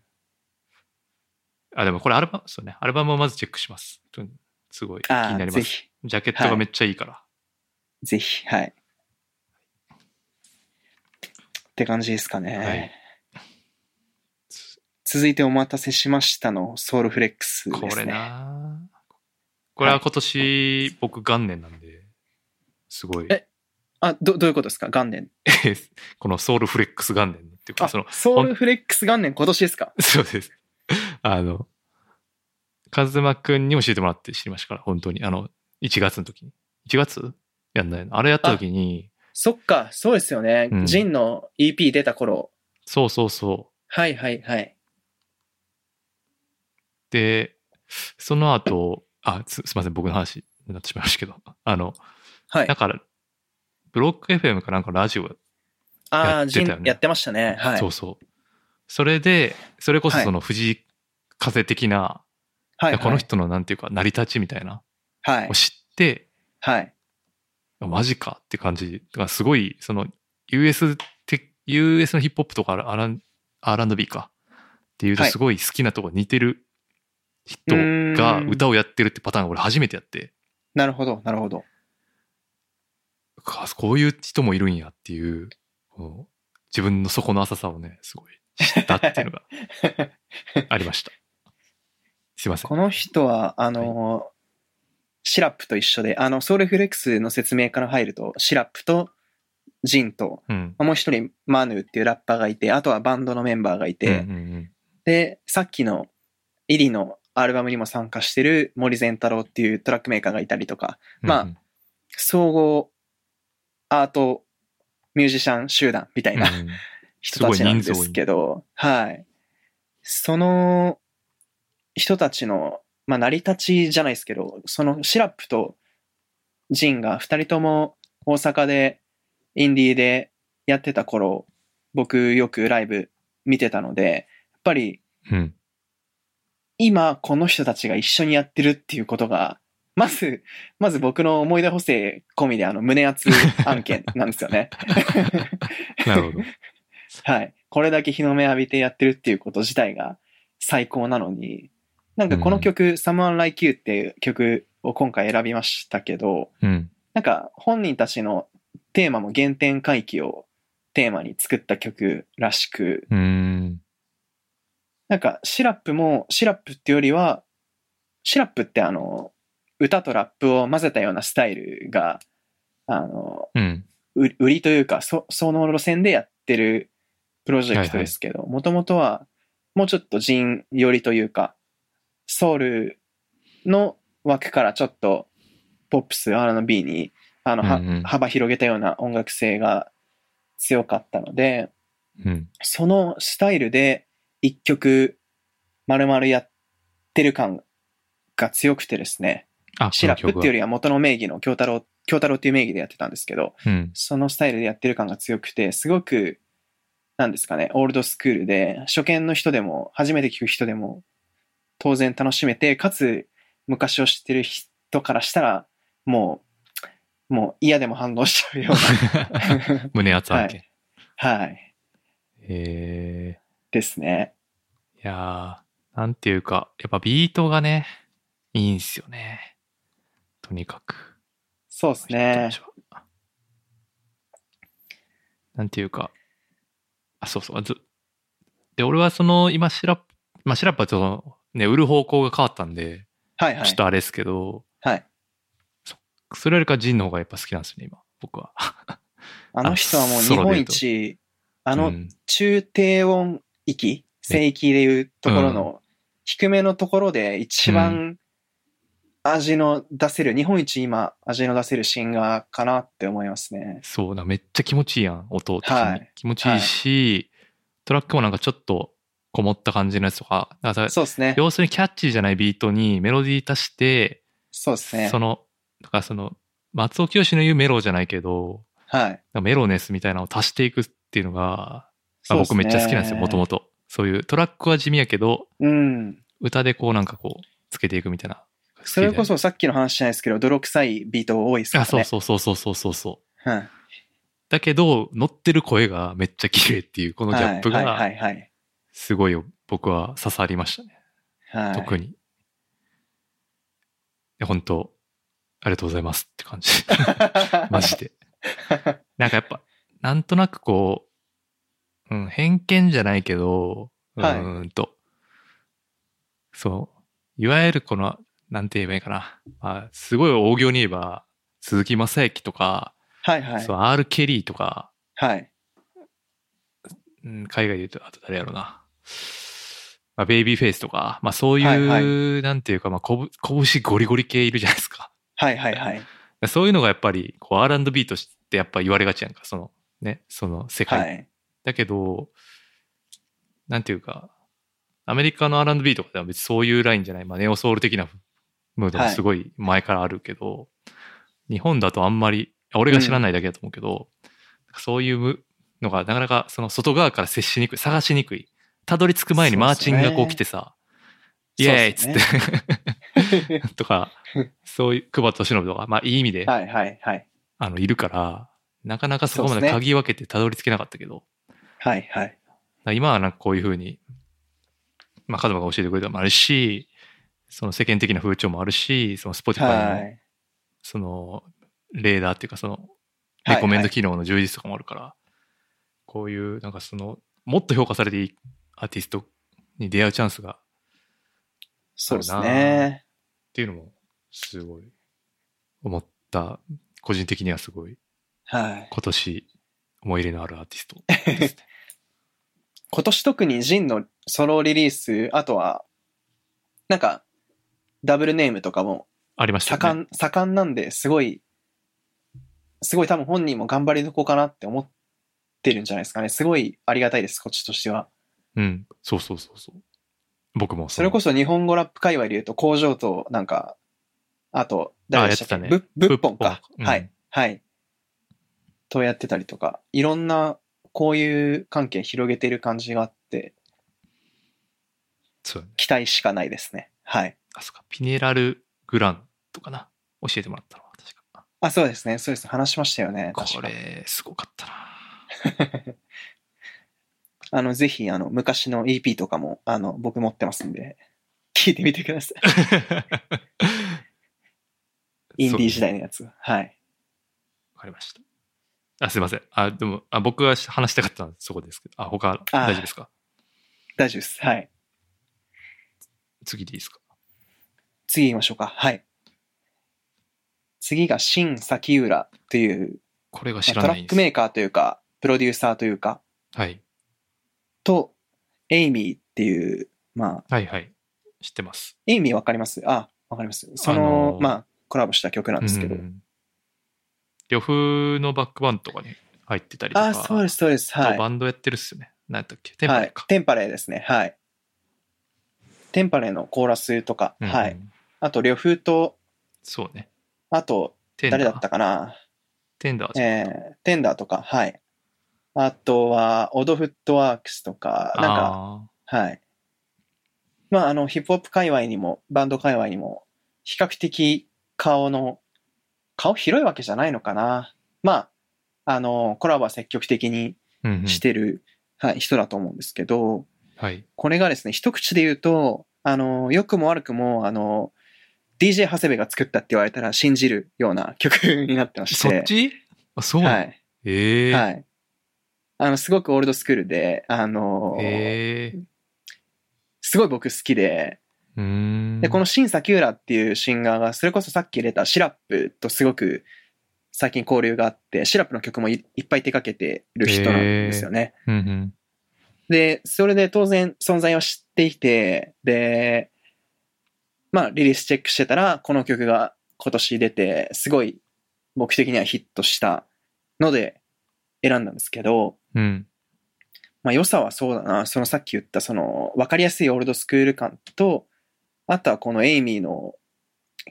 [SPEAKER 3] あ、でもこれアルバム、そうね、アルバムをまずチェックします。うんすごい気に
[SPEAKER 2] あ
[SPEAKER 3] な
[SPEAKER 2] あ、
[SPEAKER 3] りま
[SPEAKER 2] ぜ
[SPEAKER 3] す。
[SPEAKER 2] ひ、
[SPEAKER 3] ジャケットがめっちゃいいから。
[SPEAKER 2] ぜひ、はい。って感じですかね。
[SPEAKER 3] はい
[SPEAKER 2] 続いてお待たせしましたのソウルフレックスです
[SPEAKER 3] こ
[SPEAKER 2] ね。
[SPEAKER 3] れなあこれは今年、僕元年なんで、すごい。
[SPEAKER 2] えあど、どういうことですか元年。
[SPEAKER 3] [LAUGHS] このソウルフレックス元年っていうか、
[SPEAKER 2] あ
[SPEAKER 3] その、
[SPEAKER 2] ソウルフレックス元年今年ですか
[SPEAKER 3] [LAUGHS] そうです。あの、カズマくんに教えてもらって知りましたから、本当に。あの、1月の時に。1月やんないのあれやった時に、
[SPEAKER 2] そっか、そうですよね。
[SPEAKER 3] うん
[SPEAKER 2] ジンの EP 出た頃。
[SPEAKER 3] そうそうそう。
[SPEAKER 2] はいはいはい。
[SPEAKER 3] で、その後、あ、すすいません、僕の話になってしまいましたけど、あの、
[SPEAKER 2] はい
[SPEAKER 3] だ。から、ブロック FM かなんかラジオ
[SPEAKER 2] あ
[SPEAKER 3] や
[SPEAKER 2] あ、
[SPEAKER 3] って
[SPEAKER 2] ジ
[SPEAKER 3] たよね
[SPEAKER 2] ンやってましたね。はい。
[SPEAKER 3] そうそう。それで、それこそ
[SPEAKER 2] はい
[SPEAKER 3] その藤井風的な、
[SPEAKER 2] はい、はい。
[SPEAKER 3] この。人のなんていうか、成り立ちみたいな、
[SPEAKER 2] はい
[SPEAKER 3] を。知って、
[SPEAKER 2] はい。
[SPEAKER 3] マジかって感じ。だからすごい、その、US て、US のヒップホップとか R- R&B か。っていうと、
[SPEAKER 2] はい
[SPEAKER 3] すごい好きなとこ似てる人
[SPEAKER 2] うーん
[SPEAKER 3] が歌をやってるってパターンが俺初めてやって、
[SPEAKER 2] なるほど、なるほど。
[SPEAKER 3] かこういう人もいるんやっていうこう自分の底の浅さをね、すごい知ったっていうの
[SPEAKER 2] [LAUGHS]
[SPEAKER 3] がありました。すいません
[SPEAKER 2] こ。の人は、あの、シラップと一緒で、あの、ソウルフレックスの説明から入ると、シラップとジンと、
[SPEAKER 3] うん。
[SPEAKER 2] もう一人マヌーっていうラッパーがいて、あとはバンドのメンバーがいて、
[SPEAKER 3] うんうんうん
[SPEAKER 2] で、さっきのイリのアルバムにも参加してる森善太郎っていうトラックメーカーがいたりとか、まあ
[SPEAKER 3] うん
[SPEAKER 2] 総合アートミュージシャン集団みたいな
[SPEAKER 3] うん
[SPEAKER 2] 人たちなんですけど、はい。その人たちの、まあ、成り立ちじゃないですけど、そのシラップとジンが二人とも大阪でインディーでやってた頃、僕よくライブ見てたので、やっぱり
[SPEAKER 3] うん
[SPEAKER 2] 今この人たちが一緒にやってるっていうことが、まず、 [LAUGHS] まず僕の思い出補正込みであの胸熱案件なんですよね。
[SPEAKER 3] なるほど。
[SPEAKER 2] はい。これだけ日の目浴びてやってるっていうこと自体が最高なのに、なんかこの曲、Someone Like You っていう曲を今回選びましたけど、
[SPEAKER 3] うん。
[SPEAKER 2] なんか本人たちのテーマも原点回帰をテーマに作った曲らしく、
[SPEAKER 3] うん。
[SPEAKER 2] なんか、シラップも、シラップってよりは、シラップってあの、歌とラップを混ぜたようなスタイルが、あの、
[SPEAKER 3] うん。
[SPEAKER 2] う売りというか、そ、その路線でやってるプロジェクトですけど、もともとは、もうちょっと人寄りというか、ソウルの枠からちょっと、ポップス、R&B に、あの、は
[SPEAKER 3] うんうん
[SPEAKER 2] 幅広げたような音楽性が強かったので、
[SPEAKER 3] うん。
[SPEAKER 2] そのスタイルで一曲丸々やってる感が強くてですね、
[SPEAKER 3] あ、
[SPEAKER 2] シラップっていうよ
[SPEAKER 3] り。
[SPEAKER 2] りは元の名義の京太郎、京太郎っていう名義でやってたんですけど、
[SPEAKER 3] [LAUGHS] うん。。
[SPEAKER 2] そのスタイルでやってる感が強くて、すごく、なんですかね、オールドスクールで、初見の人でも、初めて聞く人でも、当然楽しめて、かつ、昔を知ってる人からしたら、もう、もう嫌でも反応しちゃうような
[SPEAKER 3] [LAUGHS] 胸熱案件。
[SPEAKER 2] はい。
[SPEAKER 3] え
[SPEAKER 2] ですね。
[SPEAKER 3] ー、いやー、なんていうか、やっぱビートがね、いいんすよね。とにかく。
[SPEAKER 2] そうですね。
[SPEAKER 3] 人たちはなんていうか、あ、そうそう。ずで、俺はその、今、シラップ、まあ、シラップはちょっとね、売る方向が変わったんで、
[SPEAKER 2] はいはい。
[SPEAKER 3] ちょっとあれですけど、
[SPEAKER 2] はい。
[SPEAKER 3] それよりかジンの方がやっぱ好きなんですよね、今、僕は。
[SPEAKER 2] あの人はもう
[SPEAKER 3] あ
[SPEAKER 2] 日
[SPEAKER 3] ソロ
[SPEAKER 2] 本
[SPEAKER 3] で言うと
[SPEAKER 2] 一、あ
[SPEAKER 3] う
[SPEAKER 2] の
[SPEAKER 3] ん
[SPEAKER 2] 中低音域、聖域でいうところの低めのところで一番味の出せる、日本一今味の出せるシンガーかなって思いますね。
[SPEAKER 3] そうな、めっちゃ気持ちいいやん、音的に。
[SPEAKER 2] はい
[SPEAKER 3] 気持ちいいし、トラックもなんかちょっとこもった感じのやつとか、だから
[SPEAKER 2] そうですね。
[SPEAKER 3] 要するにキャッチーじゃないビートにメロディー足して、
[SPEAKER 2] そうですね
[SPEAKER 3] そ。の、だからその、松尾清の言うメロじゃないけど、
[SPEAKER 2] はい。
[SPEAKER 3] なんかメロネスみたいなのを足していくっていうのが、まあ
[SPEAKER 2] そうす
[SPEAKER 3] 僕
[SPEAKER 2] ね
[SPEAKER 3] めっちゃ好きなんですよ、もともと。そういうトラックは地味やけど、
[SPEAKER 2] うん。
[SPEAKER 3] 歌でこうなんかこう、つけていくみたいな。
[SPEAKER 2] それこ
[SPEAKER 3] 好き
[SPEAKER 2] そさっきの話じゃないですけど、泥臭いビート多いです
[SPEAKER 3] で。
[SPEAKER 2] から
[SPEAKER 3] あ、
[SPEAKER 2] ね。
[SPEAKER 3] そうそうそうそうそうそうそう。
[SPEAKER 2] うん。はい
[SPEAKER 3] だけど、乗ってる声がめっちゃ綺麗っていう、このギャップ
[SPEAKER 2] はいは
[SPEAKER 3] が、
[SPEAKER 2] いはい。
[SPEAKER 3] すごい僕は刺さりましたね。
[SPEAKER 2] はい
[SPEAKER 3] 特に。いや本当ありがとうございますっ
[SPEAKER 2] [LAUGHS]
[SPEAKER 3] て感じ。マジで。なんかやっぱ、なんとなくこう、うん、偏見じゃないけど、う
[SPEAKER 2] はい
[SPEAKER 3] ーんと、そう、いわゆるこの、なんて言えばいいかな。まあ、すごい大行に言えば、鈴木正幸とか、 [LAUGHS]
[SPEAKER 2] はいはい
[SPEAKER 3] そう、R. ケリーとか、
[SPEAKER 2] はい。
[SPEAKER 3] うん、海外で言うと、あと誰やろうな。まあ、ベイビーフェイスとか、まあそういう、
[SPEAKER 2] はい
[SPEAKER 3] なんていうか、まあ、こぶ、拳ゴリゴリ系いるじゃないですか。
[SPEAKER 2] はいはい
[SPEAKER 3] [LAUGHS]
[SPEAKER 2] はい。
[SPEAKER 3] そういうのがやっぱり、こう、R&B としてやっぱ言われがちやんか、その、ね、その世界。
[SPEAKER 2] はい。
[SPEAKER 3] だけど、なんていうか、アメリカの R&B とかでは別にそういうラインじゃない、まあ、ネオソウル的なムードもすごい前からあるけど、日本だとあんまり、俺が知らないだけだと思うけど、そういうのがなかなかその外側から接しにくい、探しにくい。たどり着く前にマーチンがこう来てさ、イエーイっつ
[SPEAKER 2] そう
[SPEAKER 3] っ
[SPEAKER 2] で
[SPEAKER 3] て、 [LAUGHS] とか、そういう久保利伸とか、まあいい意味で、
[SPEAKER 2] はいはいはい。
[SPEAKER 3] あの、いるから、なかなかそこ
[SPEAKER 2] そ
[SPEAKER 3] ま
[SPEAKER 2] うで
[SPEAKER 3] です
[SPEAKER 2] ね
[SPEAKER 3] 鍵分けてたどり着けなかったけど、
[SPEAKER 2] はいはい。
[SPEAKER 3] だから今はなんかこういうふうに、まあ、カズマが教えてくれたのもあるし、その世間的な風潮もあるし、その Spotify
[SPEAKER 2] は
[SPEAKER 3] の
[SPEAKER 2] い。
[SPEAKER 3] そのレーダーっていうか、その
[SPEAKER 2] はい
[SPEAKER 3] レコメンド機能の充実とかもあるから、こういう、なんかその、もっと評価されていいアーティストに出会うチャンスがっ
[SPEAKER 2] そうです
[SPEAKER 3] そうだ
[SPEAKER 2] ね。
[SPEAKER 3] ていうのも、すごい、思った、個人的にはすごい、
[SPEAKER 2] はい。
[SPEAKER 3] 今年、思い入れのあるアーティスト。
[SPEAKER 2] 今年特にジンのソロリリース、あとは、なんか、ダブルネームとかも
[SPEAKER 3] ありましたよ
[SPEAKER 2] 盛
[SPEAKER 3] ね。
[SPEAKER 2] ん、盛んなんで、すごい、すごい多分本人も頑張りどこかなって思ってるんじゃないですかね。すごいありがたいです、こっちとしては。
[SPEAKER 3] うん。そうそうそうそう。僕も
[SPEAKER 2] それこ
[SPEAKER 3] そ
[SPEAKER 2] そ日本語ラップ界隈で言うと、工場と、なんか、あと、誰でしたっ
[SPEAKER 3] あや
[SPEAKER 2] け、
[SPEAKER 3] ってたね
[SPEAKER 2] ぶぶっぽんか。
[SPEAKER 3] ぶっぽん
[SPEAKER 2] は
[SPEAKER 3] うん
[SPEAKER 2] い。はい。とやってたりとか、いろんな、こういう関係広げてる感じがあって、
[SPEAKER 3] そうやね。
[SPEAKER 2] 期待しかないですね。はい。
[SPEAKER 3] あ、そっか。ピネラルグランとかな。教えてもらったのは確か。
[SPEAKER 2] あ、そうですね。そうです。話しましたよね。確
[SPEAKER 3] こ
[SPEAKER 2] か
[SPEAKER 3] れ、すごかったな。
[SPEAKER 2] あの、ぜひ、あの、昔の EP とかも、あの、僕持ってますんで、聞いてみてくだ
[SPEAKER 3] [LAUGHS]
[SPEAKER 2] さい。インディー時代のやつ。はい。
[SPEAKER 3] わかりました。あ、すいません。あ、でも、あ僕が話したかったのはそこですけど、あ、他、
[SPEAKER 2] あ
[SPEAKER 3] 大丈夫ですか
[SPEAKER 2] 大丈夫です。はい。
[SPEAKER 3] 次でいいですか
[SPEAKER 2] 次行きましょうか。はい。次が、新崎浦という、
[SPEAKER 3] これが
[SPEAKER 2] ま
[SPEAKER 3] 知
[SPEAKER 2] あ
[SPEAKER 3] ら
[SPEAKER 2] ト
[SPEAKER 3] な
[SPEAKER 2] ラ
[SPEAKER 3] いん
[SPEAKER 2] ッ
[SPEAKER 3] です。
[SPEAKER 2] クメーカーというか、プロデューサーというか、
[SPEAKER 3] はい。
[SPEAKER 2] と、エイミーっていう、まあ、
[SPEAKER 3] はいはい。知ってます。
[SPEAKER 2] エイミーわかりますあ、わかります。その、
[SPEAKER 3] あのー
[SPEAKER 2] まあ、コラボした曲なんですけど。
[SPEAKER 3] うん呂布のバックバンドとかに入ってたりとか。
[SPEAKER 2] あ、そうです、そうです。はい。
[SPEAKER 3] バンドやってるっすよね。何やったっけテンパレー
[SPEAKER 2] は
[SPEAKER 3] か
[SPEAKER 2] い。。テンパレーですね。はい。テンパレーのコーラスとか、
[SPEAKER 3] うんうん
[SPEAKER 2] はい。。あと、呂布と、
[SPEAKER 3] そうね。
[SPEAKER 2] あと、
[SPEAKER 3] テンダー。
[SPEAKER 2] 誰だったかな
[SPEAKER 3] テンダーじゃん
[SPEAKER 2] えー、テンダーとか、はい。あとは、オドフットワークスとか、なんか、
[SPEAKER 3] あ
[SPEAKER 2] はい。まあ、あの、ヒップホップ界隈にも、バンド界隈にも、比較的顔の、顔広いわけじゃないのかな。まあ、あの、コラボは積極的に
[SPEAKER 3] ーうんうん
[SPEAKER 2] してる、はい、人だと思うんですけど、
[SPEAKER 3] はい。
[SPEAKER 2] これがですね、一口で言うと、あの、良くも悪くも、あの、DJ 長谷部が作ったって言われたら信じるような曲になってまして。
[SPEAKER 3] そっちあ、そうなの、
[SPEAKER 2] はい。
[SPEAKER 3] ええー。
[SPEAKER 2] はい。あの、すごくオールドスクールで、あの、
[SPEAKER 3] ええ
[SPEAKER 2] すごい僕好きで、
[SPEAKER 3] ー。うーん。
[SPEAKER 2] で、この新崎浦っていうシンガーが、それこそさっき入れたシラップとすごく最近交流があって、シラップの曲もいいっぱい手掛けてる人なんですよね。
[SPEAKER 3] うんうん。
[SPEAKER 2] で、それで当然存在を知っていて、で、まあ、リリースチェックしてたら、この曲が今年出て、すごい僕的にはヒットしたので選んだんですけど、
[SPEAKER 3] うん。
[SPEAKER 2] まあ、良さはそうだな。そのさっき言った、その、わかりやすいオールドスクール感と、あとはこのエイミーの、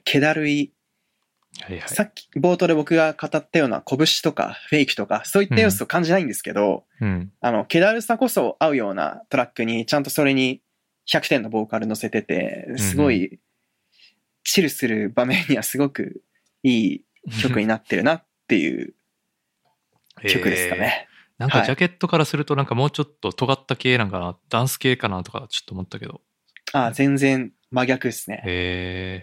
[SPEAKER 2] 気だるい、
[SPEAKER 3] はいはい。
[SPEAKER 2] さっき冒頭で僕が語ったような拳とかフェイクとか、そういった要素を感じないんですけど、
[SPEAKER 3] うん。
[SPEAKER 2] あの、気だるさこそ合うようなトラックに、ちゃんとそれに100点のボーカル乗せてて、すごい、チルする場面にはすごくいい
[SPEAKER 3] [LAUGHS]
[SPEAKER 2] 曲になってるなっていう曲ですかね。
[SPEAKER 3] なんか
[SPEAKER 2] はい
[SPEAKER 3] ジャケットからするとなんかもうちょっと尖った系なんかな、ダンス系かなとかちょっと思ったけど。
[SPEAKER 2] ああ、全然真逆ですね。
[SPEAKER 3] へえ。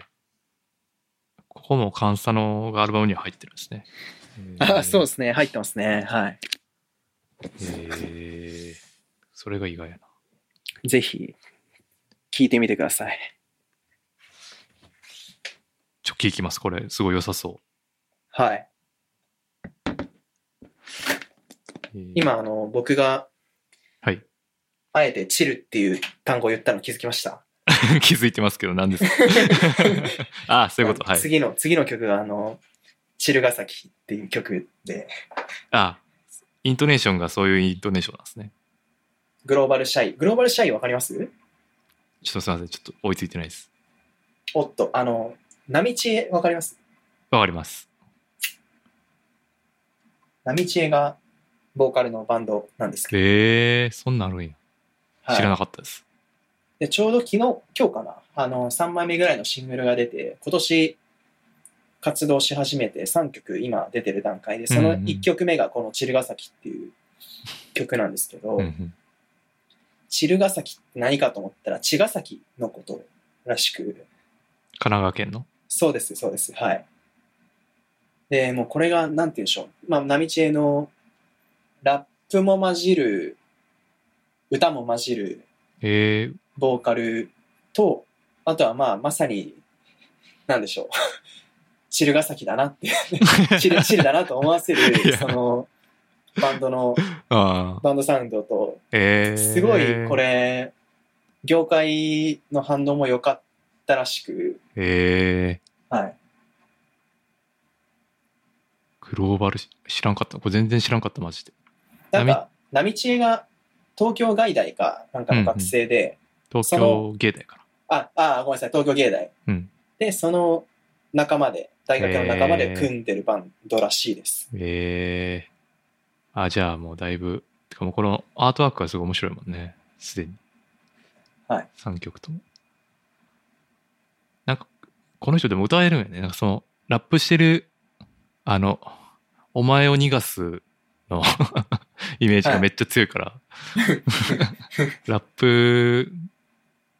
[SPEAKER 3] ここもカンサノがアルバムには入ってるんですね。。
[SPEAKER 2] [LAUGHS] ああ、そうですすね。入ってますね。はい。
[SPEAKER 3] へえ。それが意外やな。
[SPEAKER 2] ぜひ、聴いてみてください。
[SPEAKER 3] ちょっと聞きます。これ、すごい良さそ
[SPEAKER 2] はい。
[SPEAKER 3] う。へー、
[SPEAKER 2] 今、あの、僕が、
[SPEAKER 3] はい。
[SPEAKER 2] あえてチルっていう単語を言ったの気づきました。
[SPEAKER 3] [LAUGHS] 気づいてますけど、何ですか [LAUGHS] ああ、そういうこと。はい。
[SPEAKER 2] 次の、次の曲が、あの、チルガサキっていう曲で、
[SPEAKER 3] ああ、イントネーションがそういうイントネーションなんですね。
[SPEAKER 2] グローバルシャイ。グローバルシャイわかります
[SPEAKER 3] ちょっとすいません。ちょっと追いついてないです。
[SPEAKER 2] おっと、あの、波知恵わかります
[SPEAKER 3] わかります。
[SPEAKER 2] 波知恵がボーカルのバンドなんですけど。
[SPEAKER 3] へえ、そんなんあるんや。
[SPEAKER 2] はい
[SPEAKER 3] 知らなかったです。
[SPEAKER 2] でちょうど昨日、今日かな、あの、3枚目ぐらいのシングルが出て、今年活動し始めて3曲今出てる段階で、その
[SPEAKER 3] うんうん
[SPEAKER 2] 1曲目がこのチルガサキっていう曲なんですけど、
[SPEAKER 3] うんうん
[SPEAKER 2] チルガサキって何かと思ったら、茅ヶ崎のことらしく、
[SPEAKER 3] 神奈川県の
[SPEAKER 2] そうです、そうです。はい。で、もうこれが、なんて言うんでしょう。まあ、波知恵のラップも混じる、歌も混じる、
[SPEAKER 3] えー、
[SPEAKER 2] ボーカルと、あとはまあ、まさに、なんでしょう。 [LAUGHS] チルが先だなって、
[SPEAKER 3] [LAUGHS]
[SPEAKER 2] チル、チルだなと思わせ
[SPEAKER 3] い
[SPEAKER 2] る、
[SPEAKER 3] や
[SPEAKER 2] その、バンドの、
[SPEAKER 3] ああ。
[SPEAKER 2] バンドサウンドと、
[SPEAKER 3] えー、
[SPEAKER 2] すごいこ。れ、業界の反応も良かったらしく、
[SPEAKER 3] えー、
[SPEAKER 2] はい。
[SPEAKER 3] グローバルし知らんかった。これ全然知らんかった、マジで。
[SPEAKER 2] なんか、波知恵が東京外大か、なんかの学生で、
[SPEAKER 3] 東
[SPEAKER 2] その
[SPEAKER 3] 京芸大か
[SPEAKER 2] あ、
[SPEAKER 3] ら。
[SPEAKER 2] あ、ごめんなさい、東京芸大。
[SPEAKER 3] うん
[SPEAKER 2] で、その仲間で、大学の仲間で組んでるバンドらしいです。
[SPEAKER 3] ええあ、じゃあもうだいぶ、てかもうこのアートワークがすごい面白いもんね。すでに。
[SPEAKER 2] はい。
[SPEAKER 3] 3曲とも。なんか、この人でも歌えるんやね。なんかその、ラップしてる、あの、お前を逃がすの [LAUGHS] イメージがめっちゃ強いから、 [LAUGHS] ラップ、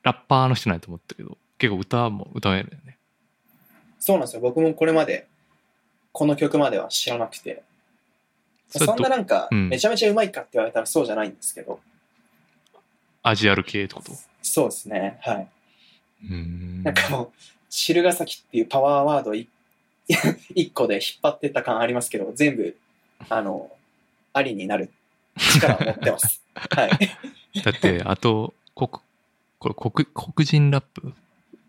[SPEAKER 3] ラッパーの人なんやと思ったけど、結構歌も歌えるよね。
[SPEAKER 2] そうなんですよ。僕もこれまで、この曲までは知らなくて。
[SPEAKER 3] それ
[SPEAKER 2] そん
[SPEAKER 3] と
[SPEAKER 2] ななんか、
[SPEAKER 3] うん
[SPEAKER 2] めちゃめちゃうまいかって言われたらそうじゃないんですけど。
[SPEAKER 3] アジアル系ってこと
[SPEAKER 2] そうですね。はい。
[SPEAKER 3] うーん。
[SPEAKER 2] なんかもう、汁が崎っていうパワーワードい [LAUGHS] 一個で引っ張ってった感ありますけど、全部、あの、ありになる力を持ってます。はい。
[SPEAKER 3] だ
[SPEAKER 2] [LAUGHS]
[SPEAKER 3] って、あと、国、これ国、黒人ラップ、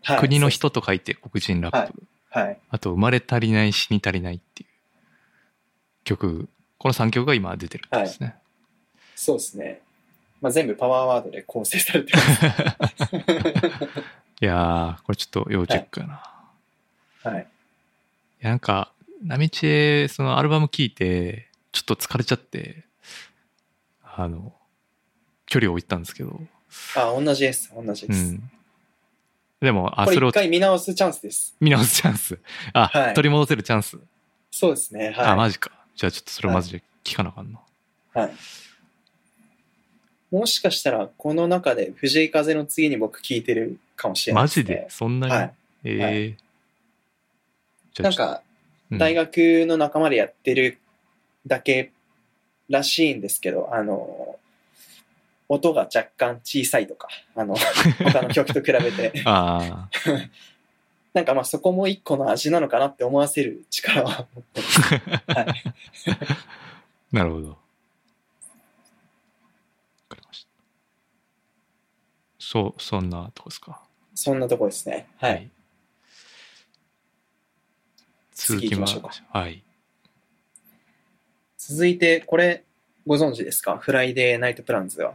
[SPEAKER 2] はい、
[SPEAKER 3] 国の。人と書いて黒人ラップ。
[SPEAKER 2] はいはい。
[SPEAKER 3] あと、生まれ足りない、死に足りないっていう曲、この3曲が今出てるんですね。
[SPEAKER 2] そうですね。まあ、全部パワーワードで構成されてます。
[SPEAKER 3] い、やー、これちょっと要チェックやな。
[SPEAKER 2] はい。
[SPEAKER 3] いやなんか、ナミチエ、そのアルバム聴いて、ちょっと疲れちゃって、あの、距離を置いたんですけど、
[SPEAKER 2] あ、同じです。同じ
[SPEAKER 3] う
[SPEAKER 2] です。
[SPEAKER 3] ん。でも、あ、
[SPEAKER 2] これ
[SPEAKER 3] それ
[SPEAKER 2] 一
[SPEAKER 3] を
[SPEAKER 2] 回見直すチャンスです。
[SPEAKER 3] 見直すチャンス。あ、
[SPEAKER 2] はい
[SPEAKER 3] 取り戻せるチャンス。
[SPEAKER 2] そうですね。
[SPEAKER 3] あ、
[SPEAKER 2] は
[SPEAKER 3] マジか。じゃあちょっとそれマジで聞かなあかんな。
[SPEAKER 2] い。はい。もしかしたら、この中で藤井風の次に僕聞いてるかもしれない
[SPEAKER 3] マ
[SPEAKER 2] ですね、
[SPEAKER 3] ジでそんなに、
[SPEAKER 2] はい。
[SPEAKER 3] ええ
[SPEAKER 2] は
[SPEAKER 3] じ
[SPEAKER 2] なん
[SPEAKER 3] ちょっと
[SPEAKER 2] か、
[SPEAKER 3] うん
[SPEAKER 2] 大学の仲間でやってるだけらしいんですけど、あの、音が若干小さいとか、あ
[SPEAKER 3] [LAUGHS]
[SPEAKER 2] の、他の曲と比べて。
[SPEAKER 3] あ
[SPEAKER 2] なんかまあそこも一個の味なのかなって思わせる力は持ってます。はい、
[SPEAKER 3] あ、なるほど。わかりました。そう、そんなとこですか。
[SPEAKER 2] そんなとこですね。はい。。
[SPEAKER 3] 続
[SPEAKER 2] 次行
[SPEAKER 3] き
[SPEAKER 2] き
[SPEAKER 3] ま
[SPEAKER 2] ま
[SPEAKER 3] し
[SPEAKER 2] し
[SPEAKER 3] ょ
[SPEAKER 2] ょ
[SPEAKER 3] う
[SPEAKER 2] う
[SPEAKER 3] か
[SPEAKER 2] か。
[SPEAKER 3] はい。
[SPEAKER 2] 続いて、これご存知ですかフライデーナイトプランズは。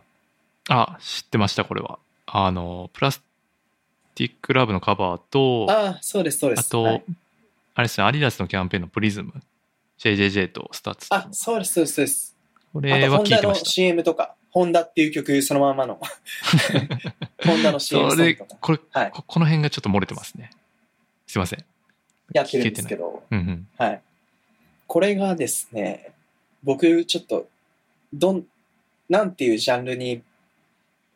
[SPEAKER 3] あ、知ってました、これは。あの、プラスティックラブのカバーと、あ
[SPEAKER 2] ああ、そうです、そうです。
[SPEAKER 3] と、
[SPEAKER 2] はい
[SPEAKER 3] あれですね、アディダスのキャンペーンのプリズム。JJJ とスタッツ。
[SPEAKER 2] あ、そうです、そうです、そうです。
[SPEAKER 3] こ
[SPEAKER 2] あ
[SPEAKER 3] れ
[SPEAKER 2] と、
[SPEAKER 3] は
[SPEAKER 2] ホン
[SPEAKER 3] 聞い
[SPEAKER 2] ダ
[SPEAKER 3] てま
[SPEAKER 2] の
[SPEAKER 3] した。
[SPEAKER 2] CM とか、ホンダっていう曲そのまん
[SPEAKER 3] [LAUGHS]
[SPEAKER 2] まの、ホンダの CM ソ
[SPEAKER 3] そ
[SPEAKER 2] ング
[SPEAKER 3] れ
[SPEAKER 2] とか、
[SPEAKER 3] これ、
[SPEAKER 2] はい
[SPEAKER 3] ここの辺がちょっと漏れてますね。すいません。
[SPEAKER 2] やってるんですけど、
[SPEAKER 3] うんうん。
[SPEAKER 2] はい。これがですね、僕、ちょっと、どん、なんていうジャンルに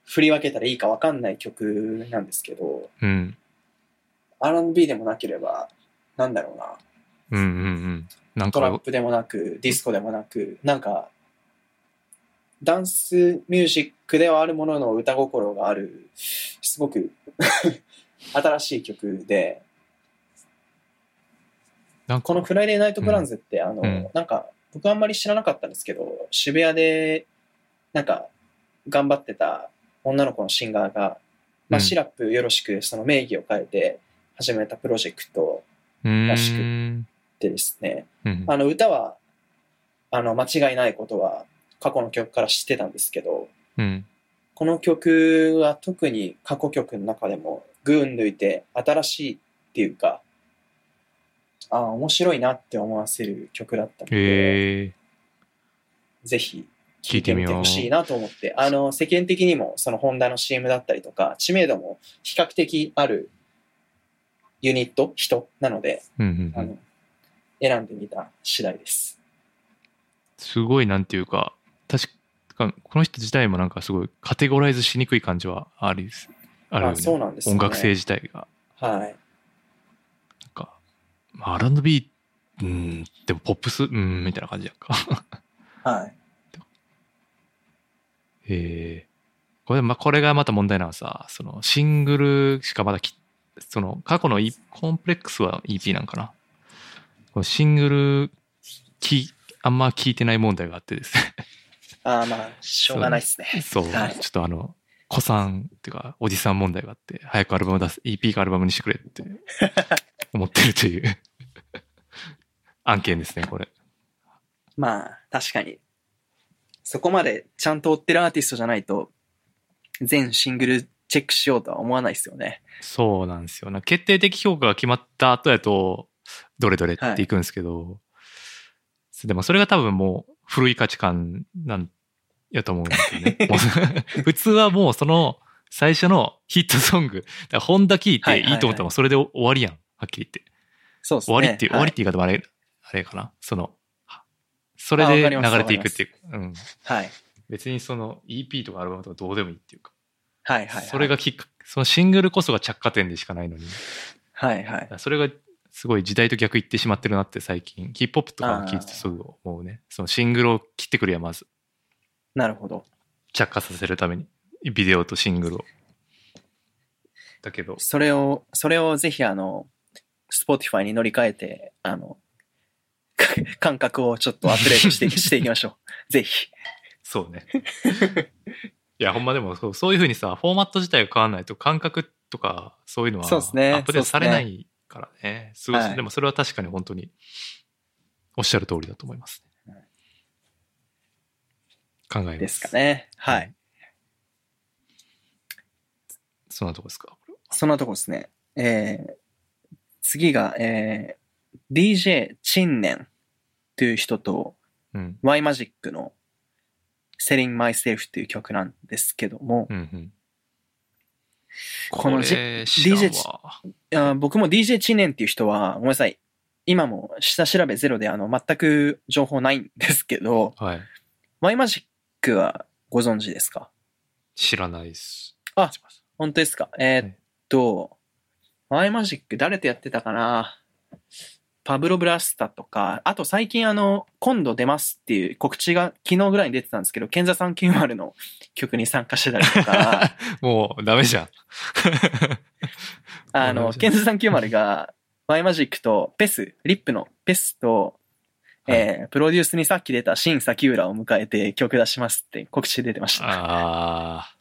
[SPEAKER 2] 振り分けたらいいかわかんない曲なんですけど、
[SPEAKER 3] うん。
[SPEAKER 2] R&B でもなければ、なんだろうな、
[SPEAKER 3] うんうんうん。なん
[SPEAKER 2] トラッ
[SPEAKER 3] か、
[SPEAKER 2] プでもなく、ディスコでもなく、なんか、ダンスミュージックではあるものの歌心がある、すごく [LAUGHS] 新しい曲で、
[SPEAKER 3] なん
[SPEAKER 2] こ
[SPEAKER 3] か
[SPEAKER 2] の、フライデーナイトプランズって、あの、
[SPEAKER 3] うん
[SPEAKER 2] なんか、僕あんまり知らなかったんですけど、渋谷で、なんか、頑張ってた女の子のシンガーが、ま
[SPEAKER 3] うん
[SPEAKER 2] あ、シラップよろしく、その名義を変えて始めたプロジェクト
[SPEAKER 3] うーん
[SPEAKER 2] らしくでですね、
[SPEAKER 3] うん
[SPEAKER 2] あの歌はあの間違いないことは過去の曲から知ってたんですけど
[SPEAKER 3] うん。
[SPEAKER 2] この曲は特に過去曲の中でも群抜いて新しいっていうかああ面白いなって思わせる曲だったので、
[SPEAKER 3] え
[SPEAKER 2] ぜひ
[SPEAKER 3] ー、聞
[SPEAKER 2] 聴
[SPEAKER 3] い
[SPEAKER 2] い
[SPEAKER 3] て
[SPEAKER 2] て
[SPEAKER 3] み
[SPEAKER 2] みて
[SPEAKER 3] よう
[SPEAKER 2] ほ。しいなと思ってあの世間的にもそのホンダの CM だったりとか知名度も比較的あるユニット人なので、
[SPEAKER 3] うんう
[SPEAKER 2] あ
[SPEAKER 3] んうん
[SPEAKER 2] の選んでみた次第です。
[SPEAKER 3] すごい、なんていうか、確か、この人自体もなんかすごいカテゴライズしにくい感じはありです。あるよ
[SPEAKER 2] あそう
[SPEAKER 3] ね。
[SPEAKER 2] なんですよ
[SPEAKER 3] 音
[SPEAKER 2] ね
[SPEAKER 3] 楽性自体が。
[SPEAKER 2] はい。
[SPEAKER 3] なんか、まあ、R&B、うん、でもポップス、うん、みたいな感じやんか。
[SPEAKER 2] はい。
[SPEAKER 3] えーこれ、まあ、これがまた問題なのはさ、そのシングルしかまだき、その過去のイコンプレックスは EP なんかな。このシングルき、あんま聞いてない問題があってですね。
[SPEAKER 2] ああ、まあ、しょうがないですね。 [LAUGHS]
[SPEAKER 3] そう、ちょ
[SPEAKER 2] はい
[SPEAKER 3] っとあの、子さんっていうか、おじさん問題があって、早くアルバム出す、EP かアルバムにしてくれって思ってるという [LAUGHS] 案件ですね、これ。
[SPEAKER 2] まあ、確かに。そこまでちゃんと追ってるアーティストじゃないと、全シングルチェックしようとは思わないですよね。
[SPEAKER 3] そうなんですよな。決定的評価が決まった後やと、どれどれっていくんですけど、でもそれが多分もう古い価値観なんやと思うんです
[SPEAKER 2] [LAUGHS]
[SPEAKER 3] よね。もう普通はもうその最初のヒットソング、だからホンダ聞い
[SPEAKER 2] は
[SPEAKER 3] て
[SPEAKER 2] いはいはい
[SPEAKER 3] いいと思ったらもうそれで終わりやん、はっきり言って。
[SPEAKER 2] そうです
[SPEAKER 3] 終
[SPEAKER 2] ね。
[SPEAKER 3] わりっていう、終わりっ
[SPEAKER 2] は
[SPEAKER 3] て言い方もあれ、あれかな。その、それ
[SPEAKER 2] あわ
[SPEAKER 3] で
[SPEAKER 2] か
[SPEAKER 3] 流
[SPEAKER 2] ります
[SPEAKER 3] れていくっていう、うん。
[SPEAKER 2] い。はい。
[SPEAKER 3] 別にその EP とかアルバムとかどうでもいいっていうか、
[SPEAKER 2] はいはい、はい。
[SPEAKER 3] それが、きっかそのシングルこそが着火点でしかないのに、
[SPEAKER 2] はいはい。
[SPEAKER 3] それがすごい時代と逆行ってしまってるなって最近、ヒップホップとかも聞いて
[SPEAKER 2] あ
[SPEAKER 3] て
[SPEAKER 2] ー
[SPEAKER 3] すぐ思うね。そのシングルを切ってくるやんまず、
[SPEAKER 2] なるほど。
[SPEAKER 3] 着火させるために、ビデオとシングルを。だけど、
[SPEAKER 2] それを、それをぜひあの、Spotify に乗り換えて、あの、 [LAUGHS] か感覚をちょっとアップデートして
[SPEAKER 3] [LAUGHS]
[SPEAKER 2] していきましょう。ぜひ。
[SPEAKER 3] そ
[SPEAKER 2] [LAUGHS]
[SPEAKER 3] うね。いや、ほんまでもそう、そういうふうにさ、フォーマット自体が変わんないと、感覚とか、そういうのは、ア
[SPEAKER 2] そうっすね
[SPEAKER 3] ップデートされないからね。すごい
[SPEAKER 2] はい
[SPEAKER 3] でもそれは確かに本当に、おっしゃる通りだと思いますね。考えます。
[SPEAKER 2] ですか。ね。はい。。
[SPEAKER 3] そんなとこですか。
[SPEAKER 2] そんなとこですね。えー、次が、えー、DJ チンネンという人と
[SPEAKER 3] うん。
[SPEAKER 2] Y Magic の Selling Myself という曲なんですけども、
[SPEAKER 3] うんうん。
[SPEAKER 2] このじ
[SPEAKER 3] れ知らん
[SPEAKER 2] DJ ち
[SPEAKER 3] わ
[SPEAKER 2] いや僕も DJ 知念っていう人は、ごめんなさい。今も下調べゼロで、あの、全く情報ないんですけど、
[SPEAKER 3] はい。
[SPEAKER 2] Y マジックはご存知ですか
[SPEAKER 3] 知らないです。
[SPEAKER 2] あ本当ですかえー
[SPEAKER 3] はい
[SPEAKER 2] っと、Y マジック誰とやってたかなパブロ・ブラスタとか、あと最近あの、今度出ますっていう告知が昨日ぐらいに出てたんですけど、ケンザ390の曲に参加してたりとか、
[SPEAKER 3] [LAUGHS] [LAUGHS] もうダメじゃん。
[SPEAKER 2] あ
[SPEAKER 3] わ
[SPEAKER 2] の、
[SPEAKER 3] かり
[SPEAKER 2] ケ
[SPEAKER 3] ま
[SPEAKER 2] ンズ390が、マイマジックとペス、リップのペスと、 [LAUGHS] えープロデュースにさっき出た新崎浦を迎えて曲出しますって告知出てました。
[SPEAKER 3] ああ。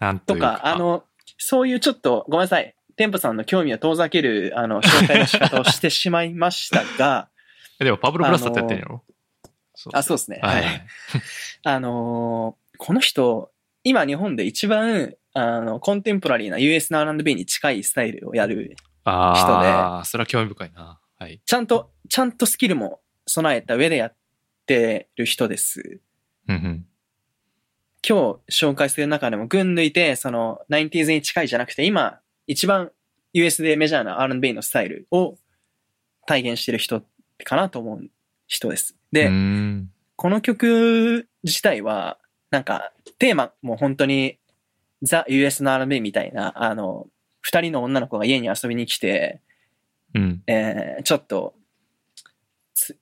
[SPEAKER 3] なんと
[SPEAKER 2] と
[SPEAKER 3] いう
[SPEAKER 2] か、あ、の、そういうちょっと、ごめんなさい。テンポさんの興味を遠ざける、あの、紹介の仕方をしてしまいましたが、
[SPEAKER 3] えでもパブロ・ブラスタってやってんやろそ
[SPEAKER 2] [LAUGHS] あ、そうですね。
[SPEAKER 3] はい。
[SPEAKER 2] はい。あのーこの人、今日本で一番、あの、コンテンポラリーな US の R&B に近いスタイルをやる
[SPEAKER 3] ああ、それは興味深いな。はい。
[SPEAKER 2] ちゃんと、ちゃんとスキルも備えた上でやってる人です。
[SPEAKER 3] うんうん。
[SPEAKER 2] 今日紹介する中でも、群抜いて、その、90s に近いじゃなくて、今、一番 US でメジャーな R&B のスタイルを体現してる人かなと思う人です。で、
[SPEAKER 3] うーん
[SPEAKER 2] この曲自体は、なんか、テーマも本当に、ザ・ US の R&B みたいな、あの、二人の女の子が家に遊びに来て、
[SPEAKER 3] うん。
[SPEAKER 2] えーちょっと、つ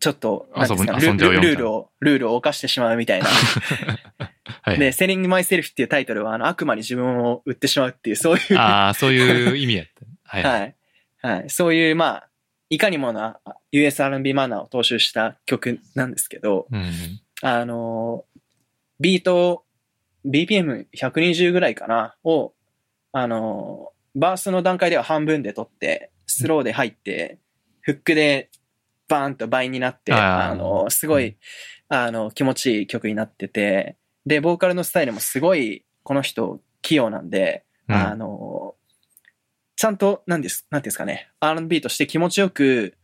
[SPEAKER 2] ちょっと、なんですか
[SPEAKER 3] 遊ぶ遊んじゃうよ
[SPEAKER 2] ルルルールを、ルールを犯してしまうみたいな。
[SPEAKER 3] はい。
[SPEAKER 2] で、セリングマイセルフっていうタイトルは、あの、悪魔に自分を売ってしまうっていう、そういう、は、
[SPEAKER 3] ああ、そういう意味やった。はいい。
[SPEAKER 2] [LAUGHS] はい。そういう、まあ、いかにもな USR&B マナーを踏襲した曲なんですけど、
[SPEAKER 3] うんうん。
[SPEAKER 2] あのー、ビート、BPM120 ぐらいかな、を、あのー、バースの段階では半分で取って、スローで入って、フックでバーンと倍になって、
[SPEAKER 3] あー
[SPEAKER 2] あのー、すご
[SPEAKER 3] うん
[SPEAKER 2] い、あの、気持ちいい曲になってて、で、ボーカルのスタイルもすごい、この人、器用なんで、
[SPEAKER 3] うん
[SPEAKER 2] あの、ちゃんと、なんです、なんていうんですかね、R&B として気持ちよく、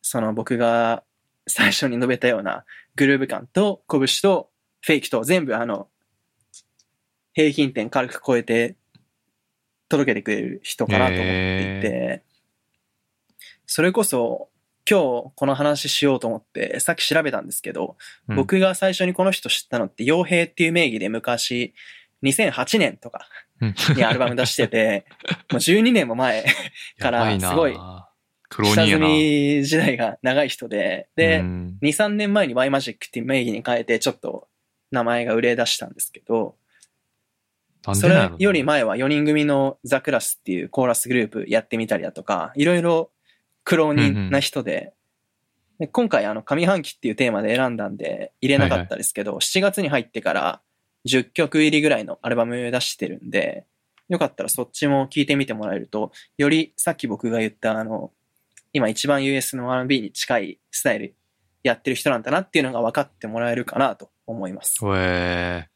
[SPEAKER 2] その僕が最初に述べたようなグルーヴ感と拳とフェイクと全部あの、平均点軽く超えて届けてくれる人かなと思っていて、それこそ今日この話しようと思ってさっき調べたんですけど、
[SPEAKER 3] うん、
[SPEAKER 2] 僕が最初にこの人知ったのって、傭兵っていう名義で昔、2008年とか
[SPEAKER 3] うん
[SPEAKER 2] にアルバム出して
[SPEAKER 3] [LAUGHS]
[SPEAKER 2] て、もう12年も前、から
[SPEAKER 3] やばな
[SPEAKER 2] すごい
[SPEAKER 3] 苦労
[SPEAKER 2] 下
[SPEAKER 3] 人
[SPEAKER 2] 積
[SPEAKER 3] やな。
[SPEAKER 2] み時代が長い人で、で、
[SPEAKER 3] うん
[SPEAKER 2] 2、3年前に Y マジックっていう名義に変えて、ちょっと名前が売れ出したんですけど、
[SPEAKER 3] なん
[SPEAKER 2] そ
[SPEAKER 3] でなんや
[SPEAKER 2] れ
[SPEAKER 3] ろ
[SPEAKER 2] より前は4人組のザ・クラスっていうコーラスグループやってみたりだとか、いろいろ苦労人な人で、で今回あの上半期っていうテーマで選んだんで入れなかったですけど、7月に入ってから10曲入りぐらいのアルバム出してるんで、よかったらそっちも聞いてみてもらえると、よりさっき僕が言ったあの、今一番 US の R&B に近いスタイルやってる人なんだなっていうのが分かってもらえるかなと思います。
[SPEAKER 3] へえ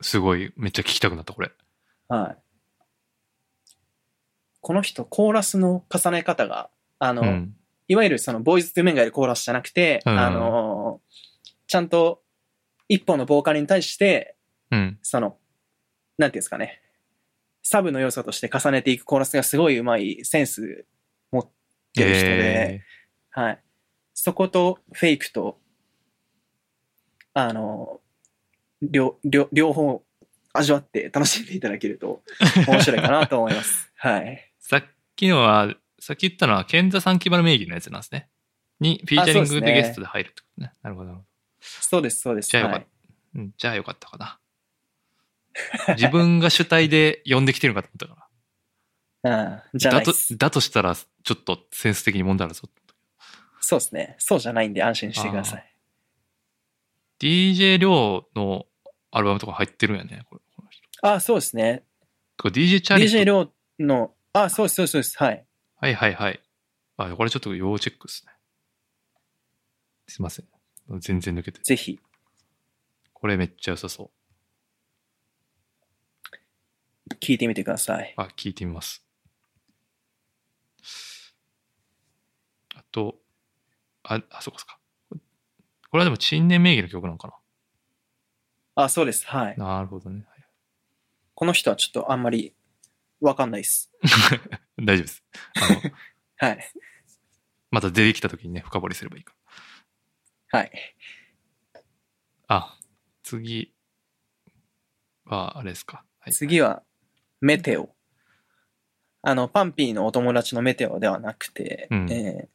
[SPEAKER 3] すごい、めっちゃ聞きたくなった、これ。
[SPEAKER 2] はい。この人、コーラスの重ね方が、あの、
[SPEAKER 3] うん。
[SPEAKER 2] いわゆるその、ボーイズ・トゥ・メンがやるコーラスじゃなくて、
[SPEAKER 3] うん
[SPEAKER 2] あの、ちゃんと、一本のボーカルに対して、
[SPEAKER 3] うん。
[SPEAKER 2] その、なんていうんですかね、サブの要素として重ねていくコーラスがすごい上手いセンス持ってる人で、
[SPEAKER 3] え
[SPEAKER 2] はい。そこと、フェイクと、あの、両、両、両方味わって楽しんでいただける
[SPEAKER 3] [LAUGHS]
[SPEAKER 2] と面白いかなと思います。はい。
[SPEAKER 3] ーさっきのは、さっき言ったのは、賢者さん基盤の名義のやつなんですね。に、フィーチャリン
[SPEAKER 2] あそ
[SPEAKER 3] グ
[SPEAKER 2] うです
[SPEAKER 3] で
[SPEAKER 2] ね
[SPEAKER 3] ゲストで入るってことね。なるほどなるほ
[SPEAKER 2] そうです、そうです。
[SPEAKER 3] じゃあよか
[SPEAKER 2] は
[SPEAKER 3] っ
[SPEAKER 2] い、
[SPEAKER 3] ど。うん、じゃあよかったかな。自分が主体で呼んできてるのかと思ったか
[SPEAKER 2] うん。じゃ
[SPEAKER 3] ら。
[SPEAKER 2] な
[SPEAKER 3] だ
[SPEAKER 2] いで
[SPEAKER 3] と
[SPEAKER 2] す、。
[SPEAKER 3] だとしたら、ちょっとセンス的に問題あるぞ。
[SPEAKER 2] そうですね。そうじゃないんで安心してください。
[SPEAKER 3] DJ りょうのアルバムとか入ってるんやね、これ。この人
[SPEAKER 2] ああ、そうですね。
[SPEAKER 3] これ DJ チャリ
[SPEAKER 2] DJ
[SPEAKER 3] ット。
[SPEAKER 2] 亮の、ああ、そうです、そうです、そうです。はい。
[SPEAKER 3] はいはいはい。あ、これちょっと要チェックですね。すいません。全然抜けて。
[SPEAKER 2] ぜひ。
[SPEAKER 3] これめっちゃ良さそう。
[SPEAKER 2] 聞いてみてください。
[SPEAKER 3] あ、聞いてみます。あと、あ、あ、そうかそうか。これはでも、陳年名義の曲なのか
[SPEAKER 2] あ、そうです。はい。
[SPEAKER 3] ななるほどね。はい
[SPEAKER 2] この人はちょっとあんまりわかんないです。
[SPEAKER 3] 大丈夫です。あの、
[SPEAKER 2] はい。
[SPEAKER 3] また出てきた時にね、深掘りすればいいか
[SPEAKER 2] はい。
[SPEAKER 3] ら。あ、次は、あれですか。はい、
[SPEAKER 2] 次は、メテオ。あの、パンピーのお友達のメテオではなくて、
[SPEAKER 3] うん
[SPEAKER 2] え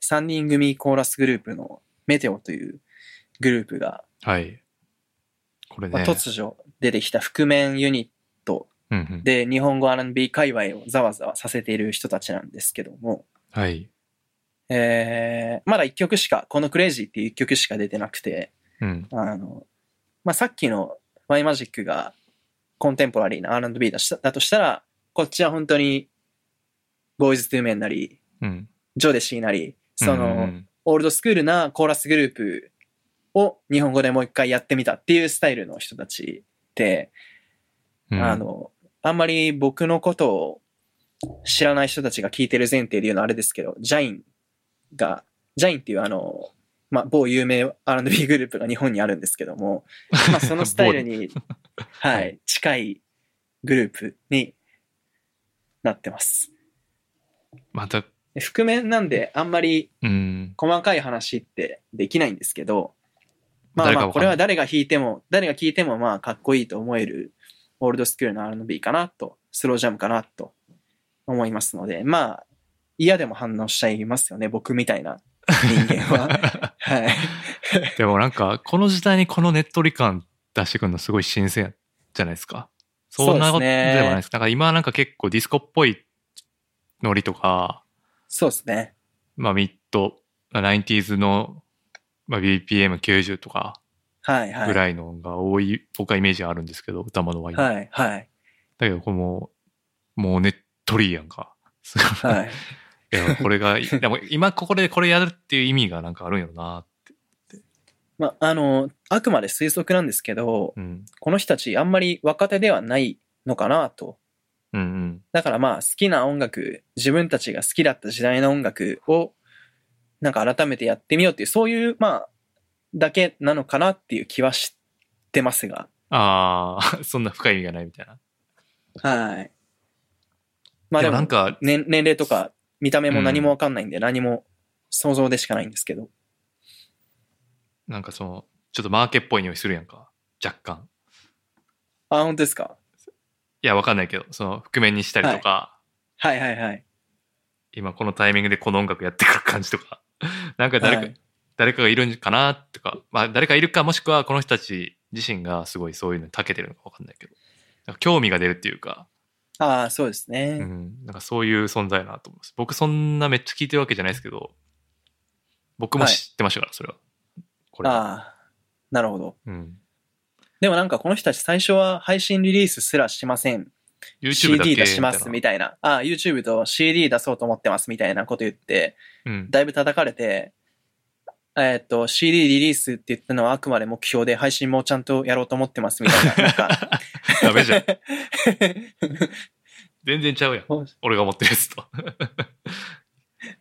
[SPEAKER 2] 3人組コーラスグループのメテオというグループが、
[SPEAKER 3] はい。これ
[SPEAKER 2] まあ
[SPEAKER 3] ね。
[SPEAKER 2] 突如出てきた覆面ユニット
[SPEAKER 3] うんうん、
[SPEAKER 2] で日本語 R&B 界隈をざわざわさせている人たちなんですけども、
[SPEAKER 3] はい。
[SPEAKER 2] えーまだ1曲しか、このクレイジーっていう1曲しか出てなくて、
[SPEAKER 3] うん。
[SPEAKER 2] あの、まあ、さっきの Y マジックがコンテンポラリーな R&B だしただとしたら、こっちは本当に、ボーイズ・トゥーメンなり、
[SPEAKER 3] うん。
[SPEAKER 2] ジョデシーなり、その、
[SPEAKER 3] うんうん
[SPEAKER 2] オールドスクールなコーラスグループを日本語でもう一回やってみたっていうスタイルの人たちで、
[SPEAKER 3] うん、
[SPEAKER 2] あの、あんまり僕のことを知らない人たちが聞いてる前提で言うのはあれですけど、ジャインが、ジャインっていうあの、まあ、某有名 R&B グループが日本にあるんですけど
[SPEAKER 3] [LAUGHS]
[SPEAKER 2] も、まあ、そのスタイルに、 [LAUGHS] は、
[SPEAKER 3] はい
[SPEAKER 2] 近いグループになってます。
[SPEAKER 3] また、
[SPEAKER 2] で覆面なんであんまり
[SPEAKER 3] うん。
[SPEAKER 2] 細かい話ってできないんですけど、まあ
[SPEAKER 3] 誰か
[SPEAKER 2] まあ
[SPEAKER 3] わ
[SPEAKER 2] こ
[SPEAKER 3] かん
[SPEAKER 2] れ
[SPEAKER 3] ない
[SPEAKER 2] は誰が弾いても、誰が聴いてもまあかっこいいと思えるオールドスクールの R&B かなと、スロージャムかなと思いますので、まあ嫌でも反応しちゃいますよね、僕みたいな人間
[SPEAKER 3] [LAUGHS]
[SPEAKER 2] は。はい。
[SPEAKER 3] でもなんか、この時代にこのねっとり感出してくるのすごい新鮮じゃないですか。そんなこ
[SPEAKER 2] そうで
[SPEAKER 3] とでは
[SPEAKER 2] すね
[SPEAKER 3] ないです。なんか今なんか結構ディスコっぽいノリとか、
[SPEAKER 2] そうですね。
[SPEAKER 3] まあミッド、まあ 90s の、まあ、BPM90 とか
[SPEAKER 2] はいはい。
[SPEAKER 3] ぐらいのが多い、僕はイメージがあるんですけど、歌物は今。
[SPEAKER 2] はいはい。
[SPEAKER 3] だけど、これもう、もうねっとりやんか。すごい
[SPEAKER 2] はい。
[SPEAKER 3] [LAUGHS] いや、これが、でも今ここでこれやるっていう意味がなんかあるんやろな。
[SPEAKER 2] まあ、あの、あくまで推測なんですけど
[SPEAKER 3] う、ん。
[SPEAKER 2] この人たちあんまり若手ではないのかなと。
[SPEAKER 3] うんうん。
[SPEAKER 2] だからまあ好きな音楽、自分たちが好きだった時代の音楽をなんか改めてやってみようっていう、そういうまあだけなのかなっていう気はしてますが。
[SPEAKER 3] ああ、そんな深い意味がないみたいな。
[SPEAKER 2] はい。まあ
[SPEAKER 3] で
[SPEAKER 2] で
[SPEAKER 3] も
[SPEAKER 2] も
[SPEAKER 3] なんか、
[SPEAKER 2] 年年齢とか見た目も何もわかんないんで、何も想像でしかないんですけど。
[SPEAKER 3] なんかその、ちょっとマーケっぽい匂いするやんか。若干。
[SPEAKER 2] あ、本当ですか
[SPEAKER 3] いや、わかんないけど、その、覆面にしたりとか、
[SPEAKER 2] はいはいはい。
[SPEAKER 3] 今このタイミングでこの音楽やってくる感じとか、なんか誰か、
[SPEAKER 2] はい
[SPEAKER 3] 誰かがいるんかなとか、まあ誰かいるか、もしくはこの人たち自身がすごいそういうのに長けてるのか分かんないけどなんか興味が出るっていうか、
[SPEAKER 2] ああ、そうですね。
[SPEAKER 3] うん、なんかそういう存在だなと思います僕そんなめっちゃ聞いてるわけじゃないですけど僕も知ってましたから、それはこれは、
[SPEAKER 2] ああ、なるほど。
[SPEAKER 3] うん、
[SPEAKER 2] でもなんかこの人たち最初は配信リリースすらしません。
[SPEAKER 3] YouTube だけ
[SPEAKER 2] CD 出しますみ
[SPEAKER 3] たい
[SPEAKER 2] たいな。ああ、YouTube と CD 出そうと思ってますみたいなこと言って、
[SPEAKER 3] な、うん、
[SPEAKER 2] だいぶ叩かれて、えーっと、CD リリースって言ったのはあくまで目標で配信もちゃんとやろうと思ってますみたい
[SPEAKER 3] [LAUGHS]
[SPEAKER 2] な。なんか
[SPEAKER 3] ダメじゃん全然ちゃうやん俺が思ってるやつと
[SPEAKER 2] [LAUGHS]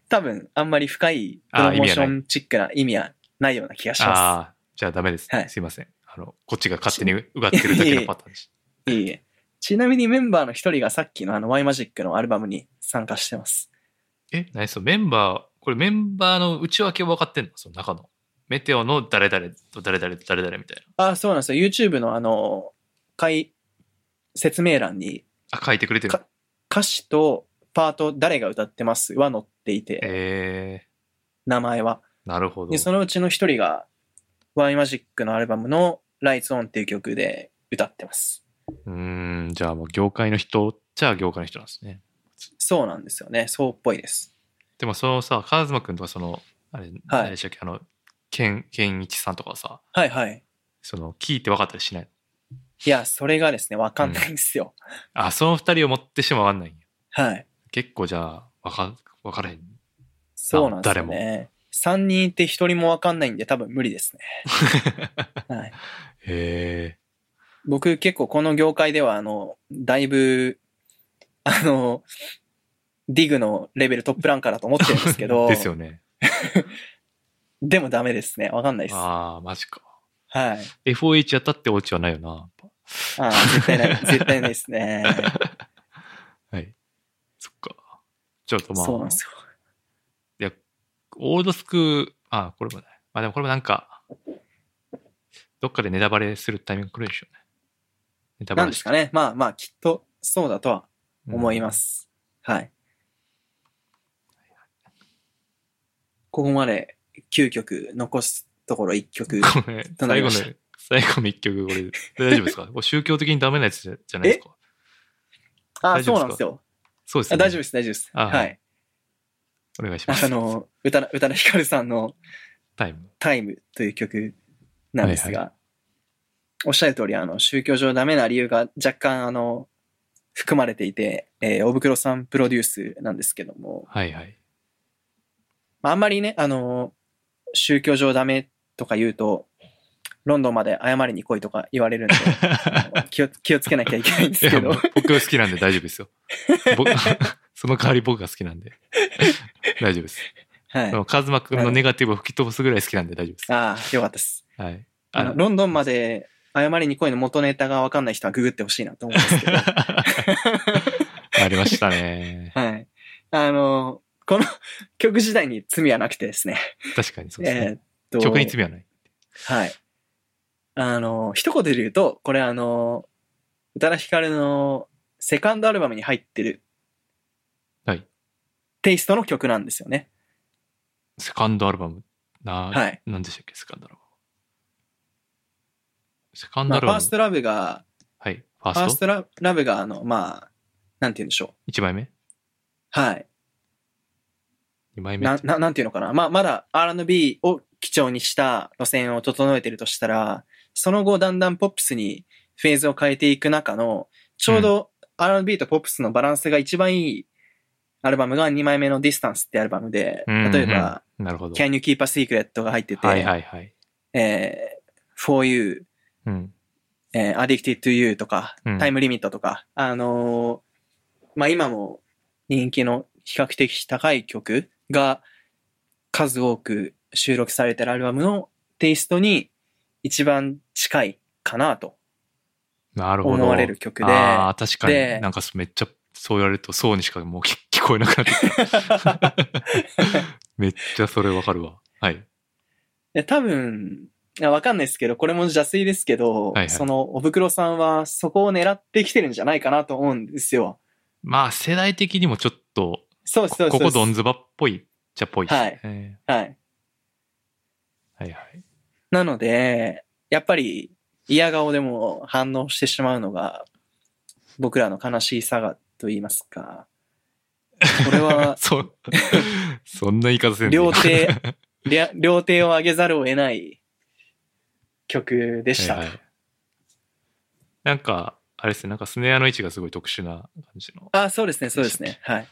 [SPEAKER 2] 多分、あんまり深いプ
[SPEAKER 3] あ
[SPEAKER 2] ロ
[SPEAKER 3] あ意
[SPEAKER 2] モー
[SPEAKER 3] 味
[SPEAKER 2] シ
[SPEAKER 3] はない
[SPEAKER 2] ョンチックな意味はないような気がしま
[SPEAKER 3] ああじゃあダメです、
[SPEAKER 2] はい
[SPEAKER 3] すいませんあのこっちが勝手にうがってるだけのパターンでし
[SPEAKER 2] す。いえいえ。ちなみにメンバーの一人がさっきのあの Y マジックのアルバムに参加してます。
[SPEAKER 3] [LAUGHS] え、何そのメンバー、これメンバーの内訳は分かってんのその中の。メテオの誰々と誰々と誰々みたいな。
[SPEAKER 2] ああ、そうなんですよ。YouTube のあの、解、説明欄に
[SPEAKER 3] あ、書いてくれてる
[SPEAKER 2] か。歌詞とパート誰が歌ってますは載っていて、
[SPEAKER 3] え
[SPEAKER 2] 名前は。
[SPEAKER 3] ー、なるほど
[SPEAKER 2] で、。そのうちの一人が、ワイマジックのアルバムの Lights On っていう曲で歌ってます。
[SPEAKER 3] うーん、じゃあもう業界の人っちゃ業界の人なんですね。
[SPEAKER 2] そうなんですよね。そうっぽいです。
[SPEAKER 3] でもそのさ、カズマ君とかその、あれ、何でしたっけ、あの、ケン、ケンイチさんとかはさ、
[SPEAKER 2] はいはい。
[SPEAKER 3] その、聞いて分かったりしない。
[SPEAKER 2] いや、それがですね、わかんないんですよ。
[SPEAKER 3] あ、その二人を持ってしても分かんないんや。
[SPEAKER 2] はい。結
[SPEAKER 3] 結構じゃあ、分か、分からへん。
[SPEAKER 2] そうなんですよね。3人いて1人もわかんないんで多分無理です
[SPEAKER 3] [LAUGHS]
[SPEAKER 2] ね。はい。
[SPEAKER 3] へえ。
[SPEAKER 2] 僕結構この業界ではあの、だいぶ、あの、ディグのレベルトップランカーだと思ってるんですけど、
[SPEAKER 3] [LAUGHS] ですよね。
[SPEAKER 2] でもダメですね。わかんないです。はい。
[SPEAKER 3] ああ、マジか。
[SPEAKER 2] あ
[SPEAKER 3] FOH やったってオチはないよな。やっぱ
[SPEAKER 2] あ絶
[SPEAKER 3] [LAUGHS]
[SPEAKER 2] 対ない、絶対ないですね。
[SPEAKER 3] はい。そっか。ちょっとまあ、
[SPEAKER 2] そうなんですよ。
[SPEAKER 3] いや、オールドスクール、あ、これもね。まあでもこれもなんか、どっかでネタバレするタイミング来るでしょうね。ネタバ
[SPEAKER 2] なん
[SPEAKER 3] レ。
[SPEAKER 2] ですかね。まあまあ、きっとそうだとは思いますす。はい。ここまで9曲、残すところ1曲。
[SPEAKER 3] うんごめん
[SPEAKER 2] となり
[SPEAKER 3] 最後
[SPEAKER 2] ま
[SPEAKER 3] の
[SPEAKER 2] した、
[SPEAKER 3] 最後の一曲、これ、大丈夫ですか [LAUGHS] これ宗教的にダメなやつじゃじゃないですか
[SPEAKER 2] あ、
[SPEAKER 3] [LAUGHS] 大丈
[SPEAKER 2] そうな
[SPEAKER 3] 夫ですか
[SPEAKER 2] んですよ。
[SPEAKER 3] そうです
[SPEAKER 2] あ
[SPEAKER 3] ね。
[SPEAKER 2] 大丈夫です、大丈夫です。
[SPEAKER 3] あ
[SPEAKER 2] はい。
[SPEAKER 3] お願いします。
[SPEAKER 2] あの、宇多田宇多田ヒカルさんの
[SPEAKER 3] タイム。
[SPEAKER 2] タイムという曲なんですが、
[SPEAKER 3] は
[SPEAKER 2] おっしゃる通り、あの、宗教上ダメな理由が若干、あの、含まれていて、えー、大袋さんプロデュースなんですけども、
[SPEAKER 3] はいはい。
[SPEAKER 2] まああんまりね、あの、宗教上ダメとか言うと、ロンドンまで謝りに来いとか言われ
[SPEAKER 3] [LAUGHS]
[SPEAKER 2] るんで、気を気をつけなきゃいけないんです
[SPEAKER 3] い
[SPEAKER 2] け
[SPEAKER 3] や、
[SPEAKER 2] ど
[SPEAKER 3] もう、僕好きなんで大丈夫で
[SPEAKER 2] [LAUGHS]
[SPEAKER 3] すよ。僕 [LAUGHS] その代わり僕が好きなんで。 [LAUGHS] 大丈夫です。
[SPEAKER 2] はい。
[SPEAKER 3] で
[SPEAKER 2] あ
[SPEAKER 3] もカズマ君のネガティブを吹き飛ばすぐらい好きなんで大丈夫です。
[SPEAKER 2] あー、よかったです。
[SPEAKER 3] はい。
[SPEAKER 2] あの、ロンドンまで謝りに来いの元ネタがわかんない人はググってほしいなと思うんですけど、
[SPEAKER 3] [LAUGHS] ありましたね。
[SPEAKER 2] はい。あの、この [LAUGHS] 曲自体に罪はなくてですね。
[SPEAKER 3] 確かにそうです
[SPEAKER 2] えー
[SPEAKER 3] ね。
[SPEAKER 2] っと。
[SPEAKER 3] 曲に罪はない。
[SPEAKER 2] はい。あの、一言で言うと、これあの、宇多田ヒカルのセカンドアルバムに入ってる。
[SPEAKER 3] はい。
[SPEAKER 2] テイストの曲なんですよね。
[SPEAKER 3] セカンドアルバム。な、
[SPEAKER 2] はい
[SPEAKER 3] なんでしたっけ、セカンドアルバム。セカン
[SPEAKER 2] まあ、
[SPEAKER 3] ドア
[SPEAKER 2] フ
[SPEAKER 3] ルバ
[SPEAKER 2] ァ
[SPEAKER 3] ム。
[SPEAKER 2] ーストラブが、
[SPEAKER 3] はい。ファ
[SPEAKER 2] ファ
[SPEAKER 3] ー
[SPEAKER 2] ー
[SPEAKER 3] ス
[SPEAKER 2] ス
[SPEAKER 3] ト
[SPEAKER 2] トララブがあの、まあ、なんて言うんでしょ
[SPEAKER 3] ?1 枚目
[SPEAKER 2] う。はい。
[SPEAKER 3] ?2 枚目
[SPEAKER 2] な、ななんて言うのかな。まあ、まだ R&B を基調にした路線を整えてるとしたら、その後だんだんポップスにフェーズを変えていく中の、ちょうど R&B とポップスのバランスが一番いいアルバムが2枚目の Distance ってアルバムで、
[SPEAKER 3] うん
[SPEAKER 2] 例えば、
[SPEAKER 3] なるほど。
[SPEAKER 2] Can You Keep a Secret が入ってて、
[SPEAKER 3] はいはいはい。
[SPEAKER 2] えー For You、
[SPEAKER 3] うん。
[SPEAKER 2] えー Addicted to You とか、
[SPEAKER 3] うん
[SPEAKER 2] Time Limit とか、あのーまあ、今も人気の比較的高い曲が数多く収録されてるアルバムのテイストに一番近いかなと
[SPEAKER 3] なるほど。
[SPEAKER 2] 思われる曲で、
[SPEAKER 3] ああ、確かに。
[SPEAKER 2] で
[SPEAKER 3] なんかめっちゃ、そう言われると、そうにしかもう聞 [LAUGHS] 聞こえなくなってきた。めっちゃそれわかるわ。はい。
[SPEAKER 2] [LAUGHS] で多分、いやわかんないですけど、これも邪推ですけど、
[SPEAKER 3] はいはい
[SPEAKER 2] その、お袋さんはそこを狙ってきてるんじゃないかなと思うんですよ。
[SPEAKER 3] まあ、世代的にもちょっと、
[SPEAKER 2] そうですそうですそ
[SPEAKER 3] こ
[SPEAKER 2] うで
[SPEAKER 3] こ
[SPEAKER 2] す。
[SPEAKER 3] ドンズバっぽいっちゃっぽいですね。
[SPEAKER 2] はい。
[SPEAKER 3] はいはい。、
[SPEAKER 2] なので、やっぱり、嫌顔でも反応してしまうのが、僕らの悲しいさがと言いますか。これは
[SPEAKER 3] [LAUGHS] そ、そんな言い方せんでいい
[SPEAKER 2] 両手、りゃ両手を上げざるを得ない曲でした。
[SPEAKER 3] はいはいなんか、あれですね、なんかスネアの位置がすごい特殊な感じの。
[SPEAKER 2] あ、そうですね、そうですね。はい。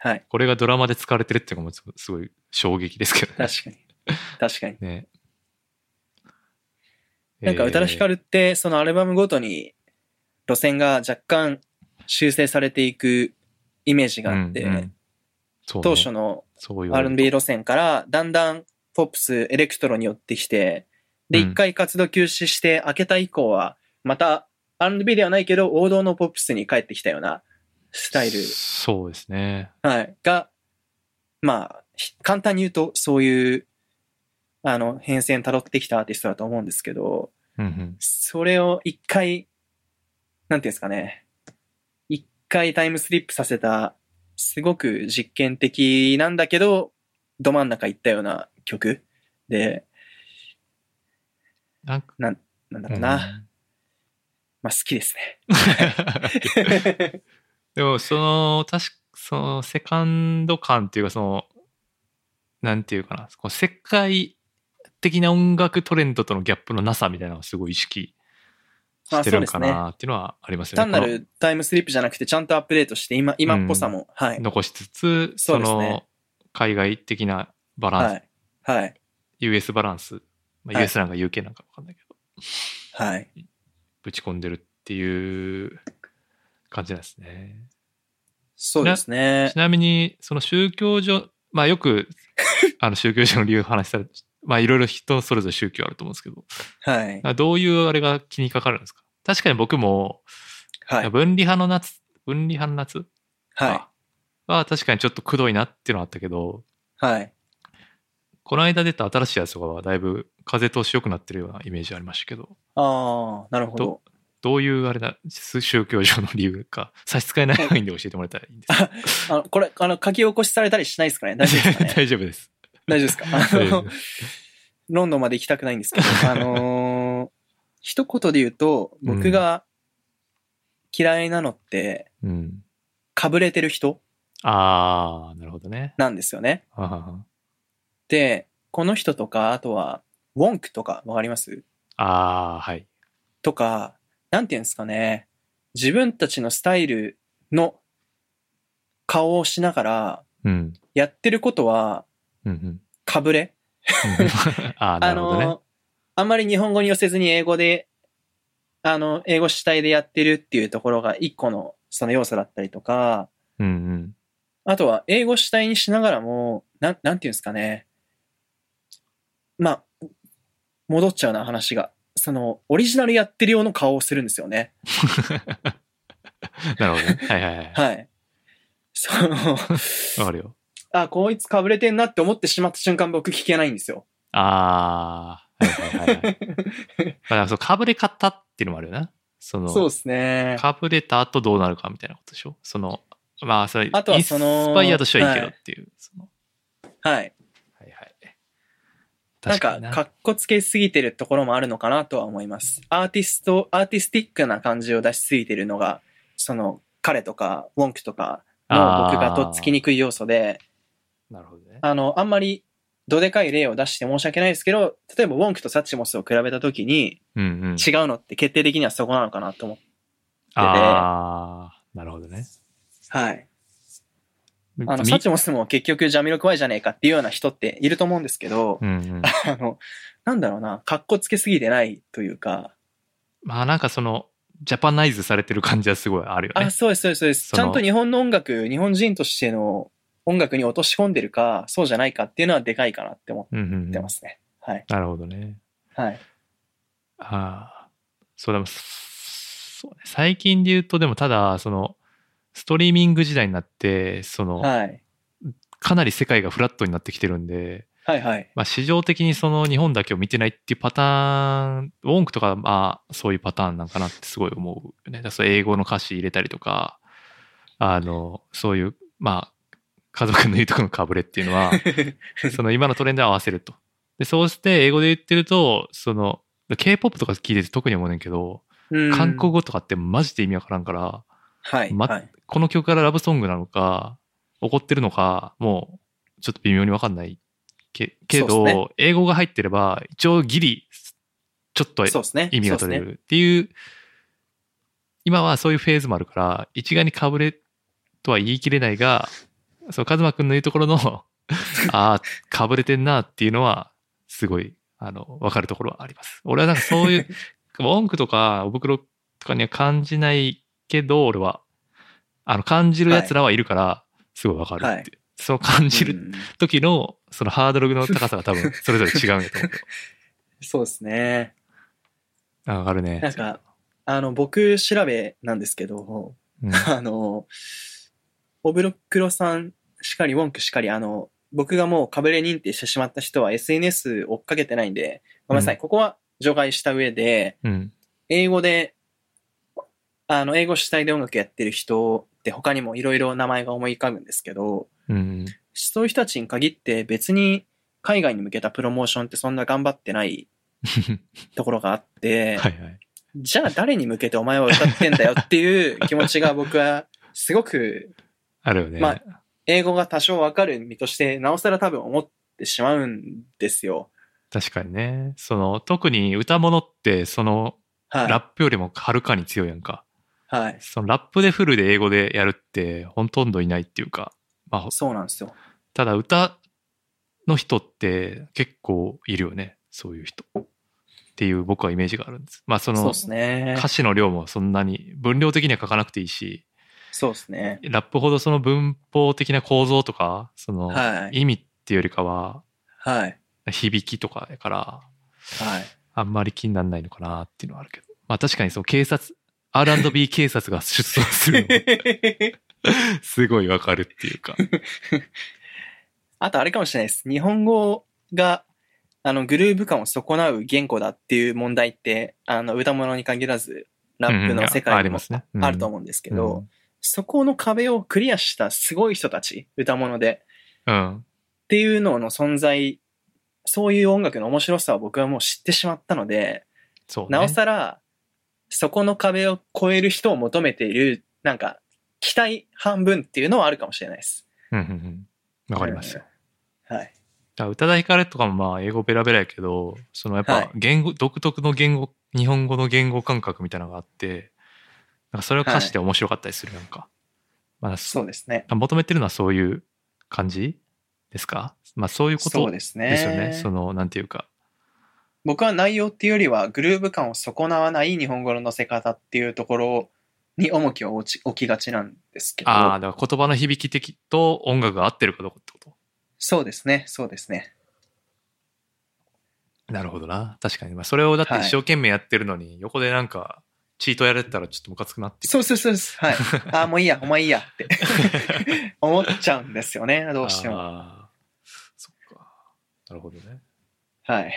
[SPEAKER 2] はい。
[SPEAKER 3] これがドラマで使われてるっていうのもすすごい衝撃ですけどね。
[SPEAKER 2] 確
[SPEAKER 3] [LAUGHS]
[SPEAKER 2] かに。確かに。
[SPEAKER 3] ね。
[SPEAKER 2] なんか宇多田ヒカ
[SPEAKER 3] る
[SPEAKER 2] ルって、そのアルバムごとに路線が若干修正されていくイメージがあって、
[SPEAKER 3] そうね
[SPEAKER 2] 当初の
[SPEAKER 3] そういう
[SPEAKER 2] R&B 路線からだんだんポップス、エレクトロに寄ってきて、で、
[SPEAKER 3] うん
[SPEAKER 2] 一回活動休止して明けた以降は、また R&B ではないけど王道のポップスに帰ってきたようなスタイル、
[SPEAKER 3] そうですね。
[SPEAKER 2] はい、が、まあ、ひ簡単に言うとそういう、あの、変遷辿ってきたアーティストだと思うんですけど、
[SPEAKER 3] うんうん。
[SPEAKER 2] それを一回、なんていうんですかね、一回タイムスリップさせた、すごく実験的なんだけど、ど真ん中行ったような曲で、
[SPEAKER 3] なんか、
[SPEAKER 2] なんだろうな、
[SPEAKER 3] うん
[SPEAKER 2] まあ好きですね。
[SPEAKER 3] [LAUGHS]
[SPEAKER 2] [LAUGHS]
[SPEAKER 3] でもその確かそのセカンド感っていうかそのなんていうかなこう世界的な音楽トレンドとのギャップのなさみたいなのをすごい意識
[SPEAKER 2] ま
[SPEAKER 3] し
[SPEAKER 2] あ
[SPEAKER 3] て
[SPEAKER 2] そうで
[SPEAKER 3] るん
[SPEAKER 2] す
[SPEAKER 3] か
[SPEAKER 2] ね。
[SPEAKER 3] なっていうのはありますよ
[SPEAKER 2] 単
[SPEAKER 3] ね。
[SPEAKER 2] なるタイムスリップじゃなくて、ちゃんとアップデートして、今、今っぽさも、は
[SPEAKER 3] こ
[SPEAKER 2] い
[SPEAKER 3] の。残しつつそ,、
[SPEAKER 2] そうです
[SPEAKER 3] の
[SPEAKER 2] ね
[SPEAKER 3] 海外的なバランス、
[SPEAKER 2] はい。はい。
[SPEAKER 3] US バランス、まあ、
[SPEAKER 2] はい
[SPEAKER 3] US なんか UK なんかわかんないけど、
[SPEAKER 2] はい。
[SPEAKER 3] ぶち込んでるっていう感じなんですね。
[SPEAKER 2] そうですね
[SPEAKER 3] ち。なみに、その宗教上、まあよく、
[SPEAKER 2] [LAUGHS]
[SPEAKER 3] あの宗教上の理由を話したら、まあいろいろ人それぞれ宗教あると思うんですけど、
[SPEAKER 2] はい。
[SPEAKER 3] あどういうあれが気にかかるんですか確かに僕も、
[SPEAKER 2] はい。
[SPEAKER 3] 分離派の夏、分離派の夏
[SPEAKER 2] はい。
[SPEAKER 3] かは確かにちょっとくどいなっていうのはあったけど、
[SPEAKER 2] はい。
[SPEAKER 3] この間出た新しいやつとかはだいぶ風通し良くなってるようなイメージありましたけど、
[SPEAKER 2] ああ、なるほど
[SPEAKER 3] ど。どういうあれだ、宗教上の理由か、差し支えない範囲で教えてもらえたらいいんですか
[SPEAKER 2] あの、これ、あの、書き起こしされたりしないですかね大丈夫です [LAUGHS] かね
[SPEAKER 3] [LAUGHS] 大丈夫です。
[SPEAKER 2] 大丈夫ですかあ
[SPEAKER 3] [LAUGHS] 大丈夫
[SPEAKER 2] の
[SPEAKER 3] で、
[SPEAKER 2] ロンドンまで行きたくないん
[SPEAKER 3] [LAUGHS]
[SPEAKER 2] ですけど、あのー一言で言うと、僕が嫌いなのって、
[SPEAKER 3] うん。
[SPEAKER 2] かぶれてる人
[SPEAKER 3] あー、なるほどね。
[SPEAKER 2] なんですよね。
[SPEAKER 3] ははは
[SPEAKER 2] で、この人とか、あとは、ウォンクとか、わかります
[SPEAKER 3] ああ、はい。
[SPEAKER 2] とか、なんていうんですかね、自分たちのスタイルの顔をしながら、
[SPEAKER 3] うん。
[SPEAKER 2] やってることは、
[SPEAKER 3] うんうん。
[SPEAKER 2] かぶれ
[SPEAKER 3] [LAUGHS] ああ、な
[SPEAKER 2] あ
[SPEAKER 3] るほどね。
[SPEAKER 2] の、あんまり日本語に寄せずに英語で、あの、英語主体でやってるっていうところが一個のその要素だったりとか、
[SPEAKER 3] うんうん。
[SPEAKER 2] あとは英語主体にしながらも、なん、なんていうんですかね。まあ、戻っちゃうな話が。その、オリジナルやってるような顔をするんですよね。
[SPEAKER 3] なるほどね。 [LAUGHS] はいはいはい。
[SPEAKER 2] はい。その、
[SPEAKER 3] わかるよ。
[SPEAKER 2] あ、こいつかぶれてんなって思ってしまった瞬間僕聞けないんですよ。
[SPEAKER 3] ああ、はいはい
[SPEAKER 2] [LAUGHS]
[SPEAKER 3] はいはい。まあ、そのかぶれ方っていうのもあるよな。その、
[SPEAKER 2] そうですね。
[SPEAKER 3] かぶれた後どうなるかみたいなことでしょ。その、まあ、それ、
[SPEAKER 2] あとはその
[SPEAKER 3] インスパイアとしてはいいけど
[SPEAKER 2] は
[SPEAKER 3] っていう。その
[SPEAKER 2] はい。
[SPEAKER 3] はいはい。
[SPEAKER 2] なん
[SPEAKER 3] 確
[SPEAKER 2] か、
[SPEAKER 3] に
[SPEAKER 2] かっこつけすぎてるところもあるのかなとは思います。アーティスト、アーティスティックな感じを出しすぎてるのが、その、彼とか、ウォンクとかの僕がとっつきにくい要素で、
[SPEAKER 3] なるほどね。
[SPEAKER 2] あの、あんまり、どでかい例を出して申し訳ないですけど、例えばウォンクとサッチモスを比べたときに、
[SPEAKER 3] うんうん。
[SPEAKER 2] 違うのって決定的にはそこなのかなと思って。
[SPEAKER 3] ああ、なるほどね。
[SPEAKER 2] はい。あの、
[SPEAKER 3] み
[SPEAKER 2] サッチモスも結局ジャミロクワイじゃねえかっていうような人っていると思うんですけど
[SPEAKER 3] う、んうん。
[SPEAKER 2] あの、なんだろうな、かっこつけすぎてないというか、
[SPEAKER 3] まあなんかその、ジャパナイズされてる感じはすごいあるよね
[SPEAKER 2] あ、。そうです、そうです、そうです。
[SPEAKER 3] そ
[SPEAKER 2] ち
[SPEAKER 3] の
[SPEAKER 2] ゃんと日本の音楽、日本人としての音楽に落とし込んでるか、そうじゃないかっていうのはでかいかなって思
[SPEAKER 3] うんうんうん
[SPEAKER 2] ってますね。はい。
[SPEAKER 3] なるほどね。
[SPEAKER 2] はい。
[SPEAKER 3] ああ。そう、でも、そうね。最近で言うと、でもただ、その、ストリーミング時代になって、その、
[SPEAKER 2] はい。
[SPEAKER 3] かなり世界がフラットになってきてるんで、
[SPEAKER 2] はい、はい。
[SPEAKER 3] まあ、市場的にその日本だけを見てないっていうパターン、ウォンクとか、まあ、そういうパターンなんかなってすごい思うよね。だからそう英語の歌詞入れたりとか、あの、そういう、まあ、家族の言うとこのかぶれっていうのは、その今のトレンドに合わせると。で、そうして英語で言ってると、その、で K-POP とか聞いてて特に思うねんけど、
[SPEAKER 2] [LAUGHS] うん
[SPEAKER 3] 韓国語とかってマジで意味わからんから、
[SPEAKER 2] はい、
[SPEAKER 3] ま
[SPEAKER 2] はい。
[SPEAKER 3] この曲からラブソングなのか、怒ってるのか、もうちょっと微妙にわかんないけけ
[SPEAKER 2] そ
[SPEAKER 3] ど、
[SPEAKER 2] うっすね
[SPEAKER 3] 英語が入ってれば、一応ギリ、ちょっと
[SPEAKER 2] そうですね。
[SPEAKER 3] 意味が取れ
[SPEAKER 2] そうっ
[SPEAKER 3] るっていう今はそういうフェーズもあるから一概にかぶれとは言い切れないがそうカズマくんの言うところの
[SPEAKER 2] [LAUGHS]
[SPEAKER 3] ああかぶれてんなっていうのはすごいあの分かるところはあります俺はなんかそういう文句とかお袋とかには感じないけど俺はあの感じるやつらはいるからすごい分かるって、
[SPEAKER 2] はい
[SPEAKER 3] その感
[SPEAKER 2] す
[SPEAKER 3] じ
[SPEAKER 2] ね
[SPEAKER 3] る
[SPEAKER 2] うん
[SPEAKER 3] 時のそのハードルの高さが多分それぞれ違うん
[SPEAKER 2] [LAUGHS]
[SPEAKER 3] やと思うけど
[SPEAKER 2] そうです
[SPEAKER 3] [LAUGHS]
[SPEAKER 2] ね。
[SPEAKER 3] あ分かるね
[SPEAKER 2] なんか、あの、僕調べなんですけど、
[SPEAKER 3] うん
[SPEAKER 2] あの、オブロクロさんしかり、ウォンクしかり、あの、僕がもうかぶれ認定してしまった人は SNS 追っかけてないんで、ごめんなさい、
[SPEAKER 3] うん
[SPEAKER 2] ここは除外した上で、
[SPEAKER 3] うん
[SPEAKER 2] 英語で、あの、英語主体で音楽やってる人って他にもいろいろ名前が思い浮かぶんですけど、
[SPEAKER 3] うん
[SPEAKER 2] そういう人たちに限って別に海外に向けたプロモーションってそんな頑張ってないところがあって、
[SPEAKER 3] はいはい。
[SPEAKER 2] じゃあ誰に向けてお前は歌ってんだよっていう気持ちが僕はすごく
[SPEAKER 3] あるよね。
[SPEAKER 2] まあ英語が多少わかる身としてなおさら多分思ってしまうんですよ。
[SPEAKER 3] 確かにね。その、特に歌物って、その、ラ
[SPEAKER 2] は
[SPEAKER 3] ップよりもはるかに強いやんか。
[SPEAKER 2] い。はい。
[SPEAKER 3] そのラップでフルで英語でやるって、ほとんどいないっていうか、まあ、ほ
[SPEAKER 2] そうなんですよ。
[SPEAKER 3] ただ歌の人って結構いるよね。そういう人。っていう僕はイメージがあるんです。まあ、そ
[SPEAKER 2] そう
[SPEAKER 3] の
[SPEAKER 2] で、すね。
[SPEAKER 3] 歌詞の量もそんなに、分量的には書かなくていいし、
[SPEAKER 2] そうですね。
[SPEAKER 3] ラップほどその文法的な構造とか、その、
[SPEAKER 2] はい。
[SPEAKER 3] 意味っていうよりかは、
[SPEAKER 2] はい。
[SPEAKER 3] 響きとかやから、
[SPEAKER 2] はい。 [LAUGHS]
[SPEAKER 3] あんまり気にならないのかなっていうのはあるけど。まあ確かにその警察、
[SPEAKER 2] [LAUGHS]
[SPEAKER 3] R&B 警察が出動するのも [LAUGHS] すごいわかるっていうか。
[SPEAKER 2] あとあれかもしれないです。日本語が、あの、グルーヴ感を損なう言語だっていう問題って、あの、歌物に限らず、ラップの世
[SPEAKER 3] うんうんああ
[SPEAKER 2] 界
[SPEAKER 3] り
[SPEAKER 2] に
[SPEAKER 3] ま
[SPEAKER 2] も
[SPEAKER 3] すねうん
[SPEAKER 2] あると思うんですけど、
[SPEAKER 3] うん
[SPEAKER 2] そこの壁をクリアしたすごい人たち、歌物で、
[SPEAKER 3] うん。
[SPEAKER 2] っていうのの存在、そういう音楽の面白さを僕はもう知ってしまったので、
[SPEAKER 3] そう、ね。
[SPEAKER 2] なおさら、そこの壁を越える人を求めている、なんか、期待半分っていうのはあるかもしれないです。
[SPEAKER 3] うんうんうん。わかりますよ。
[SPEAKER 2] はい。
[SPEAKER 3] だから宇多田ヒカルとかもまあ英語ベラベラやけど、そのやっ
[SPEAKER 2] はい
[SPEAKER 3] ぱ言語、独特の言語、日本語の言語感覚みたいなのがあって、なんかそれを歌詞で面白かったりするやんか。まあ
[SPEAKER 2] そうですね。
[SPEAKER 3] 求めてるのはそういう感じですかまあそういうこ
[SPEAKER 2] そ
[SPEAKER 3] と
[SPEAKER 2] う
[SPEAKER 3] で
[SPEAKER 2] ですね。
[SPEAKER 3] すよね。その、なんていうか。
[SPEAKER 2] 僕は内容っていうよりはグルーヴ感を損なわない日本語の乗せ方っていうところに重きを置ち置きがちなんですけど。
[SPEAKER 3] ああ、だから言葉の響き的と音楽が合ってるかどうかってこ
[SPEAKER 2] そうですね、そうですね。
[SPEAKER 3] と。なるほどな。確かに。まあ、それをだって
[SPEAKER 2] はい
[SPEAKER 3] 一生懸命やってるのに、横でなんか、チートやれてたらちょっとムカつくなっていう。
[SPEAKER 2] そうそうそうです。
[SPEAKER 3] [LAUGHS]
[SPEAKER 2] はい。ああ、もういいや、お前いいやって思っちゃうんですよね、どうしても。
[SPEAKER 3] あーそっか。なるほどね。
[SPEAKER 2] はい。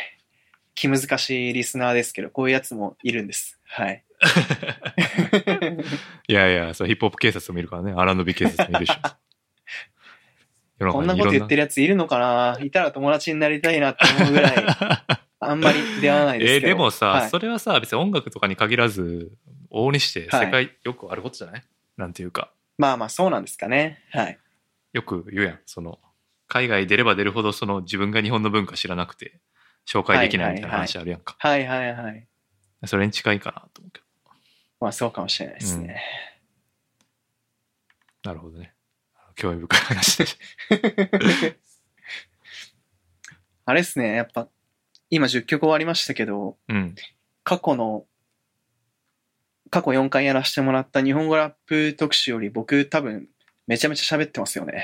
[SPEAKER 2] 気難しいリスナーですけど、こういうやつもいるんです。はい。
[SPEAKER 3] いやいや、そうヒップホップ警察もいるからね。R&B 警察もい [LAUGHS] るし。世の
[SPEAKER 2] こんな
[SPEAKER 3] 中に
[SPEAKER 2] こと
[SPEAKER 3] いろ
[SPEAKER 2] 言ってるやついるのかないたら友達になりたいなって思うぐら
[SPEAKER 3] [LAUGHS]
[SPEAKER 2] い、あんまり出会わないです
[SPEAKER 3] え
[SPEAKER 2] け
[SPEAKER 3] ー
[SPEAKER 2] ど。
[SPEAKER 3] でもさ、
[SPEAKER 2] はい
[SPEAKER 3] それはさ、別に音楽とかに限らず、往々にして
[SPEAKER 2] はい
[SPEAKER 3] 世界よくあることじゃない、なんていうか。
[SPEAKER 2] まあまあ、そうなんですかね。はい。
[SPEAKER 3] よく言うやんその海外出れば出るほどその自分が日本の文化知らなくて紹介できないみたいな
[SPEAKER 2] はいはいはい
[SPEAKER 3] 話あるやんか、
[SPEAKER 2] はいはいはい。
[SPEAKER 3] それに近いかなと思うけ
[SPEAKER 2] まあそうかもしれないですね。
[SPEAKER 3] どなるほどね興味深い
[SPEAKER 2] [LAUGHS]
[SPEAKER 3] 話でし
[SPEAKER 2] あれですね、やっぱ、今10曲終わりましたけど、
[SPEAKER 3] たうん [LAUGHS]
[SPEAKER 2] 過去の、過去4回やらせてもらった日本語ラップ特集より僕多分めちゃめちゃ喋ってますよね。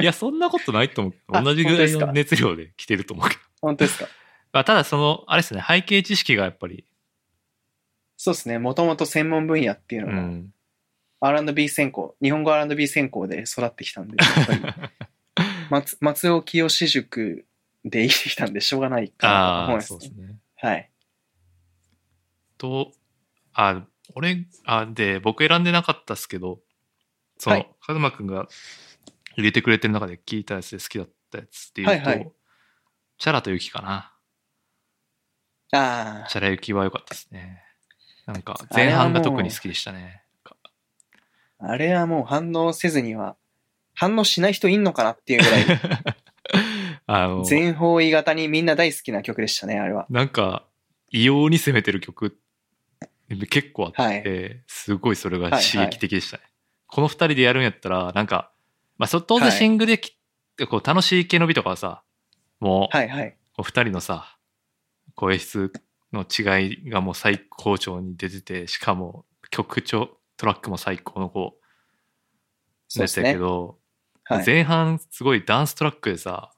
[SPEAKER 3] いやそんなことないと思うけど
[SPEAKER 2] あ
[SPEAKER 3] 同じぐらい
[SPEAKER 2] 本当です
[SPEAKER 3] の
[SPEAKER 2] か
[SPEAKER 3] 熱量で来てると思うけど、
[SPEAKER 2] 本当です
[SPEAKER 3] [LAUGHS]
[SPEAKER 2] か
[SPEAKER 3] まあ、ただそのあれですね背景知識がやっぱり、
[SPEAKER 2] そうですね、もともと専門分野っていう
[SPEAKER 3] う
[SPEAKER 2] のが、
[SPEAKER 3] ん、
[SPEAKER 2] R&B 専攻、日本語 R&B 専攻で育ってきたん
[SPEAKER 3] [LAUGHS]
[SPEAKER 2] で、やっぱり松松尾清志塾で生きてきたんでしょうがないかなと
[SPEAKER 3] あ
[SPEAKER 2] 思い
[SPEAKER 3] あ
[SPEAKER 2] ます
[SPEAKER 3] そうですね
[SPEAKER 2] はい。
[SPEAKER 3] とあ俺あで僕選んでなかったっすけどその、
[SPEAKER 2] はい
[SPEAKER 3] カズマくんが入れてくれてる中で聞いたやつで好きだったやつっていうと、
[SPEAKER 2] はいはい
[SPEAKER 3] チャラとユキかな
[SPEAKER 2] あ
[SPEAKER 3] チャラゆきは良かったですね。なんか、前半が特に好きでしたね。
[SPEAKER 2] あ、あれはもう反応せずには、反応しない人いんのかなっていうぐら
[SPEAKER 3] [LAUGHS]
[SPEAKER 2] い、
[SPEAKER 3] あ
[SPEAKER 2] [LAUGHS]
[SPEAKER 3] の、
[SPEAKER 2] 全方位型にみんな大好きな曲でしたね、あれは。
[SPEAKER 3] なんか、異様に攻めてる曲、結構あって、
[SPEAKER 2] はい
[SPEAKER 3] すごいそれが
[SPEAKER 2] はいはい
[SPEAKER 3] 刺激的でしたね。この二人でやるんやったら、なんか、まあ、そ当然
[SPEAKER 2] はい
[SPEAKER 3] シングルでき、こう楽しい系の美とかはさ、もう、
[SPEAKER 2] はいはい。
[SPEAKER 3] お二人のさ声質の違いがもう最高潮に出ててしかも曲調トラックも最高のこう
[SPEAKER 2] そうで
[SPEAKER 3] 出て
[SPEAKER 2] す
[SPEAKER 3] たけ
[SPEAKER 2] ね。
[SPEAKER 3] ど、
[SPEAKER 2] はい
[SPEAKER 3] 前半すごいダンストラックでさ、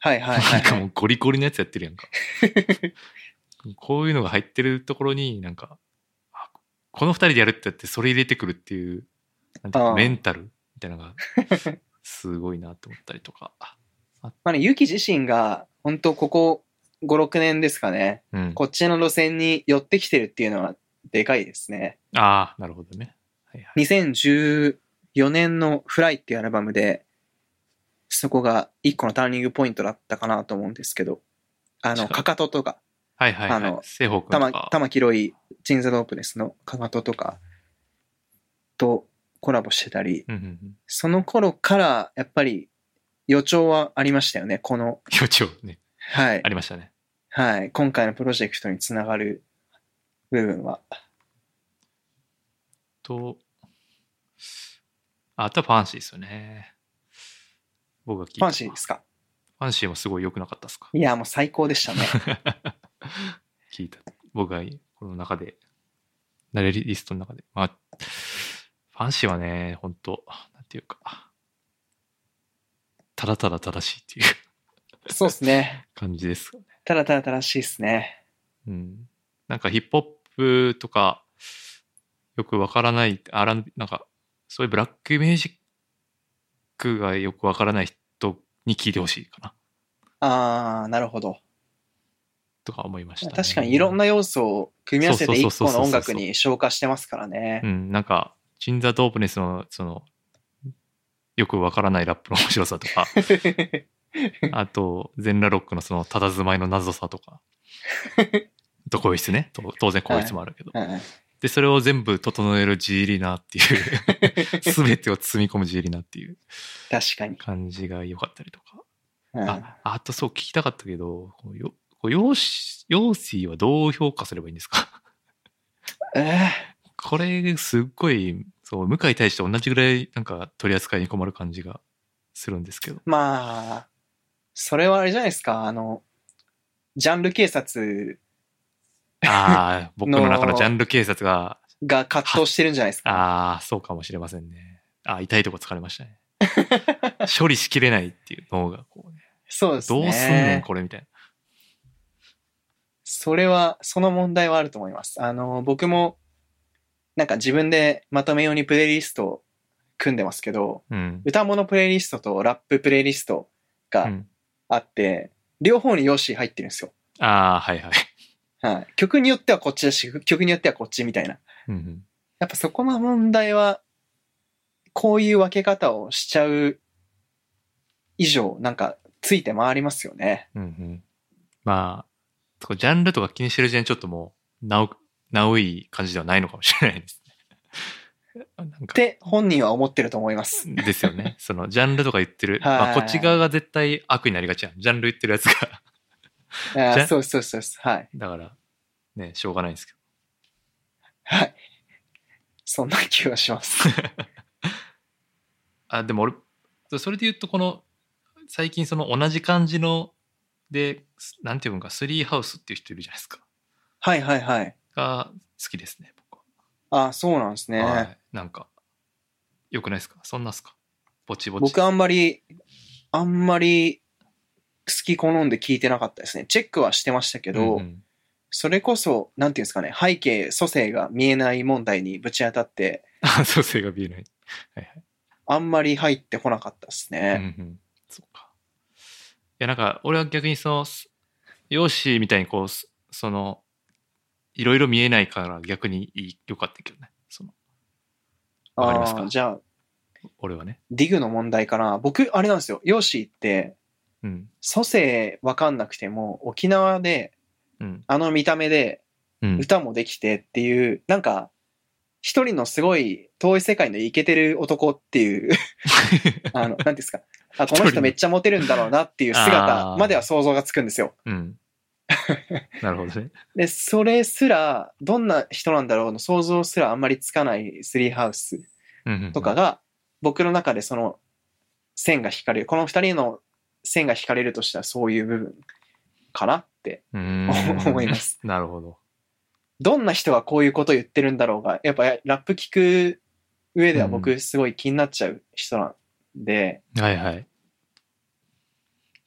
[SPEAKER 2] はいはいは
[SPEAKER 3] ないんかもうゴリゴリのやつやってるやんかこういうのが入ってるところになんかあこの二人でやるってやってそれ入れてくるっていうなんていう
[SPEAKER 2] あ
[SPEAKER 3] か
[SPEAKER 2] あ
[SPEAKER 3] メンタルみたいなの
[SPEAKER 2] [LAUGHS]
[SPEAKER 3] がすごいなと思ったりとか、
[SPEAKER 2] [LAUGHS] まあね、ゆき自身が、本当ここ5、6年ですかね、
[SPEAKER 3] うん、
[SPEAKER 2] こっちの路線に寄ってきてるっていうのはでかいですね。
[SPEAKER 3] ああなるほどね、はいはい、
[SPEAKER 2] 2014年の「フライっていうアルバムで、そこが一個のターニングポイントだったかなと思うんですけど、あの、
[SPEAKER 3] 確かに
[SPEAKER 2] かかととか、
[SPEAKER 3] はいはいは
[SPEAKER 2] あ
[SPEAKER 3] い。
[SPEAKER 2] の
[SPEAKER 3] セホ君と
[SPEAKER 2] 玉
[SPEAKER 3] か。
[SPEAKER 2] 玉木ロイ、チンザ・ドープレスのかかととかとコラボしてたり、
[SPEAKER 3] うんうんうん。
[SPEAKER 2] その頃からやっぱり予兆はありましたよね、この、
[SPEAKER 3] 予兆ね。
[SPEAKER 2] はい
[SPEAKER 3] あ、りましたね。
[SPEAKER 2] はい、今回のプロジェクトにつながる部分は。
[SPEAKER 3] と、ああとはファンシーですよね。僕が聞いた。
[SPEAKER 2] ファンシーですか
[SPEAKER 3] ファンシーもすごい良くなかったですか
[SPEAKER 2] いや、もう最高で
[SPEAKER 3] [LAUGHS]
[SPEAKER 2] したね。
[SPEAKER 3] 聞いた。僕がこの中で、ナレリストの中で。まあ、ファンシーはね、本当なんていうか、ただただ正しいっていう
[SPEAKER 2] そうですね。
[SPEAKER 3] 感じですよね。
[SPEAKER 2] ただただ正しいですね。
[SPEAKER 3] うん。なんかヒップホップとか、よくわからない、あら、なんか、そういうブラックミュージックがよくわからない人に聞いてほしいかな、
[SPEAKER 2] ああ、なるほど。
[SPEAKER 3] とか思いました、ね。
[SPEAKER 2] 確かにいろんな要素を組み合わせて
[SPEAKER 3] そう
[SPEAKER 2] 一
[SPEAKER 3] そう
[SPEAKER 2] 個
[SPEAKER 3] そうそうそう
[SPEAKER 2] の音楽に昇華してますからね
[SPEAKER 3] う。ん、なんか、ジンザ・ドープネスの、その、よくわからないラップの面白さ
[SPEAKER 2] [LAUGHS]
[SPEAKER 3] とか、あと、全裸ロックのその、佇まいの謎さ
[SPEAKER 2] [LAUGHS]
[SPEAKER 3] とか、と、声質ね。と当然声質もあるけど。
[SPEAKER 2] はい
[SPEAKER 3] で、それを全部整えるジーリナーっていう、
[SPEAKER 2] [LAUGHS]
[SPEAKER 3] すべてを積み込むジーリナーっていう
[SPEAKER 2] 確かに。
[SPEAKER 3] 感じが良かったりとか。
[SPEAKER 2] うん
[SPEAKER 3] あ、あとそう聞きたかったけど、このよこうヨーシヨーシーはどう評価すればいいんですか
[SPEAKER 2] えー
[SPEAKER 3] これ、すっごい、そう、向井に対して同じぐらい、なんか取り扱いに困る感じがするんです
[SPEAKER 2] [LAUGHS]
[SPEAKER 3] けど。
[SPEAKER 2] まあ、それはあれじゃないですか。あの、ジャンル警察
[SPEAKER 3] ああ、僕の中のジャンル警察が、
[SPEAKER 2] が葛藤してるんじゃないですか。
[SPEAKER 3] ああ、そうかもしれませんね。あー痛いとこ疲れ
[SPEAKER 2] [LAUGHS]
[SPEAKER 3] ましたね。処理しきれないっていう脳がこうね。
[SPEAKER 2] そうですね。
[SPEAKER 3] どうすんねん、これみたいな。
[SPEAKER 2] それは、その問題はあると思います。あの、僕も、なんか自分でまとめ用にプレイリストを組んでますけど、
[SPEAKER 3] うん。
[SPEAKER 2] 歌物プレイリストとラッププレイリストが
[SPEAKER 3] うん
[SPEAKER 2] あって、両方にヨーシー入ってるんですよ。
[SPEAKER 3] ああ、はいはい。
[SPEAKER 2] はい。曲によってはこっちだし、曲によってはこっちみたいな。
[SPEAKER 3] うんうん
[SPEAKER 2] やっぱそこの問題は、こういう分け方をしちゃう以上、なんかついて回りますよね。
[SPEAKER 3] うんうん、まあ、こうジャンルとか気にしてる時点でちょっともう、なお、なおい感じではないのかもしれないですね。 [LAUGHS] なん
[SPEAKER 2] っ
[SPEAKER 3] か、
[SPEAKER 2] て本人は思ってると思います。
[SPEAKER 3] ですよね。 [LAUGHS] その、ジャンルとか言ってる。
[SPEAKER 2] はい
[SPEAKER 3] まあ、こっち側が絶対悪になりがちやん。ジャンル言ってるやつが。 [LAUGHS]
[SPEAKER 2] あ
[SPEAKER 3] じ
[SPEAKER 2] ー
[SPEAKER 3] ゃ
[SPEAKER 2] そうそうそうそう。はい。
[SPEAKER 3] だから、ね、しょうがないんですけど。
[SPEAKER 2] はい。そんな気はします。
[SPEAKER 3] あ、でも俺、それで言うと、この、最近その同じ感じの、で、なんていうのか、スリーハウスっていう人いるじゃないですか。
[SPEAKER 2] はいはいはい。
[SPEAKER 3] が好きですね、僕は。
[SPEAKER 2] あーそうなんですね。
[SPEAKER 3] はい、なんか、よくないですかそんなっすかぼちぼち。
[SPEAKER 2] 僕あんまり、あんまり好き好んで聞いてなかったですね。チェックはしてましたけど、
[SPEAKER 3] うんうん
[SPEAKER 2] それこそ、なんていうんですかね、背景、蘇生が見えない問題にぶち当たって、
[SPEAKER 3] [LAUGHS] あ蘇生が見えない。はい
[SPEAKER 2] あんまり入ってこなかったです
[SPEAKER 3] はい。うん
[SPEAKER 2] ね。
[SPEAKER 3] うん、そうか。いや、なんか、俺は逆にその、す容姿みたいにこう、すその、いろいろ見えないから逆にいい良かったけどね。その、わかりますか
[SPEAKER 2] あーじゃあ、
[SPEAKER 3] 俺はね。
[SPEAKER 2] ディグの問題かな。僕、あれなんですよ。ヨーシーって、
[SPEAKER 3] うん。
[SPEAKER 2] 蘇生わかんなくても、沖縄で
[SPEAKER 3] うん。
[SPEAKER 2] あの見た目で
[SPEAKER 3] うん。
[SPEAKER 2] 歌もできてっていう、なんか、一人のすごい遠い世界のイケてる男っていう、 [LAUGHS] あの、なんていうんですか。あ、この
[SPEAKER 3] 一人
[SPEAKER 2] 人
[SPEAKER 3] の
[SPEAKER 2] めっちゃモテるんだろうな
[SPEAKER 3] [LAUGHS]
[SPEAKER 2] っていう姿
[SPEAKER 3] あー
[SPEAKER 2] までは想像がつくんですよ。
[SPEAKER 3] [LAUGHS] うん。なるほどね。
[SPEAKER 2] で、それすら、どんな人なんだろうの想像すらあんまりつかないスリーハウス
[SPEAKER 3] うんうんうん
[SPEAKER 2] とか。が、僕の中でその線が引かれる。この二人の線が引かれるとしたらそういう部分かなって
[SPEAKER 3] うん
[SPEAKER 2] [LAUGHS] 思いま。す。
[SPEAKER 3] なるほど。
[SPEAKER 2] どんな人がこういうこと言ってるんだろうが、やっぱラップ聞く上では僕すごい気になっちゃう人なんで、
[SPEAKER 3] はいはい。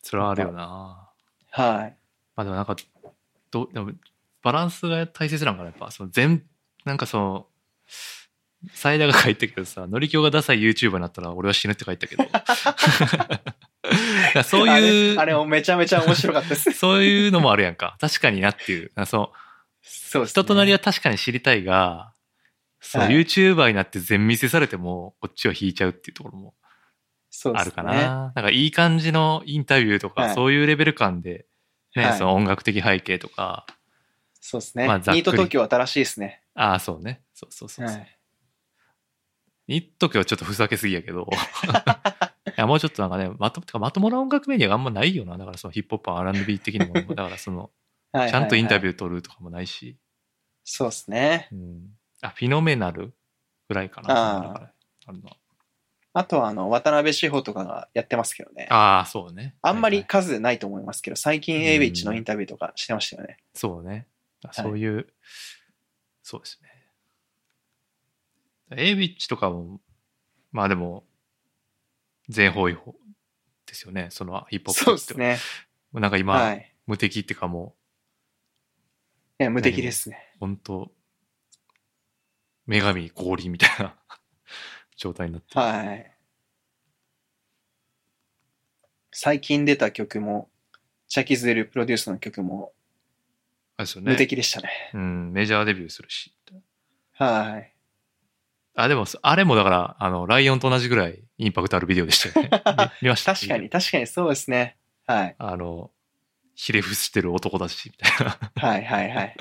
[SPEAKER 3] それはあるよな。
[SPEAKER 2] はい。
[SPEAKER 3] まあでもなんか、どうでもバランスが大切なんかな、やっぱ。その全、なんかその、最大が書いたけどさ、のりきょうがダサい YouTuber になったら俺は死ぬって書いた
[SPEAKER 2] [LAUGHS]
[SPEAKER 3] けど。いやそうい
[SPEAKER 2] あれ、あれ
[SPEAKER 3] う、
[SPEAKER 2] もめちゃめちゃ面白かったで
[SPEAKER 3] [LAUGHS]
[SPEAKER 2] す。
[SPEAKER 3] そういうのもあるやんか。確かになっていう。あそう
[SPEAKER 2] そうですね
[SPEAKER 3] 人となりは確かに知りたいが、そう、
[SPEAKER 2] はい
[SPEAKER 3] YouTuber になって全見せされても、こっちは引いちゃうっていうところも
[SPEAKER 2] そうで
[SPEAKER 3] あ
[SPEAKER 2] すね
[SPEAKER 3] るかな。なんかいい感じのインタビューとか、
[SPEAKER 2] はい
[SPEAKER 3] そういうレベル感で、ね、
[SPEAKER 2] はい
[SPEAKER 3] その音楽的背景とか、
[SPEAKER 2] そうですね。
[SPEAKER 3] まあざっくり
[SPEAKER 2] ニート東京新しいですね。
[SPEAKER 3] ああ、そうね。そうそうそう
[SPEAKER 2] は
[SPEAKER 3] そう。
[SPEAKER 2] い。
[SPEAKER 3] 言っとくよ、ちょっとふざけすぎ
[SPEAKER 2] [LAUGHS]
[SPEAKER 3] やけど。いやもうちょっとなんかね、まとてかまともな音楽メディアがあんまないよな。だからそのヒップホップ、R&B 的なものも。だか
[SPEAKER 2] [LAUGHS]
[SPEAKER 3] らその、ちゃんとインタビ
[SPEAKER 2] ュー。
[SPEAKER 3] ュー取るとかもないし。
[SPEAKER 2] そうですね。
[SPEAKER 3] うん、あ、フィノメナルぐらいかな。
[SPEAKER 2] あー
[SPEAKER 3] だからあるのは
[SPEAKER 2] あとは、あの、渡辺志保とかがやってますけどね。あ
[SPEAKER 3] ああ、そうね。
[SPEAKER 2] んま
[SPEAKER 3] は
[SPEAKER 2] り
[SPEAKER 3] いはい
[SPEAKER 2] 数ないと思いますけど、最近
[SPEAKER 3] うん
[SPEAKER 2] A ビッチのインタビューとかしてましたよね。
[SPEAKER 3] そうね。あ
[SPEAKER 2] はい
[SPEAKER 3] そういう、そうですね。エイビッチとかも、まあでも、全方位法ですよね。そのヒップホップ
[SPEAKER 2] そうですね。
[SPEAKER 3] もうなんか今、
[SPEAKER 2] はい。
[SPEAKER 3] 無敵っていうかも
[SPEAKER 2] いや無敵ですね
[SPEAKER 3] う。、本当女神降臨みたいな [LAUGHS] 状態になって。
[SPEAKER 2] はい。最近出た曲も、チャキズルプロデュースの曲も
[SPEAKER 3] あれですよね。
[SPEAKER 2] 無敵でしたね。
[SPEAKER 3] うん、メジャーデビューするし。
[SPEAKER 2] はい。
[SPEAKER 3] あ、でも、あれもだから、あの、ライオンと同じぐらいインパクトあるビデオでした [LAUGHS] よね。み見ました
[SPEAKER 2] 確かに、。確かにそうですね。はい。
[SPEAKER 3] あの、ひれ伏してる男だし、みたいな。
[SPEAKER 2] はいはいはい。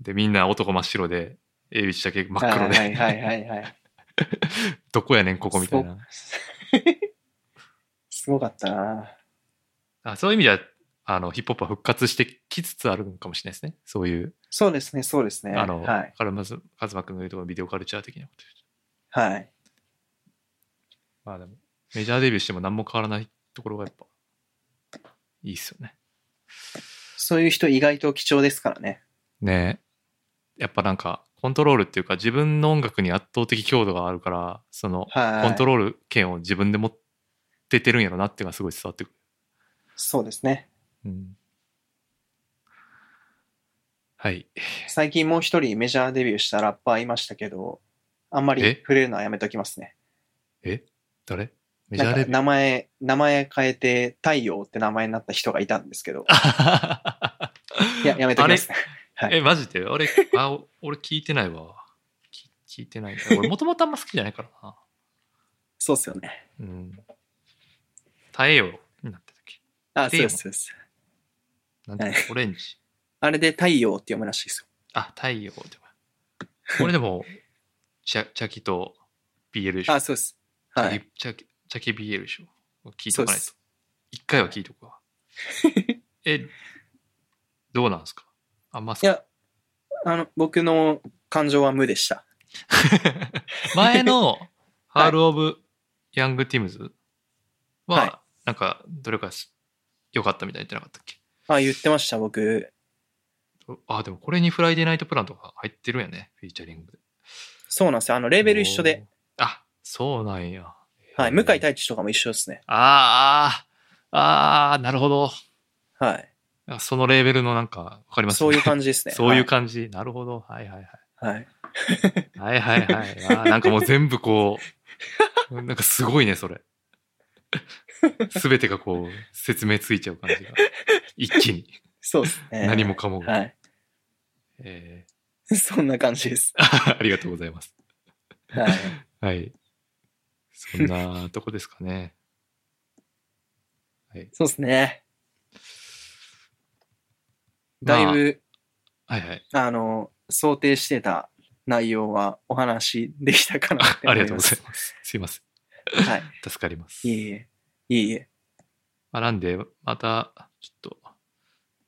[SPEAKER 3] で、みんな男真っ白で、エイビッチだけ [LAUGHS] 真っ
[SPEAKER 2] は
[SPEAKER 3] 黒
[SPEAKER 2] い
[SPEAKER 3] で、
[SPEAKER 2] はいはいはいはい。
[SPEAKER 3] [LAUGHS]
[SPEAKER 2] [LAUGHS]
[SPEAKER 3] どこやねん、ここみたいな。
[SPEAKER 2] すごかったな。
[SPEAKER 3] あそういう意味では、あの、ヒップホップは復活してきつつあるのかもしれないですね。そういう、
[SPEAKER 2] そうですね、そうですね。
[SPEAKER 3] あの、
[SPEAKER 2] はい。
[SPEAKER 3] カルマズ、カズマ君の言うところのビデオカルチャー的なこと言うと
[SPEAKER 2] はい。
[SPEAKER 3] まあでも、メジャーデビューしても何も変わらないところがやっぱ、いいっすよね。
[SPEAKER 2] そういう人意外と貴重ですからね。
[SPEAKER 3] ねやっぱなんか、コントロールっていうか、自分の音楽に圧倒的強度があるから、その、
[SPEAKER 2] はい。
[SPEAKER 3] コントロール権を自分で持っててるんやろなっていうのがすごい伝わってくる。
[SPEAKER 2] そうですね。
[SPEAKER 3] うんはい。
[SPEAKER 2] 最近もう一人メジャーデビューしたラッパーいましたけど、あんまり
[SPEAKER 3] え
[SPEAKER 2] 触れるのはやめときますね。
[SPEAKER 3] 誰メジャ
[SPEAKER 2] な
[SPEAKER 3] ー
[SPEAKER 2] んか
[SPEAKER 3] レ [LAUGHS] ビュー。
[SPEAKER 2] 名前、名前変えて太陽って名前になった人がいたんですけど、いや、やめときますね。
[SPEAKER 3] あれえ、マジで俺、あ、お俺聞いてないわ。き聞いてないな。俺、もともとあんま好きじゃないからな。
[SPEAKER 2] [LAUGHS] そうっすよね。
[SPEAKER 3] うん。耐えようになった時。
[SPEAKER 2] あ、
[SPEAKER 3] で
[SPEAKER 2] そうです、そうです。
[SPEAKER 3] なんていう
[SPEAKER 2] は
[SPEAKER 3] のオレンジ。
[SPEAKER 2] あれで太陽って読むらしいですよ。
[SPEAKER 3] あ、太
[SPEAKER 2] [LAUGHS]
[SPEAKER 3] 陽って。俺でも、チャチャキと BL でしょ。
[SPEAKER 2] あ、そうです。はい。
[SPEAKER 3] チャキ、チャキ BL でしょ。聞いとかない
[SPEAKER 2] そ
[SPEAKER 3] と。一回は聞いと
[SPEAKER 2] [LAUGHS]
[SPEAKER 3] くわ。え、どうなんですかあんま好き
[SPEAKER 2] いや、あの、僕の感情は無でした。
[SPEAKER 3] [LAUGHS]
[SPEAKER 2] [LAUGHS]
[SPEAKER 3] 前のハール・オブ・ヤング・ティムズは、
[SPEAKER 2] はい
[SPEAKER 3] なんか、どれかし良かったみたいに言ってなかったっけ
[SPEAKER 2] あ、言ってました、僕。
[SPEAKER 3] あ、でもこれにフライデーナイトプランとか入ってるんやね、フィーチャリングで。
[SPEAKER 2] そうなんですよ。あの、レ
[SPEAKER 3] レ
[SPEAKER 2] ーベル一緒で。。
[SPEAKER 3] あ、そうなんや。
[SPEAKER 2] はい。向井
[SPEAKER 3] あ
[SPEAKER 2] 太一とかも一緒ですね。
[SPEAKER 3] あー、ああ、なるほど。
[SPEAKER 2] はい。
[SPEAKER 3] あそのレーベルのなんか、わかります
[SPEAKER 2] そういう感
[SPEAKER 3] じ。
[SPEAKER 2] じですね。
[SPEAKER 3] [LAUGHS] そういう感じ。なるほど。はいはいはい。
[SPEAKER 2] じ。はい。
[SPEAKER 3] はいはいはい。あーなんかもう全部こう、 [LAUGHS] なんかすごいね、それ。すべてがこう、説明ついちゃう感じが。一気に。
[SPEAKER 2] そうですね。
[SPEAKER 3] 何もかもが。
[SPEAKER 2] はい。 [LAUGHS]
[SPEAKER 3] え
[SPEAKER 2] そんな感じです。
[SPEAKER 3] ー [LAUGHS] ありがとうございます。 [LAUGHS]
[SPEAKER 2] はい。
[SPEAKER 3] はい。そんなとこですかね。
[SPEAKER 2] そうですね。だいぶ、
[SPEAKER 3] はいはい。
[SPEAKER 2] あの、想定してた内容はお話できたかなって
[SPEAKER 3] [LAUGHS] あ
[SPEAKER 2] 思
[SPEAKER 3] り
[SPEAKER 2] い
[SPEAKER 3] がと
[SPEAKER 2] ま
[SPEAKER 3] うござい
[SPEAKER 2] す。
[SPEAKER 3] ます。すいません。
[SPEAKER 2] はい。
[SPEAKER 3] 助かります。
[SPEAKER 2] いえいえ。いえいえ。
[SPEAKER 3] まあ、なんで、また、ちょっと、ま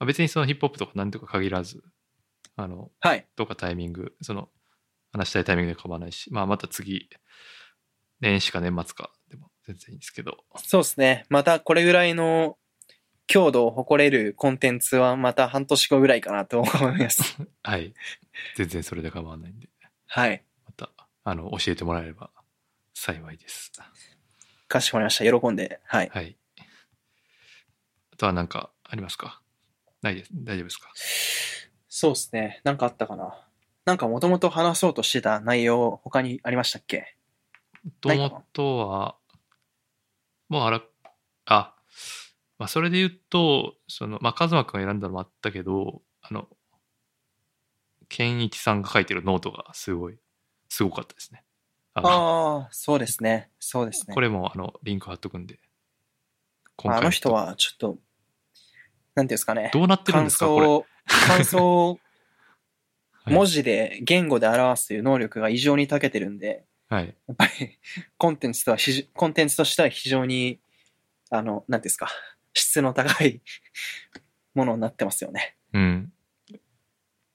[SPEAKER 3] あ、別にそのヒップホップとか何とか限らず、あの、
[SPEAKER 2] はい。
[SPEAKER 3] とかタイミング、その、話したいタイミングで構わないし、まあ、また次、年始か年末かでも全然いいんですけど、
[SPEAKER 2] そうですね。またこれぐらいの強度を誇れるコンテンツはまた半年後ぐらいかなと思い
[SPEAKER 3] [LAUGHS]
[SPEAKER 2] ます。
[SPEAKER 3] はい。全然それで構わないんで、
[SPEAKER 2] はい。
[SPEAKER 3] また、あの、教えてもらえれば幸いです。
[SPEAKER 2] かしこまりました。喜んで。はい。
[SPEAKER 3] はい。あとは何かありますかないです。大丈夫ですか
[SPEAKER 2] そうですね。なんかあったかな。なんかもともと話そうとしてた内容、他にありましたっけ
[SPEAKER 3] ともとは、もうあら、あ、まあ、それで言うと、その、まあ、カズマくんが選んだのもあったけど、あの、ケンイチさんが書いてるノートがすごい、すごかったですね。あの
[SPEAKER 2] ああ、そうですね。そうですね。
[SPEAKER 3] これも、あの、リンク貼っとくんで。今
[SPEAKER 2] まあ、
[SPEAKER 3] 回
[SPEAKER 2] あの人はちょっと、なんていうんですかね。
[SPEAKER 3] どうなってるん
[SPEAKER 2] 感
[SPEAKER 3] ですか、
[SPEAKER 2] 想
[SPEAKER 3] これ。
[SPEAKER 2] を、感想を
[SPEAKER 3] はい
[SPEAKER 2] 文字で、言語で表すという能力が異常に長けてるんで、
[SPEAKER 3] はい。
[SPEAKER 2] やっぱり、コンテンツとは非常、コンテンツとしては非常に、あの、なんていうんですか、質の高いものになってますよね。
[SPEAKER 3] うん。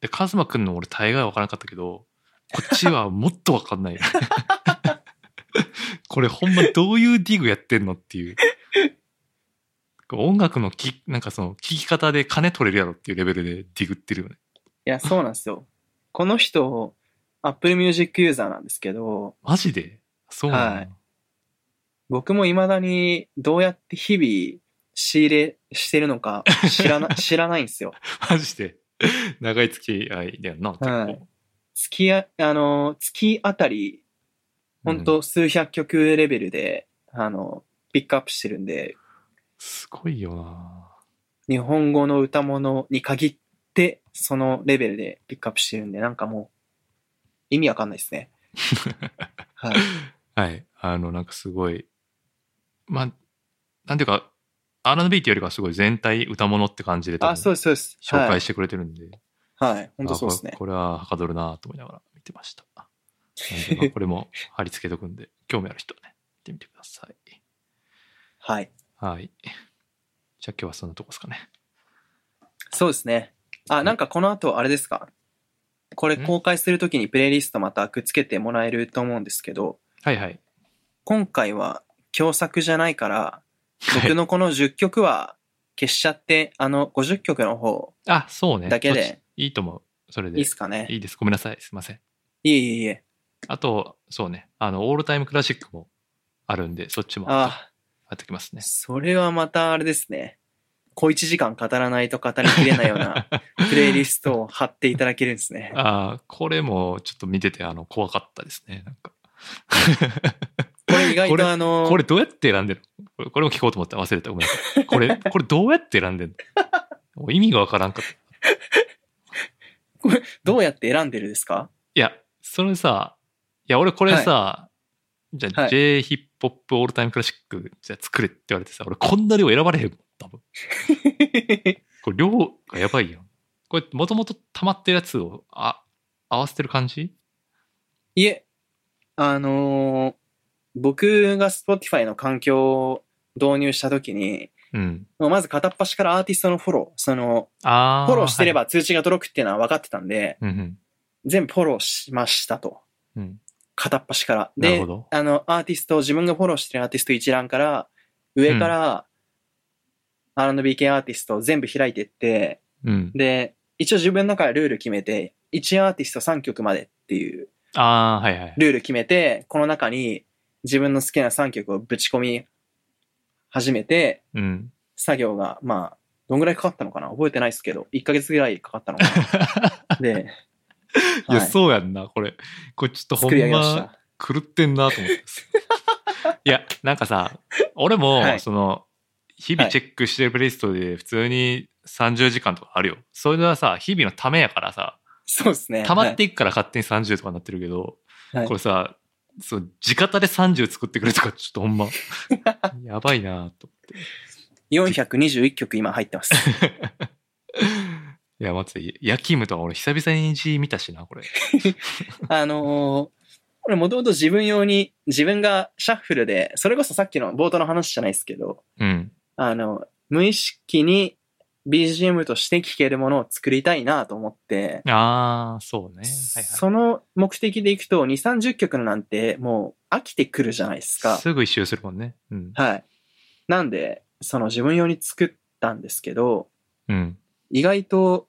[SPEAKER 3] で、カズマくんの俺、大概わからなかったけど、こっちはもっとわかんない。これほんまどういうディグやってんのっていう。音楽のき、なんかその、聴き方で金取れるやろっていうレベルでディグってるよね。
[SPEAKER 2] いや、そうなんですよ。この人、Apple Music ユーザーなんですけど、
[SPEAKER 3] マジでそうなの、
[SPEAKER 2] はい僕も未だにどうやって日々仕入れしてるのか知らな、 [LAUGHS] 知らないんですよ。
[SPEAKER 3] マジで。長い付き合いだよな、結構。
[SPEAKER 2] はい月あ、あの、月あたり、ほん
[SPEAKER 3] うん
[SPEAKER 2] と数百曲レベルで、あの、ピックアップしてるんで、
[SPEAKER 3] すごいよな
[SPEAKER 2] 日本語の歌物に限って、そのレベルでピックアップしてるんで、なんかもう、意味わかんないです
[SPEAKER 3] [LAUGHS]
[SPEAKER 2] ね。はい。
[SPEAKER 3] はい。あの、なんかすごい、まあ、なんていうか、R&B っていうよりかはすごい全体歌物って感じで多分
[SPEAKER 2] あ、そうです、そうです。
[SPEAKER 3] 紹
[SPEAKER 2] は
[SPEAKER 3] 介
[SPEAKER 2] い。
[SPEAKER 3] してくれてるんで、
[SPEAKER 2] はい。本当そうです
[SPEAKER 3] あ
[SPEAKER 2] ね。
[SPEAKER 3] これこれははかどるなと思いながら見てました。なん
[SPEAKER 2] [LAUGHS]
[SPEAKER 3] でまあこれも貼り付けとくんで、興味ある人はね、見てみてください。
[SPEAKER 2] はい。
[SPEAKER 3] はい。じゃあ今日はそんなとこですかね。
[SPEAKER 2] そうですね。あ、なんかこの後、あれですか。これ
[SPEAKER 3] ん
[SPEAKER 2] 公開するときにプレイリストまたくっつけてもらえると思うんですけど、
[SPEAKER 3] はいはい。
[SPEAKER 2] 今回は共作じゃないから、
[SPEAKER 3] はい
[SPEAKER 2] 僕のこの10曲は消しちゃって、あの50曲の方、
[SPEAKER 3] あ、そうね。
[SPEAKER 2] だけで
[SPEAKER 3] そっち。いいと思う。それで。
[SPEAKER 2] いいっすかね。
[SPEAKER 3] いいです。ごめんなさい。すいません。
[SPEAKER 2] いえいえいえ。
[SPEAKER 3] あと、そうね。あの、オールタイムクラシックもあるんで、そっちも貼
[SPEAKER 2] あ
[SPEAKER 3] ってきますね。
[SPEAKER 2] それはまたあれですね。小1時間語らないと語りきれないよう
[SPEAKER 3] [LAUGHS]
[SPEAKER 2] なプレイリストを貼っていただけるんですね。
[SPEAKER 3] あーこれもちょっと見ててあの怖かったですね。なんか
[SPEAKER 2] これ意外
[SPEAKER 3] これ
[SPEAKER 2] とあの、
[SPEAKER 3] これどうやって選んでるのこれこれも聞こうと思った忘れた。ごめんなさい。
[SPEAKER 2] [LAUGHS]
[SPEAKER 3] これ、これどうやって選んでるのもう意味がわからんかった。い
[SPEAKER 2] どうやって選んでるですか [LAUGHS]
[SPEAKER 3] や、それさ、いや、俺これさ、じゃあ、
[SPEAKER 2] はい
[SPEAKER 3] J ヒップホップオールタイムクラシックじゃあ作れって言われてさ、俺こんな量選ばれへんもん、多分。これ量がやばいやん。これ、もともと溜まってるやつをあ合わせてる感じ
[SPEAKER 2] いえ、あのー僕が Spotify の環境を導入したときに、
[SPEAKER 3] うん。
[SPEAKER 2] もうまず片っ端からアーティストのフォロー、その、
[SPEAKER 3] ああ。
[SPEAKER 2] フォローしてれば通知が届くっていうのは分かってたんで、
[SPEAKER 3] はい。うん
[SPEAKER 2] 全部フォローしましたと。
[SPEAKER 3] うん。うん。
[SPEAKER 2] 片っ端から。
[SPEAKER 3] なる
[SPEAKER 2] で
[SPEAKER 3] ほ、ど。
[SPEAKER 2] あの、アーティスト、自分がフォローしてるアーティスト一覧から、上から、R&B 系アーティストを全部開いてって、
[SPEAKER 3] うん。
[SPEAKER 2] で、一応自分の中でルール決めて、1アーティスト3曲までっていう
[SPEAKER 3] ああ、はいはい。
[SPEAKER 2] ルール決めて、この中に自分の好きな3曲をぶち込み始めて、
[SPEAKER 3] うん。
[SPEAKER 2] 作業が、まあ、どんぐらいかかったのかな覚えてないですけど、1ヶ月ぐらいかかったのかな。
[SPEAKER 3] [LAUGHS]
[SPEAKER 2] で、
[SPEAKER 3] いや、
[SPEAKER 2] はい
[SPEAKER 3] そうやんな、これ。これちょっとほ
[SPEAKER 2] 作り上
[SPEAKER 3] ん
[SPEAKER 2] げまし
[SPEAKER 3] ま
[SPEAKER 2] た。
[SPEAKER 3] 狂ってんなと思ってます。いや、なんかさ、俺も、
[SPEAKER 2] はい
[SPEAKER 3] その、日々チェックしてるプレイリストで普通に30時間とかあるよ。それはさ、日々のためやからさ、
[SPEAKER 2] そうですね。
[SPEAKER 3] 溜まっていくから勝手に30とかになってるけど、
[SPEAKER 2] はい
[SPEAKER 3] これさ、そう、地方で30作ってくれとか、ちょっと
[SPEAKER 2] [LAUGHS]
[SPEAKER 3] ほんま、やばいなと思って。 [LAUGHS]
[SPEAKER 2] はい、421曲今入ってます。
[SPEAKER 3] いや、待って、ヤキムとは俺久々に字見たしな、これ。
[SPEAKER 2] あのー、これもともと自分用に、自分がシャッフルで、それこそさっきの冒頭の話じゃないですけど、
[SPEAKER 3] うん。
[SPEAKER 2] あの、無意識に BGM として聴けるものを作りたいなと思って、
[SPEAKER 3] ああ、そうね。はい
[SPEAKER 2] その目的でいくと、2、30曲のなんてもう飽きてくるじゃないです
[SPEAKER 3] は
[SPEAKER 2] か
[SPEAKER 3] い。。すぐ一周するもんね。うん。
[SPEAKER 2] はい。なんで、その自分用に作ったんですけど、
[SPEAKER 3] うん。
[SPEAKER 2] 意外と、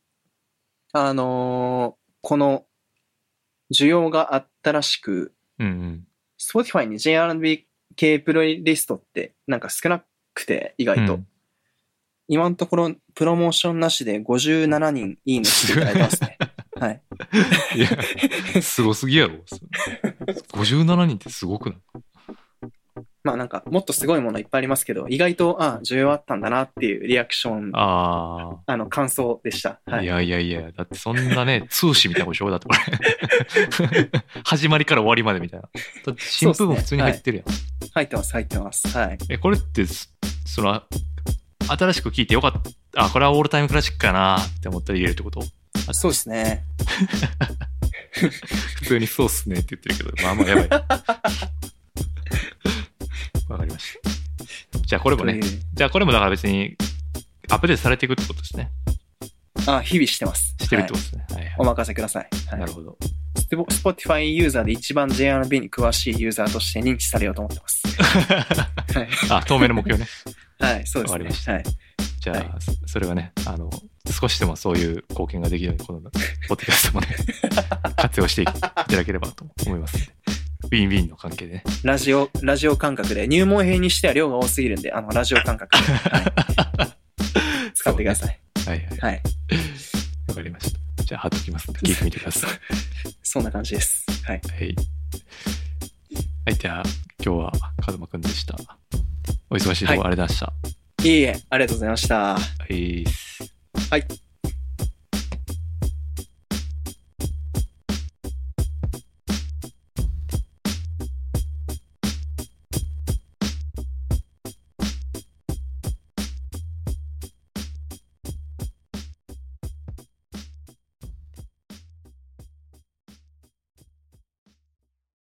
[SPEAKER 2] あのーこの需要があったらしく、
[SPEAKER 3] うんうん。
[SPEAKER 2] Spotify に J&B 系プロリストってなんか少なくて、意外と。
[SPEAKER 3] うん
[SPEAKER 2] 今のところ、プロモーションなしで57人いいねしていただいてますね。
[SPEAKER 3] [LAUGHS]
[SPEAKER 2] はい。
[SPEAKER 3] いや、すごすぎやろ。それ57人ってすごくない
[SPEAKER 2] まあなんか、もっとすごいものいっぱいありますけど、意外と、ああ、需要あったんだなっていうリアクション、あ
[SPEAKER 3] あ
[SPEAKER 2] の、感想でした。
[SPEAKER 3] あ、、
[SPEAKER 2] はいい。
[SPEAKER 3] やいやいや、だってそんなね、通詞みたいなことでしょだってこれ。 [LAUGHS] 始まりから終わりまでみたいな。だって新聞も普通に入ってるやん。
[SPEAKER 2] 入ってます、入ってます。はい。
[SPEAKER 3] え、これってす、その、新しく聞いてよかった。あ、これはオールタイムクラシックかなって思ったら言えるってこと
[SPEAKER 2] そうですね。
[SPEAKER 3] 普通にそうっすねって言ってるけど、まあまあやば
[SPEAKER 2] [LAUGHS]
[SPEAKER 3] い。わかりました。じゃあこれもね
[SPEAKER 2] と、いう
[SPEAKER 3] じゃあこれもだから別にアップデートされていくってことですね。
[SPEAKER 2] あ、日々してます。
[SPEAKER 3] してるってこ
[SPEAKER 2] はい
[SPEAKER 3] とですね。はい、
[SPEAKER 2] お
[SPEAKER 3] は
[SPEAKER 2] 任せください。
[SPEAKER 3] い。
[SPEAKER 2] は
[SPEAKER 3] ないる。ほど。
[SPEAKER 2] スポ Spotify ユーザーで一番 JRB に詳しいユーザーとして認知されようと思って
[SPEAKER 3] [LAUGHS]
[SPEAKER 2] ます。はい。
[SPEAKER 3] [LAUGHS] あ、透明の目標ね。
[SPEAKER 2] はい、そうですね。
[SPEAKER 3] わかりまし
[SPEAKER 2] はい。
[SPEAKER 3] じゃあ、
[SPEAKER 2] はい
[SPEAKER 3] そそれがね、あの、少しでもそういう貢献ができるように、このポッドキャス
[SPEAKER 2] [LAUGHS]
[SPEAKER 3] トもね、活用していただければと思いますんで。ウィンウィンの関係でね。
[SPEAKER 2] ラジオ、ラジオ感覚で、入門編にしては量が多すぎるんで、あの、ラジオ感覚で、はい、使ってください。
[SPEAKER 3] [LAUGHS] そうね。はいはい。
[SPEAKER 2] はい。
[SPEAKER 3] わかりました。じゃあ、貼っときますんで。聞いてみてください。
[SPEAKER 2] そんな感じです。はい。
[SPEAKER 3] はい。はい、じゃあ、今日は、カズマくんでした。お忙しいところ、あれでした。
[SPEAKER 2] いいえ、ありがとうございました。
[SPEAKER 3] はいっす。
[SPEAKER 2] はい